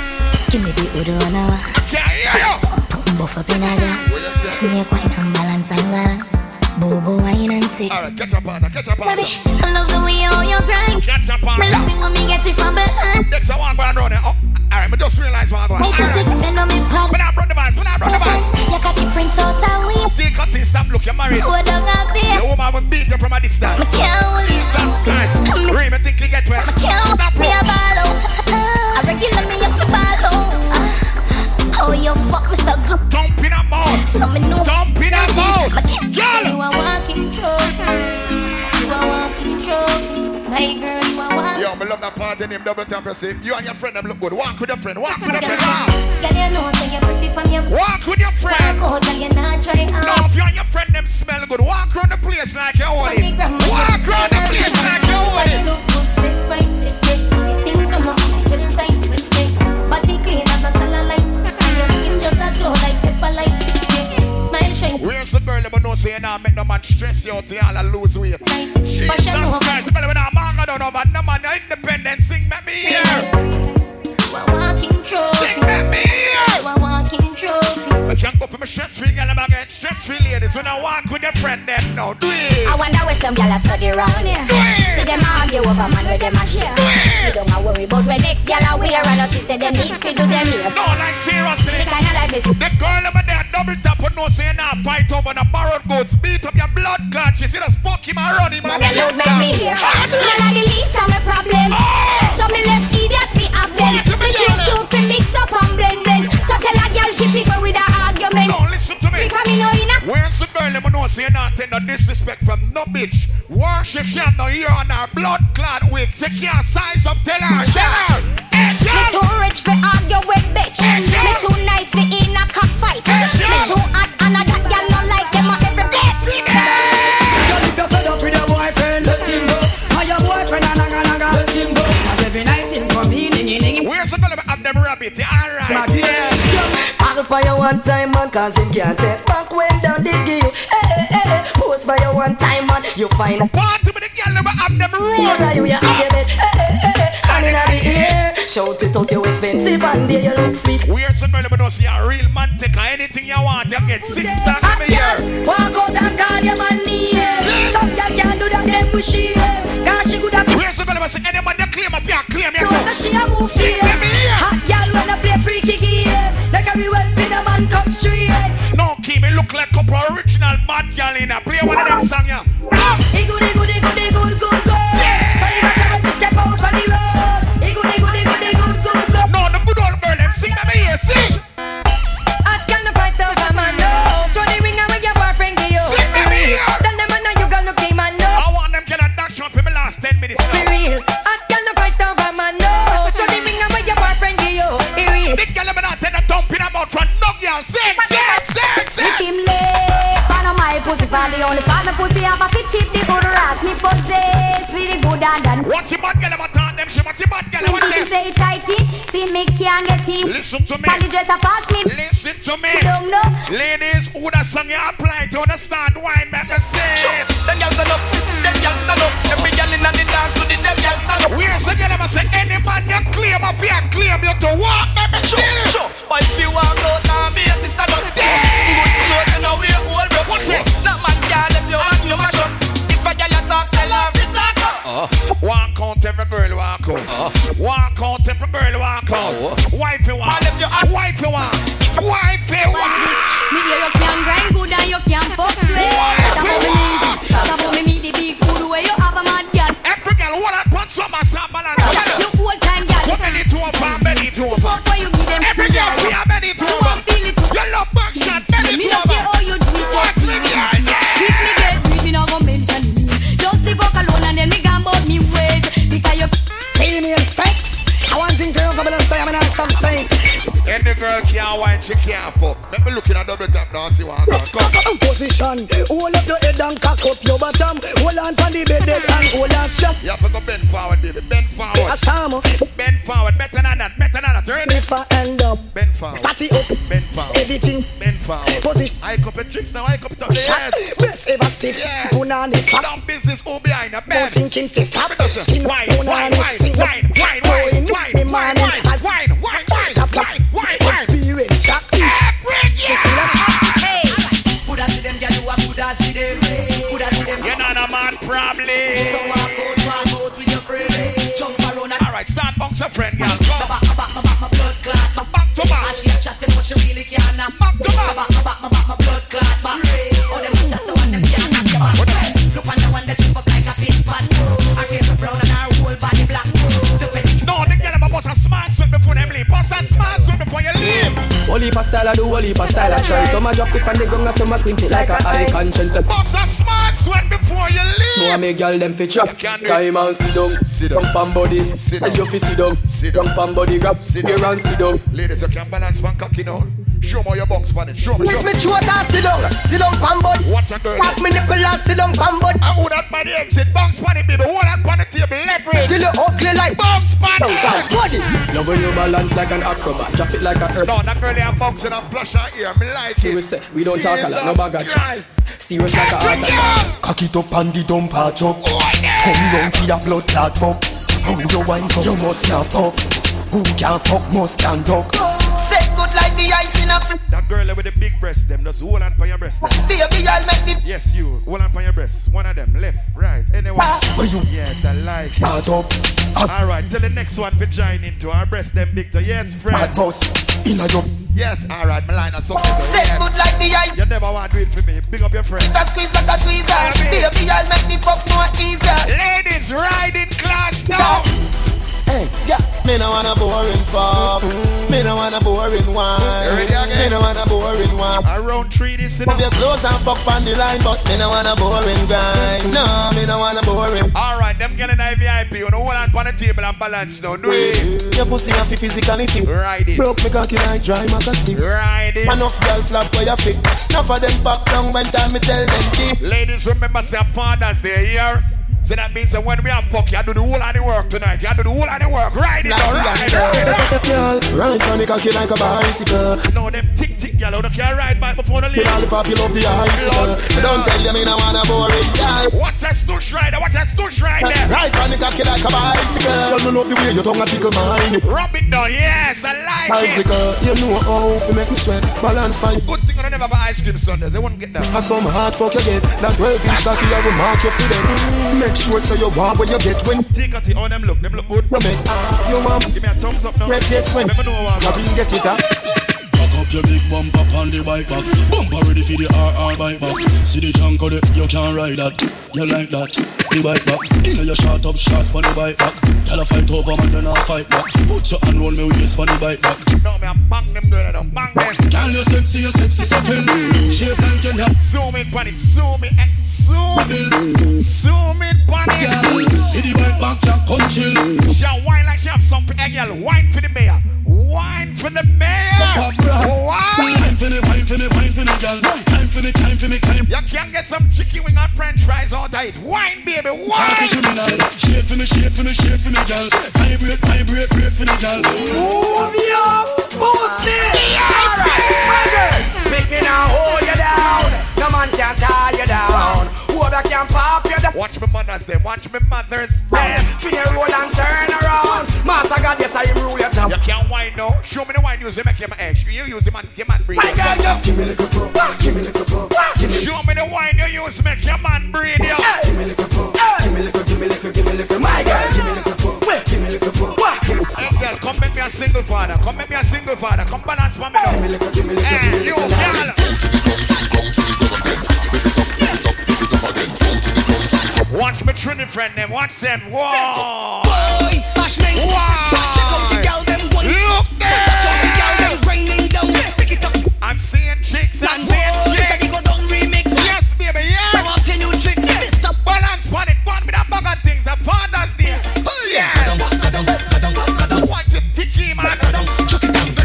[SPEAKER 8] Give me the Udo and I want.
[SPEAKER 2] Can hear you.
[SPEAKER 8] Buff up in a jam. Snake wine and balance and gala.
[SPEAKER 7] uh,
[SPEAKER 8] Boo boo wine and sick.
[SPEAKER 2] Alright, catch up on that, catch up on
[SPEAKER 8] Baby,
[SPEAKER 2] that.
[SPEAKER 8] I love the way you hold your grind.
[SPEAKER 2] Catch up on
[SPEAKER 8] Me love
[SPEAKER 2] that.
[SPEAKER 8] it when me get it from behind.
[SPEAKER 2] Next I want to run it. Oh, alright, but just realize what I'm going
[SPEAKER 8] Me pussy bend on me pad.
[SPEAKER 2] When I run the vibes, when I run the
[SPEAKER 8] Me
[SPEAKER 2] vibes.
[SPEAKER 8] pants, your cocky print out a weave.
[SPEAKER 2] Take a thing, stop, look, you're married.
[SPEAKER 8] Throw down a beer.
[SPEAKER 2] Your woman will beat you from a distance.
[SPEAKER 8] Me can't hold it.
[SPEAKER 2] Guys, Ray, me think you get wet.
[SPEAKER 8] Me can't hold me a ball out. I regular me up the ball out. Oh, you fuck me so good.
[SPEAKER 2] Dump in a mouth.
[SPEAKER 8] So me know.
[SPEAKER 2] Dump in a mouth.
[SPEAKER 8] Me can't.
[SPEAKER 2] Girl,
[SPEAKER 8] You a walking trophy. You a walking trophy. My girl, you a walking
[SPEAKER 2] Yo, me love that party name, double tap yourself. You and your friend them look good. Walk with your friend, walk with your friend.
[SPEAKER 8] Girl, you know say you're pretty from your
[SPEAKER 2] Walk with your friend.
[SPEAKER 8] Walk out, girl, you not try
[SPEAKER 2] No,
[SPEAKER 8] hard.
[SPEAKER 2] if you and your friend them smell good, walk around the place like you own
[SPEAKER 8] Money
[SPEAKER 2] it.
[SPEAKER 8] grab me,
[SPEAKER 2] Walk around the place like you own
[SPEAKER 8] Body
[SPEAKER 2] it.
[SPEAKER 8] look good, sit right, sit right. You think I'm a hospital type, sit right. Body clean as a cellulite. Your skin just a glow like pepper light. yeah. Smile shine.
[SPEAKER 2] Where's the girl that know say you nah make no man stress you out here and lose weight? Jesus
[SPEAKER 8] Fashion over.
[SPEAKER 2] Christ, the girl with a man I don't know about no man no independent sing me me here.
[SPEAKER 8] You a walking trophy.
[SPEAKER 2] Sing me me here.
[SPEAKER 8] You a walking trophy.
[SPEAKER 2] I can't go for my stress free girl, I'm again stress free ladies. When I walk with your friend them now, do it.
[SPEAKER 5] I wonder where some gyal a study round here. See them a argue over man where them a share. See them a worry about where next gyal a wear and us say them need fi do them here.
[SPEAKER 2] No, like seriously.
[SPEAKER 5] The kind of life is
[SPEAKER 2] The girl over there double tap with no saying nah, fight over the borrowed goods, beat up your blood clot. She see us fuck him and run him.
[SPEAKER 5] Mama load make me here. None of the least of my problem.
[SPEAKER 2] Oh!
[SPEAKER 5] So me left idiot fi have them. Me too cute fi mix up and blend blend. So tell a gyal she fi go with a argument.
[SPEAKER 2] No, listen to me.
[SPEAKER 5] Because me know inna.
[SPEAKER 2] Where's the girl that know say nothing no disrespect from no bitch? Worship she have no ear on her blood clot wig. Take your size up, tell her, tell her.
[SPEAKER 5] Me too rich for argue with bitch. Me too nice for in a cockfight. Me too hot and a that girl no like them a every day.
[SPEAKER 2] Girl,
[SPEAKER 5] if you're fed up with
[SPEAKER 34] one time man Cause him can't take back when down the gill Hey, hey, hey, hey Post by your one time man You find a party with the girl Never have them Ah. rules Yeah, you, you have them Hey, hey, hey And in the ear Shout it out, you expensive And there you look sweet
[SPEAKER 2] Weird some girl, but don't see a real man take her. anything you want. You get six stacks in a year.
[SPEAKER 5] Walk out and call your man near. Some girl can't do that them with she. Cause she could have.
[SPEAKER 2] Weird some girl, but say any man that claim up, you claim
[SPEAKER 5] Cause
[SPEAKER 2] yourself.
[SPEAKER 5] she a move
[SPEAKER 2] See
[SPEAKER 5] here.
[SPEAKER 2] them here.
[SPEAKER 5] Hot girl wanna play freaky gear. Like every well pin a man come straight.
[SPEAKER 2] No, Kim, it look like couple original bad girl in a play one of them song, yeah. Ah!
[SPEAKER 5] He good, he good, he good, he good, good, good. So you must have to step out on the road. He good, he good, he good, he good, good, good.
[SPEAKER 2] No, the good old girl, them sing them here, see?
[SPEAKER 5] I can't fight over my nose. Throw the ring away, your boyfriend give you.
[SPEAKER 2] Sing them here.
[SPEAKER 5] Tell them I know you gonna keep my nose.
[SPEAKER 2] I want them get a dash shot for the last 10 minutes.
[SPEAKER 5] Be real. I can't fight over my nose. Throw the ring away, your boyfriend give you. Be real.
[SPEAKER 2] Big girl, I'm not telling a dump in a mouth from no girl. Sing, sing, sing, sing.
[SPEAKER 35] With him lay, fan on my pussy, fan the only fan my pussy have a fit cheap, the good ass, me possess with the good and done.
[SPEAKER 2] Watch the bad girl, I'm talking them, she watch the bad girl,
[SPEAKER 35] Me
[SPEAKER 2] watch
[SPEAKER 35] didn't
[SPEAKER 2] them.
[SPEAKER 35] say it tighty, see me can't get it.
[SPEAKER 2] Listen to me.
[SPEAKER 35] Pan the dresser pass me.
[SPEAKER 2] Listen to me.
[SPEAKER 35] Don't know.
[SPEAKER 2] Ladies, who that song you apply to understand wine, member say.
[SPEAKER 3] Them girls stand up, them girls stand up. Every girl inna the dance to the them girls stand up.
[SPEAKER 2] Where's the girl? I'ma say any man you claim a fear, claim you to walk, member say.
[SPEAKER 3] But if you want out, now be a sister dog. Good clothes, you know we all broke. No man can left you and you mash up. If a girl you talk, tell her to talk up.
[SPEAKER 2] Ah, Walk out every girl, walk out.
[SPEAKER 13] Ah.
[SPEAKER 2] Walk out every girl, walk out. Wife you want. Wife you want. Wife you want.
[SPEAKER 35] Me hear you can grind good and you can fuck sweet. That's how me need it. That's how me meet the big good way you have a mad girl.
[SPEAKER 2] Every girl wanna put some assault balance.
[SPEAKER 35] You full time girl.
[SPEAKER 2] Come in to over, belly to over.
[SPEAKER 35] Fuck what you give them.
[SPEAKER 2] Every girl we have belly to
[SPEAKER 35] You
[SPEAKER 2] over.
[SPEAKER 35] want feel it.
[SPEAKER 2] You love back shot, belly
[SPEAKER 35] Me
[SPEAKER 2] to
[SPEAKER 35] no care
[SPEAKER 2] over.
[SPEAKER 35] how you do it,
[SPEAKER 2] Watch
[SPEAKER 35] just
[SPEAKER 2] me,
[SPEAKER 35] do it.
[SPEAKER 2] girl,
[SPEAKER 35] Treat me good, treat me no go mention it. Just the fuck alone and then me gamble me ways. Because you
[SPEAKER 13] Female sex. I want thing to for balance, so I'm not stop saying.
[SPEAKER 2] Any girl can't wine, she can't fuck. Let me look in a double tap now, see what I got.
[SPEAKER 13] Position. Hold up your head and cock up your bottom. Hold on to the bed and hold on strap.
[SPEAKER 2] You have to go bend forward, baby. Bend forward.
[SPEAKER 13] A storm.
[SPEAKER 2] Bend forward. Better than that. Better than that. Ready?
[SPEAKER 13] If I end up,
[SPEAKER 2] Bend forward.
[SPEAKER 13] party up.
[SPEAKER 2] Bend forward.
[SPEAKER 13] Everything.
[SPEAKER 2] Bend forward.
[SPEAKER 13] Posi-
[SPEAKER 2] I cup your tricks now. I cup it up. Yes.
[SPEAKER 13] Best ever stick.
[SPEAKER 2] Yes.
[SPEAKER 13] Punani.
[SPEAKER 2] Down business. Who behind the
[SPEAKER 13] No
[SPEAKER 2] bend?
[SPEAKER 13] thinking fist.
[SPEAKER 2] Have it up, sir.
[SPEAKER 13] Skin.
[SPEAKER 2] Wine,
[SPEAKER 13] Punani.
[SPEAKER 2] wine, wine,
[SPEAKER 13] Sing.
[SPEAKER 2] wine, wine,
[SPEAKER 13] Oh, in
[SPEAKER 2] wine, wine,
[SPEAKER 13] the
[SPEAKER 2] wine,
[SPEAKER 13] morning.
[SPEAKER 2] wine, wine, wine,
[SPEAKER 13] Tap, tap.
[SPEAKER 2] wine, wine, wine.
[SPEAKER 13] Experience shock.
[SPEAKER 2] Bring it.
[SPEAKER 3] Good as to them girl, you a good as to them. Good as to them.
[SPEAKER 2] You're not a man,
[SPEAKER 3] So
[SPEAKER 2] probably.
[SPEAKER 3] walk out, walk out with your friend. Jump around and
[SPEAKER 2] All right, start bounce a friend, girl. Go.
[SPEAKER 3] back, back, my back, my blood clot. My
[SPEAKER 2] back to back.
[SPEAKER 3] And she a chatting, but she really can't. Back to back. My back, my back, my back, my blood clot. Back. All them chat, so on them can't knock your back. Look on the one that keep up like a fish pan. Her face so brown and her whole body black. The petty
[SPEAKER 2] No, the girl about bust a smart swim before them leave. Bust a smart swim before you leave.
[SPEAKER 26] Only for style I do, only for style I try. Some I drop it from the ground, and some I quint it like a high conscience.
[SPEAKER 2] Bust a smart swim before you
[SPEAKER 26] No, I
[SPEAKER 2] leave.
[SPEAKER 26] make girl them fi chop.
[SPEAKER 2] can do it.
[SPEAKER 26] Time and sit down,
[SPEAKER 2] Sit down.
[SPEAKER 26] down pan body.
[SPEAKER 2] Sit down.
[SPEAKER 26] You fi sit down,
[SPEAKER 2] Sit down.
[SPEAKER 26] down pan body. Grab
[SPEAKER 2] Sit
[SPEAKER 26] here
[SPEAKER 2] down.
[SPEAKER 26] and sit down.
[SPEAKER 2] Ladies, you can balance one cocky now. Show me your box, man. Show me. Show
[SPEAKER 13] Miss
[SPEAKER 2] me.
[SPEAKER 13] me throat and sit down. Sit down, pambod.
[SPEAKER 2] Watch a girl.
[SPEAKER 13] Pop me nipple and sit down, pambod.
[SPEAKER 2] I would not by the exit. Bounce pan it, baby. Hold up on the table. Leverage.
[SPEAKER 13] Till you ugly like
[SPEAKER 2] bounce pan
[SPEAKER 13] Down,
[SPEAKER 2] it.
[SPEAKER 13] body.
[SPEAKER 26] Love when you balance like an acrobat. Drop it like a herb.
[SPEAKER 2] No, that girl here bounce and I flush her ear. Me like it.
[SPEAKER 26] We say we don't talk a lot. No
[SPEAKER 2] Jesus
[SPEAKER 26] bag of shots.
[SPEAKER 2] Christ.
[SPEAKER 26] Serious like a heart
[SPEAKER 2] Every
[SPEAKER 26] attack.
[SPEAKER 2] girl.
[SPEAKER 25] Cock it up and the dump a chop Come round to your blood clot pop How you wine so you must can fuck Who can fuck must can duck
[SPEAKER 3] set good like the ice in a
[SPEAKER 2] That girl there with the big breast, them. Just hold on for your breast. Them.
[SPEAKER 3] baby. I'll make the
[SPEAKER 2] Yes, you. Hold on for your breast. One of them. Left, right. Anyone.
[SPEAKER 25] Where you
[SPEAKER 2] Yes, I like it.
[SPEAKER 25] bad up
[SPEAKER 3] Oh.
[SPEAKER 2] All right, tell the next one to join into our breast them big toe. Yes,
[SPEAKER 25] Bad
[SPEAKER 2] friend.
[SPEAKER 25] bus Inna your
[SPEAKER 2] Yes, all right, my line of something.
[SPEAKER 3] set
[SPEAKER 2] Yes.
[SPEAKER 3] good like the ice.
[SPEAKER 2] You never want to do it for me. Big up your friend.
[SPEAKER 3] That squeeze like a tweezer. Baby, I'll make the fuck more easier.
[SPEAKER 2] Ladies, riding class down.
[SPEAKER 36] Hey, yeah. Me no want a boring fuck. Me no want a boring
[SPEAKER 2] You
[SPEAKER 36] one.
[SPEAKER 2] ready again?
[SPEAKER 36] Me no want a boring one.
[SPEAKER 2] Around three this and
[SPEAKER 36] Put your clothes and fuck on the line, but me no want a boring grind. No, me no want a boring.
[SPEAKER 2] All right, them girl in the VIP. You know, hold on on the table and balance now. Do it.
[SPEAKER 36] Your pussy have to physically fit.
[SPEAKER 2] Ride it.
[SPEAKER 36] Broke me cocky like dry magazine.
[SPEAKER 2] Ride it.
[SPEAKER 36] Enough girl flap where you fit. Enough of them back down when time me tell them keep.
[SPEAKER 2] Ladies, remember, say Father's Day here. So that means that when we have fuck, you do the whole of the work tonight. You do the whole of the work. Ride it
[SPEAKER 13] Black
[SPEAKER 2] out, ride it
[SPEAKER 13] girl,
[SPEAKER 2] out, ride it out.
[SPEAKER 13] girl, Ride on the cocky like a bicycle.
[SPEAKER 2] No, them tick tick yellow. They can't ride back before the leave.
[SPEAKER 13] With all the pop, you love the icicle. But don't tell them me no wanna boring guy.
[SPEAKER 2] Watch that stush rider. Watch that stush rider.
[SPEAKER 13] Ride on the cocky like a bicycle. You love the way your tongue a tickle mine.
[SPEAKER 2] Rub it down. Yes, I like it.
[SPEAKER 13] Bicycle, you know how to make me sweat. Balance fine.
[SPEAKER 2] Good thing I never buy ice cream Sundays. They won't get that.
[SPEAKER 13] As some hard fuck you get, that 12 inch cocky I will mark you for that. Make sure so you want where you get when.
[SPEAKER 2] Take a tea on them look. Them look good.
[SPEAKER 13] You want
[SPEAKER 2] Give me a thumbs up now.
[SPEAKER 13] red yes when.
[SPEAKER 2] Let me know what I
[SPEAKER 13] Grab
[SPEAKER 2] want.
[SPEAKER 13] in, get it up.
[SPEAKER 10] Back up your big bump up on the bike back. Bumper ready for the RR bike back. See the junk of the, you can't ride that. You like that, the bike back. You know you shot up shots for the bike back. Tell a fight over man, then I'll fight back. Put your hand roll me waist for the bike back.
[SPEAKER 2] No, me, I bang them girl. I don't bang them.
[SPEAKER 10] Girl, you sexy, you sexy, settle. Shape like you have.
[SPEAKER 2] Zoom in, panic. Zoom in, eh, zoom. Zoom in, panic.
[SPEAKER 10] Girl, see the bike back, you come chill.
[SPEAKER 2] She a wine like she have something. Hey, girl, wine for the mayor. Wine for the mayor.
[SPEAKER 10] Time
[SPEAKER 2] Wine.
[SPEAKER 10] for the, time for the, time for the, girl. Time for the, time for the, time.
[SPEAKER 2] You can get some chicken wing and French fries all diet. Wine, baby,
[SPEAKER 10] Party
[SPEAKER 2] wine.
[SPEAKER 10] criminal. Shape for me, shape for me, shape for me, girl. Vibrate, vibrate, break for the girl.
[SPEAKER 7] Picking and hold you down. No man can tie you down. Whoever can pop you down.
[SPEAKER 2] Watch me mothers them. Watch me mothers them.
[SPEAKER 7] Spin your roll and turn around. Master God, yes, I rule your town.
[SPEAKER 2] You can't wine now. Show me the wine use. You make him eggs. You use him and him and breathe.
[SPEAKER 7] My girl, just give me little pro. Give me little pro. Give me
[SPEAKER 2] Show me the wine you use. Make your man breathe. Yo.
[SPEAKER 7] Give me little pro. Give me little, give me little, give me little. My girl, give me little pro. Give me little pro. Give me
[SPEAKER 2] Hey girl, come make me a single father. Come make me a single father. Come balance for me now. Hey, you girl. Watch me Trinity friend them. Watch them. Whoa.
[SPEAKER 37] Boy, mash me. Check out the gal them one.
[SPEAKER 2] Look there.
[SPEAKER 37] Touch out the gal them raining down. Pick it up.
[SPEAKER 2] I'm seeing chicks. I'm
[SPEAKER 37] And
[SPEAKER 2] seeing
[SPEAKER 37] whoa, this a
[SPEAKER 2] chicks.
[SPEAKER 37] go down remix.
[SPEAKER 2] Yes, baby.
[SPEAKER 37] Now
[SPEAKER 2] Yes.
[SPEAKER 37] I'm feeling new tricks. Mr.
[SPEAKER 2] Balance for it. Born with a bag of things. A father's day. Yeah. Watch it, Tiki, man.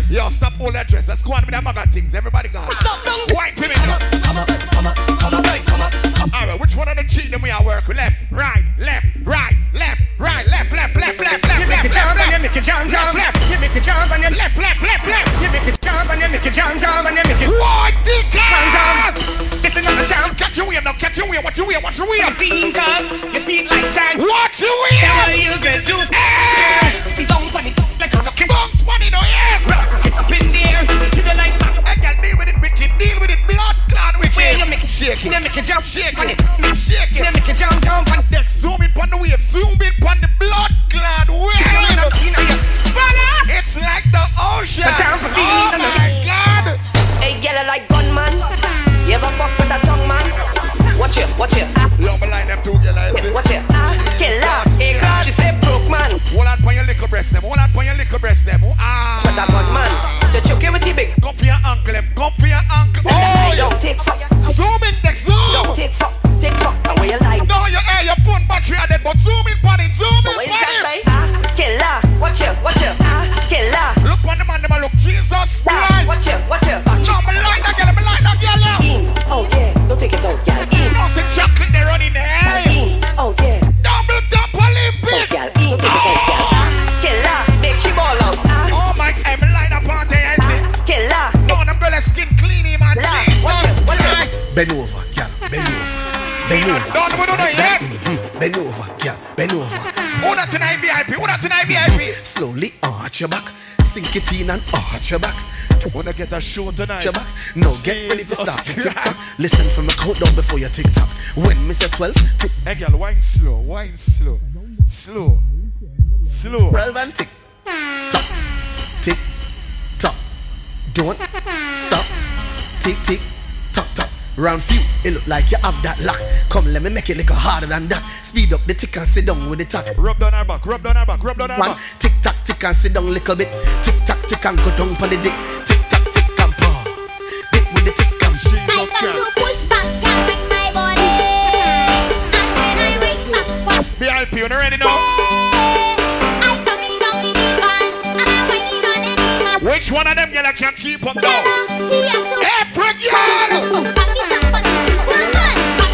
[SPEAKER 2] Yo, stop all that dress. Let's go on with that bag of things. Everybody gone.
[SPEAKER 37] Stop down.
[SPEAKER 2] White women. Come up, come up, come up, come up, come up. All right, which one of the cheat them we are work? Left, right, left, right, left, right, left, left, left, left, left, left, left, left, left,
[SPEAKER 7] make it jump, jump,
[SPEAKER 2] left.
[SPEAKER 7] You make it jump and you
[SPEAKER 2] left, left, left, left.
[SPEAKER 7] You make it jump and you make it jump, jump and you make it
[SPEAKER 2] What the
[SPEAKER 7] jump,
[SPEAKER 2] gas?
[SPEAKER 7] jump. This is not a jump.
[SPEAKER 2] Catch your wheel now, catch your wheel, watch your wheel, watch your wheel.
[SPEAKER 7] Team come, you speak like time.
[SPEAKER 2] Watch your wheel.
[SPEAKER 7] you get to?
[SPEAKER 2] Hey!
[SPEAKER 7] See down on it like a rocket.
[SPEAKER 2] Bounce money now, oh, yes.
[SPEAKER 7] It's up in the air, to the light back.
[SPEAKER 2] I can deal with it wicked, deal with it blood clot
[SPEAKER 7] Where you
[SPEAKER 2] wicked.
[SPEAKER 7] make it
[SPEAKER 2] Shake
[SPEAKER 7] You make
[SPEAKER 2] it,
[SPEAKER 7] it jump,
[SPEAKER 2] shake
[SPEAKER 7] on
[SPEAKER 2] it, shake
[SPEAKER 7] You
[SPEAKER 2] it.
[SPEAKER 7] make it jump, jump on it.
[SPEAKER 2] Next, zoom in on the wave, zoom in on the blood clot wave. It's like the ocean.
[SPEAKER 7] But down for
[SPEAKER 2] Oh
[SPEAKER 7] the-
[SPEAKER 2] my God.
[SPEAKER 5] Hey, girl, I like gunman. You ever fuck with a tongue man? Watch it, watch it, ah,
[SPEAKER 2] Love me like them two girls. eh?
[SPEAKER 5] watch it, ah. Kill out, hey, class. She say broke man,
[SPEAKER 2] Hold on for your little breast them. Hold on for your little breast them. Ah.
[SPEAKER 5] but a gunman. You choke it with the big.
[SPEAKER 2] Go for your uncle. them. Go for your uncle. Oh, yo.
[SPEAKER 5] Don't take fuck,
[SPEAKER 2] Zoom in, next, zoom.
[SPEAKER 5] don't take fuck, take fuck. And where you like?
[SPEAKER 2] No, your air, your phone battery are dead, but zoom in, on it, zoom in,
[SPEAKER 5] Where you
[SPEAKER 2] on
[SPEAKER 5] say,
[SPEAKER 2] it.
[SPEAKER 5] babe? Ah, killer, watch it, watch it, ah, killer.
[SPEAKER 2] Look on the man, them a look Jesus
[SPEAKER 5] Ah,
[SPEAKER 2] Christ.
[SPEAKER 5] Watch it, watch it,
[SPEAKER 2] No, me like that girl, me like that girl. yeah.
[SPEAKER 5] in. Oh yeah, don't take it out, gal. In,
[SPEAKER 2] Smells of chocolate, they run in the air.
[SPEAKER 5] in. Oh yeah,
[SPEAKER 2] Double, double
[SPEAKER 5] oh
[SPEAKER 2] Olympics.
[SPEAKER 5] gal, in. Don't take it out, gal. Ah, killer, make she ball out. Ah,
[SPEAKER 2] Oh my, I'm light up on the end.
[SPEAKER 5] killer.
[SPEAKER 2] No, them girl is skin clean, him and
[SPEAKER 5] La,
[SPEAKER 2] Jesus
[SPEAKER 5] watch it, watch it.
[SPEAKER 2] Christ.
[SPEAKER 3] Bend over, girl. Bend over. Bend over.
[SPEAKER 2] No, no, no, no, yet.
[SPEAKER 3] Mhm. Bend over, girl. Bend over.
[SPEAKER 2] Who that tonight VIP? Who that tonight VIP?
[SPEAKER 3] Slowly arch your back. Sink it in and arch your back.
[SPEAKER 2] Wanna get a show tonight?
[SPEAKER 3] Arch your back. Now get ready for
[SPEAKER 2] Jesus
[SPEAKER 3] start.
[SPEAKER 2] Christ.
[SPEAKER 3] Tick tock. Listen for me countdown before your tick tock. When me say 12,
[SPEAKER 2] Hey girl, wine slow, wine slow, slow, slow.
[SPEAKER 3] 12 and tick tock. Tick tock. Don't stop. Tick tick tock tock. Round few, it look like you have that lock. Come, let me make it look harder than that. Speed up the tick and sit down with the top.
[SPEAKER 2] Rub down her back, rub down her back, rub down her
[SPEAKER 3] One
[SPEAKER 2] back.
[SPEAKER 3] tick tock tick and sit down little bit. Tick tock tick and go down on the dick. Tick tock tick and pause. Dick with the tick and
[SPEAKER 38] I got to push back, can't break my body. And when I wake up, what?
[SPEAKER 2] VIP, you ready now?
[SPEAKER 38] I come in down in the bars, and I whine it on anyone.
[SPEAKER 2] Which one of them girl I can keep up now?
[SPEAKER 38] She has to
[SPEAKER 2] Every
[SPEAKER 38] back
[SPEAKER 2] girl.
[SPEAKER 38] it up on it, woman. Back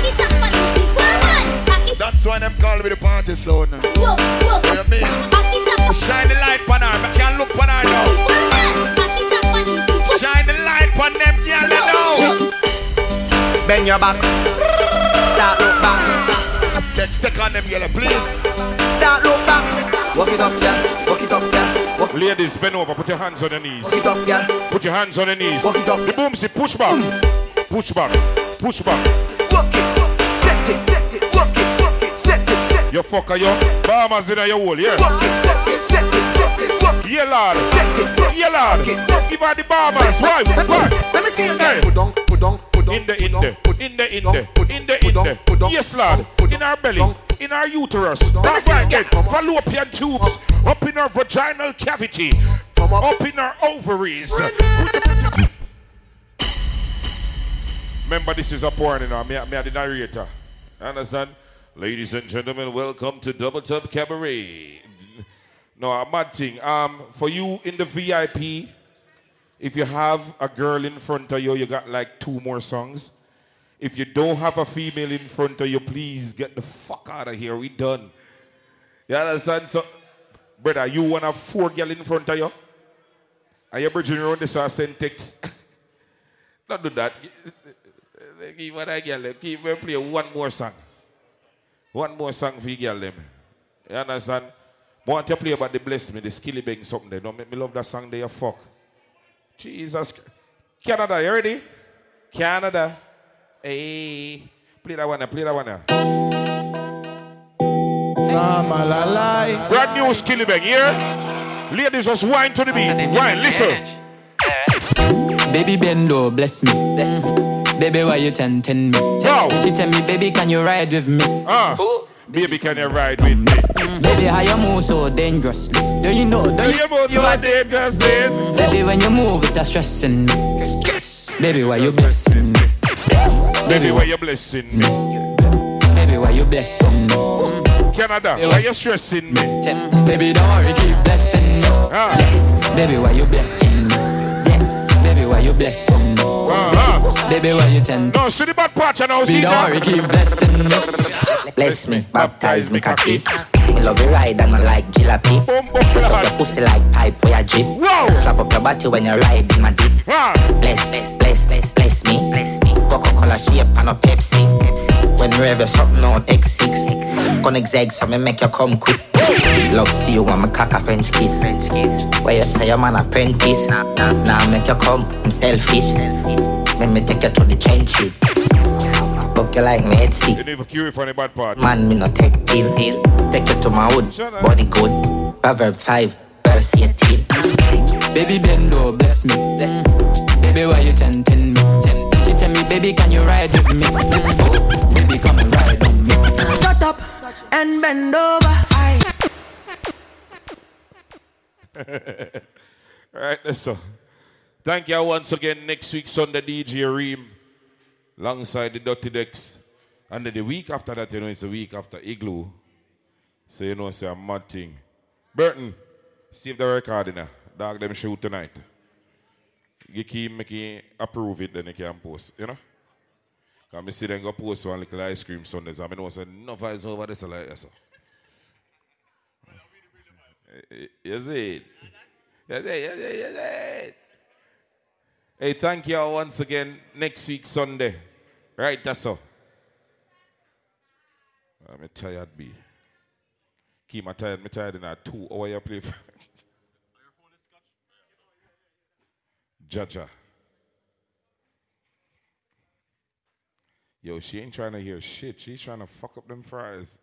[SPEAKER 38] it up on it, woman. Back it
[SPEAKER 2] That's why I
[SPEAKER 1] them call me the party sound. You know what I mean? Shine the light on her, I can't look on her now. Shine the light on them, girl, now.
[SPEAKER 16] Bend your back. Start look back.
[SPEAKER 1] Let's take on them, yellow, please.
[SPEAKER 16] Start look back. Walk it up, yeah. Walk it up, yeah. Walk
[SPEAKER 1] Ladies, bend over, put your hands on your knees.
[SPEAKER 16] Walk it up, yeah.
[SPEAKER 1] Put your hands on your knees.
[SPEAKER 16] Walk it up. Mm.
[SPEAKER 1] The boom, see, push back. Push back. Push back.
[SPEAKER 16] Walk it. Set it, set it. Walk it, walk it, set it, set it.
[SPEAKER 1] You fucker, you. Bombers in your hole, yeah.
[SPEAKER 16] Walk it, set it, set it, set it. Walk it.
[SPEAKER 1] Yeah, lad.
[SPEAKER 16] Set it, set it.
[SPEAKER 1] Yeah, lad. Even the bombers, why? Back.
[SPEAKER 16] Let me see you
[SPEAKER 1] Hey.
[SPEAKER 16] again. Put on, put on, put
[SPEAKER 1] In the, in the, in the, in the, in the, in the. Yes, lad. In our belly, in our uterus, that right there, fallopian tubes, up in our vaginal cavity, up in our ovaries. Remember, this is a porn, you know. Me, me, the narrator. Understand? Ladies and gentlemen, welcome to Double Tub Cabaret. No, a mad thing. Um, for you in the VIP, if you have a girl in front of you, you got like two more songs. If you don't have a female in front of you, please get the fuck out of here. We done. You understand? So, brother, you want a four girl in front of you? Are you bridging around this? I send text. Don't do that. Give her a girl. them. Give her play one more song. One more song for you girl them. You understand? Want you play about the bless me, the skilly bang something there. Don't make me love that song there, you fuck. Jesus Christ. Canada, you ready? Canada. Hey. Play that one, now, play that one. now. Brand new skilly bang, yeah? Ladies, just whine to the beat. Whine, listen.
[SPEAKER 3] Baby Bendo, bless me. Bless me. Baby, why you tempting me?
[SPEAKER 1] Wow.
[SPEAKER 3] She tell me, baby, can you ride with me? Mm-hmm.
[SPEAKER 1] Ah. Baby, can you ride with me?
[SPEAKER 3] Baby, how you move so dangerously? Do you know? Do you
[SPEAKER 1] know you are dangerous, then?
[SPEAKER 3] Baby, when you move, it is stressing me. Baby, why you blessing me?
[SPEAKER 1] Baby, why you blessing me?
[SPEAKER 3] Baby, why you blessing me?
[SPEAKER 1] Canada, why you stressing me?
[SPEAKER 3] Baby, don't worry, keep blessing me.
[SPEAKER 1] Ah.
[SPEAKER 3] Baby, why you blessing me? Baby, why you blessing me? Baby, why you tempting
[SPEAKER 1] Ah, No, see the bad part, you know, see
[SPEAKER 3] me? Don't
[SPEAKER 1] that?
[SPEAKER 3] worry, keep blessing me.
[SPEAKER 16] Bless me, baptize me, cocky. Me love you ride and I like jalopy. Pick up your pussy like pipe or a jeep. Slap up your body when you ride in my dick. Bless, bless, bless, bless, bless me. Coca-Cola shape and a Pepsi. When we have something on X6. Connect zag so me make you come quick. Love see you want me cock a French kiss. Where you say I'm an apprentice. Now make you come, I'm selfish. Let me take you to the trenches. Book you like me, Etsy.
[SPEAKER 1] You never cure for any bad part.
[SPEAKER 16] Man, me no take deal, deal. Take you to my wood, body good. Proverbs 5, verse 18.
[SPEAKER 3] Baby Bendo, bless me. Baby, why you tempting me? She tell me, baby, can you ride with me? Baby, come and ride on me.
[SPEAKER 4] Shut up and bend over. Aye.
[SPEAKER 1] All right, that's all. Thank you once again. Next week, Sunday, DJ Reem, alongside the Dirty Decks. And then the week after that, you know, it's a week after Igloo. So, you know, it's a mad thing. Burton, save the record in there. Dog them shoot tonight. You keep making approve it, then you can post, you know? Come see them go post one little ice cream Sundays. I mean, I said, no vibes over this, like that, Eh, so. Yes, it. Yes, it. Yes, it. Yes, it. Hey, thank you all once again. Next week, Sunday. Right, that's all. I'm a tired, B. Keep my tired, me tired in a two hour you play. for- Jaja. Yo, she ain't trying to hear shit. She's trying to fuck up them fries.